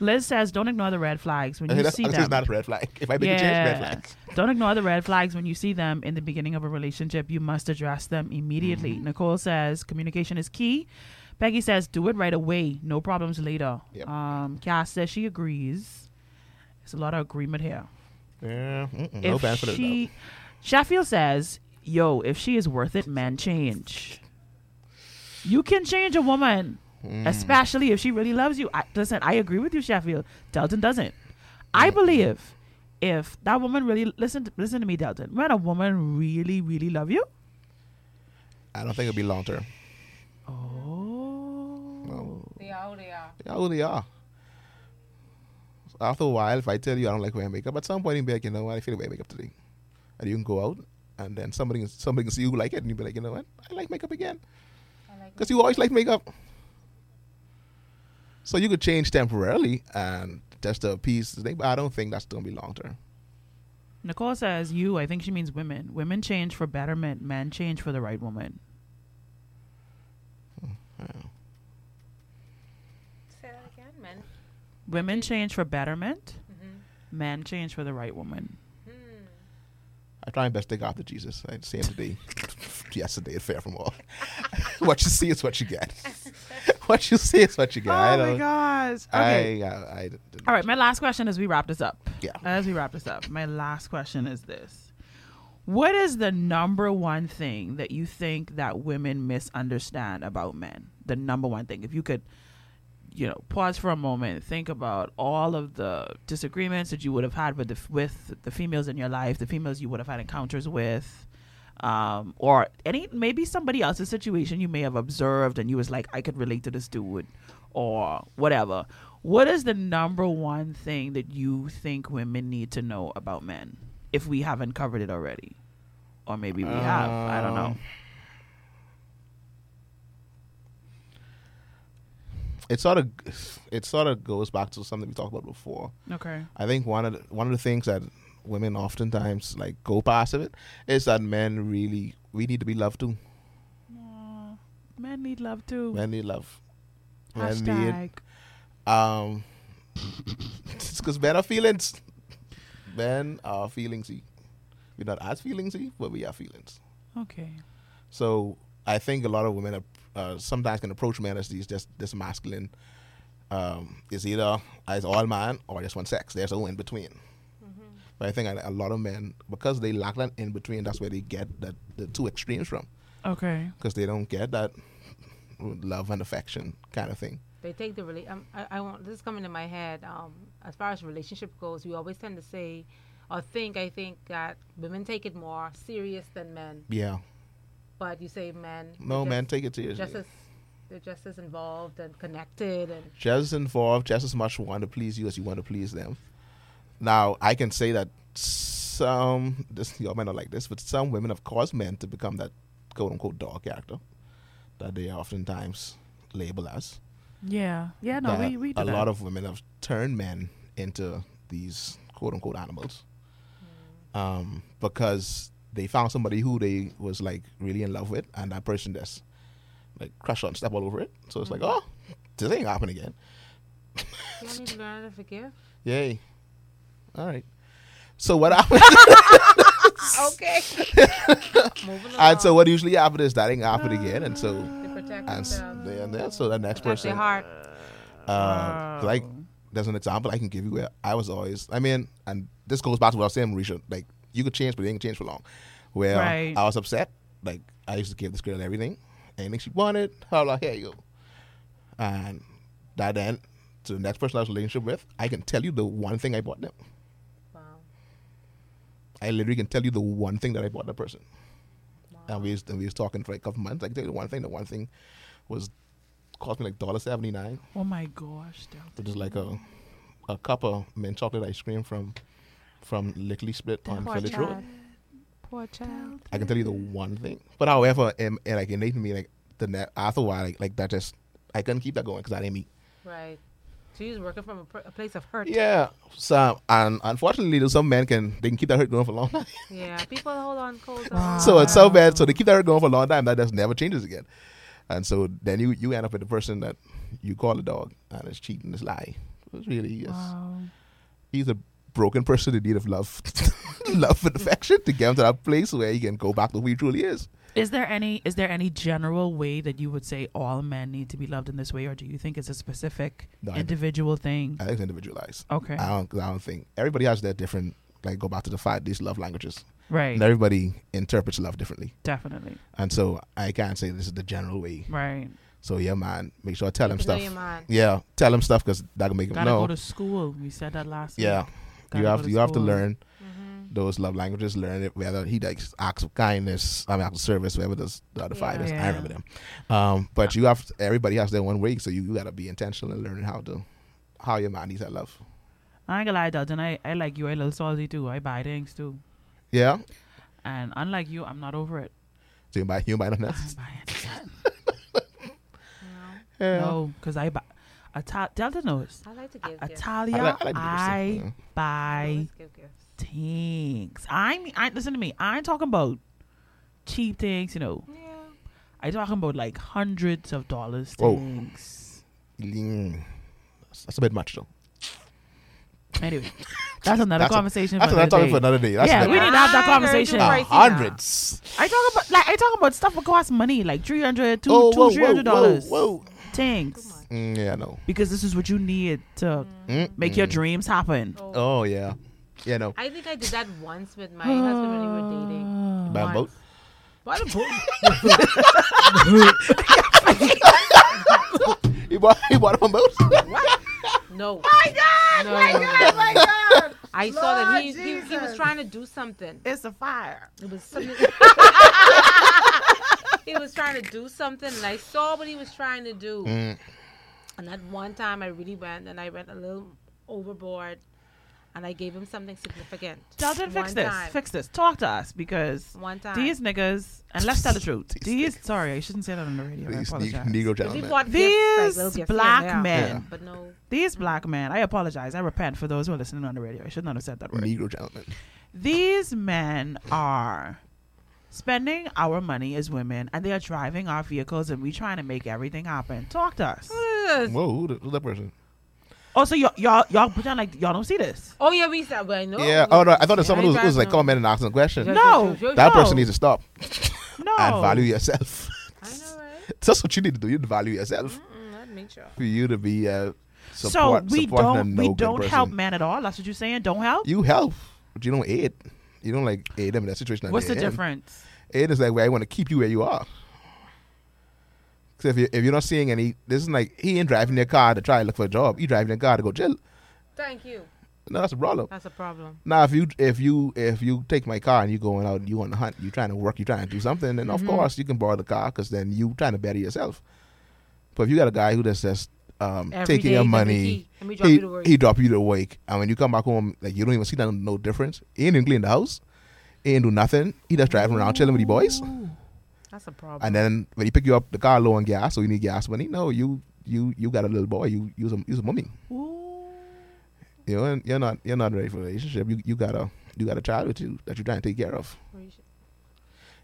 Speaker 3: Liz says, don't ignore the red flags when
Speaker 5: Okay,
Speaker 3: you
Speaker 5: that's,
Speaker 3: see
Speaker 5: this
Speaker 3: them.
Speaker 5: is not a red flag. (laughs) If I make you change, red
Speaker 3: yeah.
Speaker 5: flag.
Speaker 3: (laughs) Don't ignore the red flags when you see them in the beginning of a relationship. You must address them immediately.
Speaker 5: Mm-hmm.
Speaker 3: Nicole says communication is key. Peggy says do it right away. No problems later.
Speaker 5: Yep.
Speaker 3: Um, Cass says she agrees. There's a lot of agreement here.
Speaker 5: Yeah. Mm-mm, Mm-hmm. no
Speaker 3: if
Speaker 5: bad for
Speaker 3: she,
Speaker 5: the
Speaker 3: Sheffield says, "Yo, if she is worth it, man, change. You can change a woman,
Speaker 5: Mm.
Speaker 3: especially if she really loves you." I, listen, I agree with you, Sheffield. Delton doesn't. I
Speaker 5: Mm.
Speaker 3: believe if that woman really listen, to, listen to me, Delton. When a woman really, really love you,
Speaker 5: I don't think it'll be long term.
Speaker 3: oh,
Speaker 4: They are who they are.
Speaker 5: Yeah, who they are. So after a while, if I tell you I don't like wearing makeup, at some point you be like, you know what, I feel wearing makeup today, and you can go out, and then somebody can- somebody can see you like it, and you be like, you know what, I like makeup again, because you always like makeup. So you could change temporarily and just a piece thing, but I don't think that's gonna be long term.
Speaker 3: Nicole says you. I think she means women. Women change for betterment. Men change for the right woman.
Speaker 5: Hmm,
Speaker 4: Say that again, man.
Speaker 3: Women change for betterment.
Speaker 4: Mm-hmm.
Speaker 3: Men change for the right woman.
Speaker 5: I try my best to go after Jesus. I see him (laughs) today, yesterday at Fair from All. (laughs) what you see is what you get. (laughs) what you see is what you
Speaker 3: Oh
Speaker 5: get. I don't.
Speaker 3: gosh.
Speaker 5: I, uh, I, I didn't-
Speaker 3: All right, my last question as we wrap this up.
Speaker 5: Yeah.
Speaker 3: As we wrap this up, my last question is this. What is the number one thing that you think that women misunderstand about men? The number one thing. If you could, you know, pause for a moment, think about all of the disagreements that you would have had with the, with the females in your life, the females you would have had encounters with, um, or any maybe somebody else's situation you may have observed and you was like, I could relate to this dude or whatever. What is the number one thing that you think women need to know about men if we haven't covered it already? Or maybe we have. I don't
Speaker 5: Um,
Speaker 3: know.
Speaker 5: it sort of it sort of goes back to something we talked about before.
Speaker 3: Okay.
Speaker 5: I think one of the, one of the things that women oftentimes like go past of it is that men really we need to be loved too.
Speaker 3: Men need love too.
Speaker 5: Men need love. Men
Speaker 3: Hashtag.
Speaker 5: need um, (laughs) because men are feelings. Men are feelingsy. We're not as feelingsy, but we are feelings.
Speaker 3: Okay.
Speaker 5: So I think a lot of women are, uh, sometimes can approach men as these just this masculine. Um, it's either as all man or just one sex. There's no in between.
Speaker 4: Mm-hmm.
Speaker 5: But I think a, a lot of men because they lack that in between, that's where they get that the two extremes from
Speaker 3: Okay.
Speaker 5: because they don't get that love and affection kind of thing.
Speaker 4: They take the really. Um, I, I want this is coming to my head. Um, as far as relationship goes, we always tend to say, or think, I think that women take it more serious than men.
Speaker 5: Yeah,
Speaker 4: But you say men. they're
Speaker 5: no
Speaker 4: just-
Speaker 5: man, take it seriously.
Speaker 4: Just as they're just as involved and connected and
Speaker 5: just as involved, just as much want to please you as you want to please them. Now, I can say that some, this, y'all might not like this, but some women have caused men to become that quote unquote dog character that they oftentimes label as.
Speaker 3: Yeah. Yeah, no,
Speaker 5: That
Speaker 3: we, we
Speaker 5: a
Speaker 3: do that.
Speaker 5: lot of women have turned men into these quote unquote animals
Speaker 3: Mm.
Speaker 5: um, because they found somebody who they was like really in love with, and that person just like crush on, step all over it. So it's
Speaker 3: Mm.
Speaker 5: like, oh, this ain't happening again.
Speaker 4: you don't need to learn how to forgive.
Speaker 5: Yay. All right. So what (laughs) happens?
Speaker 4: okay. Moving along.
Speaker 5: and so what usually happens is that ain't happen again, and so
Speaker 4: They protect
Speaker 5: and s-
Speaker 4: themselves.
Speaker 5: they- and then so the next
Speaker 4: Protect their
Speaker 5: person,
Speaker 4: heart.
Speaker 5: uh, like there's an example I can give you where I was always, I mean, and this goes back to what I was saying, Marisha. Like you could change, but you ain't change for long. Where
Speaker 3: Right.
Speaker 5: I was upset, like I used to give this girl everything, anything she wanted. How like here you go, and that then to the next person I was in a relationship with, I can tell you the one thing I bought them.
Speaker 4: Wow.
Speaker 5: I literally can tell you the one thing that I bought that person. And we was, and we was talking for like a couple months. I can tell you the one thing. The one thing was cost me like dollar seventy nine,
Speaker 3: oh my gosh, Delton.
Speaker 5: which is like a a cup of mint chocolate ice cream from from Lickley Split on
Speaker 4: Poor
Speaker 5: Village
Speaker 4: child.
Speaker 5: Road.
Speaker 4: Poor child.
Speaker 5: I can tell you the one thing. But however, and, and like innate in me, like the net after a while, like, like that just I couldn't keep that going because I didn't eat.
Speaker 4: Right. So he's working from a, pr- a place of hurt.
Speaker 5: Yeah. So and unfortunately, there's some men can they can keep that hurt going for a long (laughs) time.
Speaker 4: Yeah, People hold on cold.
Speaker 5: so it's so bad. So they keep that hurt going for a long time. That just never changes again. And so then you you end up with the person that you call a dog and it's cheating, it's lying. It's really just,
Speaker 3: Um,
Speaker 5: he's a broken person in need of love, (laughs) love and affection to get him to that place where he can go back to who he truly is.
Speaker 3: Is there any is there any general way that you would say all men need to be loved in this way, or do you think it's a specific
Speaker 5: No, I-
Speaker 3: individual thing?
Speaker 5: I think it's individualized.
Speaker 3: Okay,
Speaker 5: I don't, 'cause I don't think everybody has their different. Like go back to the five these love languages.
Speaker 3: right,
Speaker 5: And everybody interprets love differently,
Speaker 3: definitely,
Speaker 5: and so I can't say this is the general way.
Speaker 3: right.
Speaker 5: So yeah, man, make sure I tell him
Speaker 4: Blow
Speaker 5: stuff.
Speaker 4: your mind.
Speaker 5: Yeah, tell him stuff because that can make him
Speaker 3: Gotta
Speaker 5: know.
Speaker 3: go to school. We said that last.
Speaker 5: yeah,
Speaker 3: week.
Speaker 5: you
Speaker 3: Gotta
Speaker 5: have
Speaker 3: go
Speaker 5: to you have to
Speaker 3: school.
Speaker 5: learn
Speaker 3: Mm-hmm.
Speaker 5: those love languages. Learn it whether he likes acts of kindness, I mean acts of service, whatever those the other five
Speaker 4: Yeah.
Speaker 5: is.
Speaker 3: Yeah.
Speaker 5: I remember them. Um, but you have everybody has their one way, so you, you got to be intentional in learning how to how your man needs that love.
Speaker 3: I ain't gonna lie, Dalton. I, I like you. I love salty too. I buy things too.
Speaker 5: Yeah,
Speaker 3: And unlike you, I'm not over it. (laughs)
Speaker 5: so you might you might not.
Speaker 3: I buy it.
Speaker 5: (laughs) Yeah.
Speaker 3: No, because I buy. Ita- Delta knows.
Speaker 4: I like to give gifts.
Speaker 3: Italia, I,
Speaker 5: I like- I like the difference, yeah.
Speaker 3: buy
Speaker 4: Always give gifts.
Speaker 3: things. I mean, I listen to me. I ain't talking about cheap things. You know,
Speaker 4: Yeah.
Speaker 3: I talking about like hundreds of dollars
Speaker 5: Whoa.
Speaker 3: things.
Speaker 5: Mm. That's, that's a bit much though.
Speaker 3: Anyway, that's another
Speaker 5: That's a-
Speaker 3: conversation.
Speaker 5: That's
Speaker 3: for
Speaker 5: another
Speaker 3: another
Speaker 5: topic for
Speaker 3: day.
Speaker 5: another day. That's
Speaker 3: Yeah,
Speaker 5: another
Speaker 3: we need to have that
Speaker 4: I heard you
Speaker 3: conversation.
Speaker 4: right. pricey
Speaker 5: Ah,
Speaker 4: now.
Speaker 5: hundreds.
Speaker 3: I talk about like I talk about stuff that costs money, like three hundred, two,
Speaker 5: Oh,
Speaker 3: two,
Speaker 5: whoa,
Speaker 3: three hundred
Speaker 5: whoa,
Speaker 3: dollars.
Speaker 5: whoa, whoa.
Speaker 3: Things.
Speaker 5: Mm, yeah, no.
Speaker 3: because this is what you need to make your dreams happen.
Speaker 5: Oh yeah, yeah no.
Speaker 4: I think I did that once with my husband when we were dating.
Speaker 5: Bad boat.
Speaker 4: What a
Speaker 5: He bought (laughs) he bought him a
Speaker 3: (laughs)
Speaker 5: boat.
Speaker 4: No. My God! My
Speaker 3: Oh
Speaker 4: God!
Speaker 3: (laughs)
Speaker 4: My God! I saw that he, he he was trying to do something.
Speaker 3: It's a fire.
Speaker 4: It
Speaker 3: (laughs)
Speaker 4: was something. (laughs) he was trying to do something, and I saw what he was trying to do.
Speaker 5: Mm.
Speaker 4: And that one time, I really went, and I went a little overboard, and I gave him something significant.
Speaker 3: Dalton, fix
Speaker 4: One
Speaker 3: this.
Speaker 4: time.
Speaker 3: Fix this. Talk to us because
Speaker 4: One time.
Speaker 3: these niggas, and let's tell the truth. These, sorry, I shouldn't say that on the radio. I
Speaker 5: These ne-
Speaker 3: apologize.
Speaker 5: Negro
Speaker 4: We
Speaker 5: gentlemen.
Speaker 4: bought
Speaker 3: These
Speaker 4: gifts, like little gifts here and
Speaker 3: black
Speaker 4: there,
Speaker 3: men.
Speaker 4: but no.
Speaker 3: These black men, I apologize. I repent for those who are listening on the radio. I should not have said that word.
Speaker 5: Negro gentlemen.
Speaker 3: These men are spending our money as women and they are driving our vehicles and we trying to make everything happen. Talk to us.
Speaker 5: Whoa, who the, who's that person?
Speaker 3: Also, y'all, y'all, y'all pretend like y'all don't see this.
Speaker 4: Oh yeah, we said. Well, I know.
Speaker 5: yeah. Oh no, I thought it was someone who was,
Speaker 4: I
Speaker 5: who was like
Speaker 4: don't know.
Speaker 5: comment and asking a question.
Speaker 4: Yeah,
Speaker 3: No,
Speaker 4: yeah, yeah,
Speaker 5: that
Speaker 3: no.
Speaker 5: person needs to stop
Speaker 3: No.
Speaker 5: and value yourself.
Speaker 4: I know, right?
Speaker 5: (laughs) That's what you need to do. You need to value yourself
Speaker 4: Mm, I'd make sure.
Speaker 5: for you to be uh,
Speaker 3: So
Speaker 5: support.
Speaker 3: we
Speaker 5: supporting a
Speaker 3: don't we
Speaker 5: no-good
Speaker 3: don't help
Speaker 5: person.
Speaker 3: men at all. That's what you're saying. Don't help.
Speaker 5: You help, but you don't aid. You don't like aid them in that situation. that
Speaker 3: What's the
Speaker 5: they're in.
Speaker 3: difference?
Speaker 5: Aid is like where I want to keep you where you are. Because if you if you're not seeing any, this is like he ain't driving their car to try and look for a job. He driving their car to go jail.
Speaker 4: Thank you.
Speaker 5: No, that's a problem.
Speaker 4: That's a problem.
Speaker 5: Now, if you if you if you take my car and you going out and you on the hunt, you trying to work, you trying to do something, then
Speaker 4: Mm-hmm.
Speaker 5: of course you can borrow the car because then you trying to better yourself. But if you got a guy who just just um,
Speaker 4: Every
Speaker 5: taking
Speaker 4: day,
Speaker 5: your
Speaker 4: every
Speaker 5: money,
Speaker 4: key. Let me drop
Speaker 5: he
Speaker 4: you to work.
Speaker 5: he drop you to work, and when you come back home, like you don't even see that no difference. He ain't even clean the house, he ain't do nothing. He just driving around chilling with the boys,
Speaker 4: That's a problem.
Speaker 5: and then when he pick you up, the car low on gas, so you need gas money. No, you you you got a little boy, you use a use a mummy. You know, and you're not you're not ready for a relationship. You you got a you got a child with you that you're trying to take care of. Yeah.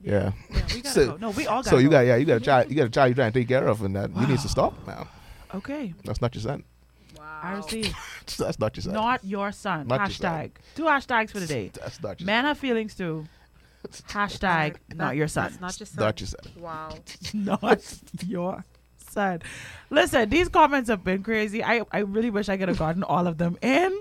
Speaker 3: Yeah, we gotta
Speaker 5: (laughs) So-
Speaker 3: go. No, we all gotta
Speaker 5: So you
Speaker 3: go.
Speaker 5: got yeah, you got
Speaker 3: (laughs)
Speaker 5: a child you got a child you're trying to take care of and that you need to stop now.
Speaker 3: okay.
Speaker 5: That's not your son. (laughs)
Speaker 3: I receive.
Speaker 5: That's not your son.
Speaker 3: Not your son.
Speaker 5: Not your
Speaker 3: Hashtag. Two hashtags for the day.
Speaker 5: (laughs) That's not your
Speaker 3: Man have feelings too. Hashtag not your son.
Speaker 4: That's not your son.
Speaker 5: (laughs) not your son.
Speaker 4: Wow.
Speaker 3: (laughs) not your son. Listen, these comments have been crazy. I, I really wish I could have gotten all of them in.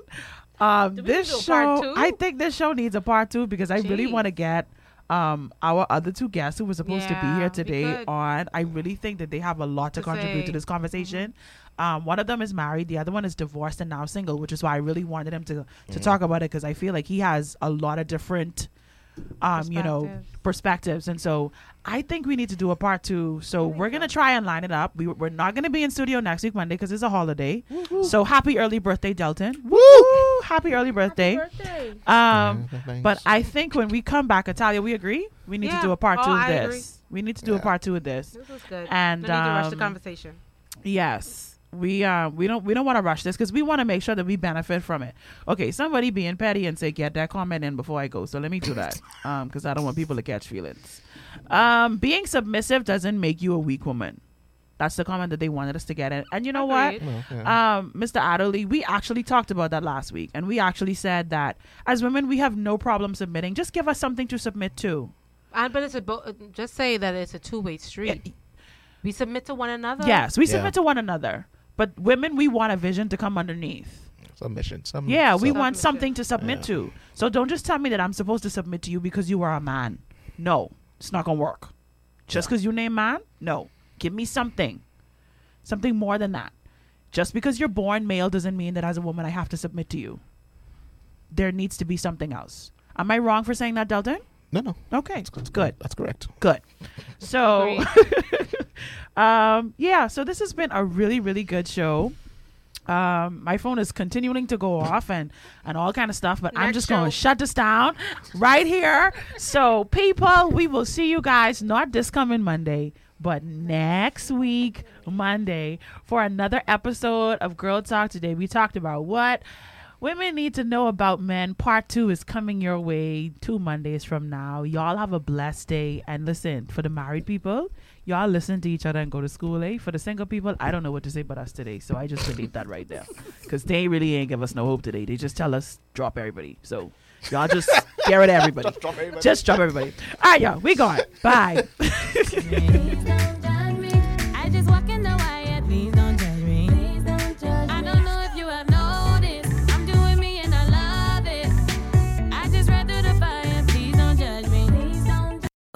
Speaker 3: Um,
Speaker 4: we
Speaker 3: this
Speaker 4: do a
Speaker 3: show,
Speaker 4: part two?
Speaker 3: I think this show needs a part two because I really
Speaker 4: Gee.
Speaker 3: want to get um, our other two guests who were supposed to be
Speaker 4: Yeah,
Speaker 3: here
Speaker 4: we
Speaker 3: today
Speaker 4: could.
Speaker 3: on. I really think that they have a lot to,
Speaker 4: To
Speaker 3: contribute to
Speaker 4: say.
Speaker 3: this conversation. Um, one of them is married, the other one is divorced and now single, which is why I really wanted him to to talk about it because I feel like he has a lot of different um, you know,
Speaker 4: Perspectives.
Speaker 3: perspectives. And so I think we need to do a part two. So
Speaker 4: Oh
Speaker 3: we're going to try and line it up. We, we're not going to be in studio next week, Monday, because it's a holiday. So happy early birthday, Delton.
Speaker 5: Woo!
Speaker 3: you. Happy early birthday. Um, but I think when we come back, Italia, we agree. We need
Speaker 4: Yeah.
Speaker 3: to do a part
Speaker 4: Oh,
Speaker 3: two of
Speaker 4: I agree.
Speaker 3: this. We need to do a
Speaker 5: Yeah.
Speaker 3: part two of this.
Speaker 4: This is good.
Speaker 3: And,
Speaker 4: Don't need to rush the
Speaker 3: um,
Speaker 4: conversation.
Speaker 3: Yes. We uh we don't we don't want to rush this because we want to make sure that we benefit from it. Okay, somebody being petty and say get that comment in before I go. So let me do that um because I don't want people to catch feelings. Um, being submissive doesn't make you a weak woman. That's the comment that they wanted us to get in. And you know what?
Speaker 4: Agreed.
Speaker 5: Well, yeah.
Speaker 3: um, Mr. Adderley, we actually talked about that last week, and we actually said that as women, we have no problem submitting. Just give us something to submit to.
Speaker 4: And, but it's a bo- uh, just say that it's a two way street.
Speaker 3: Yeah.
Speaker 4: We submit to one another. (laughs)
Speaker 3: Yes, we
Speaker 5: Yeah.
Speaker 3: submit to one another, but women, we want a vision to come underneath.
Speaker 5: submission. Some,
Speaker 3: Yeah, we
Speaker 5: some-
Speaker 3: want
Speaker 4: Submission.
Speaker 3: something to Mm-hmm. submit
Speaker 5: Yeah.
Speaker 3: to. So don't just tell me that I'm supposed to submit to you because you are a man. No, it's not gonna work. Just because you name man, no. Give me something, something more than that. Just because you're born male doesn't mean that as a woman I have to submit to you. There needs to be something else. Am I wrong for saying that, Delton?
Speaker 5: No, no.
Speaker 3: Okay, it's good
Speaker 5: That's correct.
Speaker 3: good. So, um, yeah. So this has been a really, really good show. Um, my phone is continuing to go off and and all kind of stuff, but I'm
Speaker 4: Next
Speaker 3: just going
Speaker 4: show.
Speaker 3: to shut this down right here. So, people, we will see you guys not this coming Monday, but next week Monday for another episode of Girl Talk. Today we talked about what. Women need to know about men. Part two is coming your way two Mondays from now. Y'all have a blessed day. And listen, for the married people, y'all listen to each other and go to school, eh? For the single people, I don't know what to say but us today. So I just believe that right there. Because they really ain't give us no hope today. They just tell us, drop everybody. So y'all just stare at everybody.
Speaker 5: (laughs) Just drop everybody.
Speaker 3: Just drop everybody. All right, y'all. We gone. Bye.
Speaker 5: (laughs)
Speaker 2: Please don't judge me. I just walk in the wire. Please don't judge me. Please don't judge I don't know if you have noticed. I'm doing me and I love it. I just ran through the fire. Please don't judge me. Please don't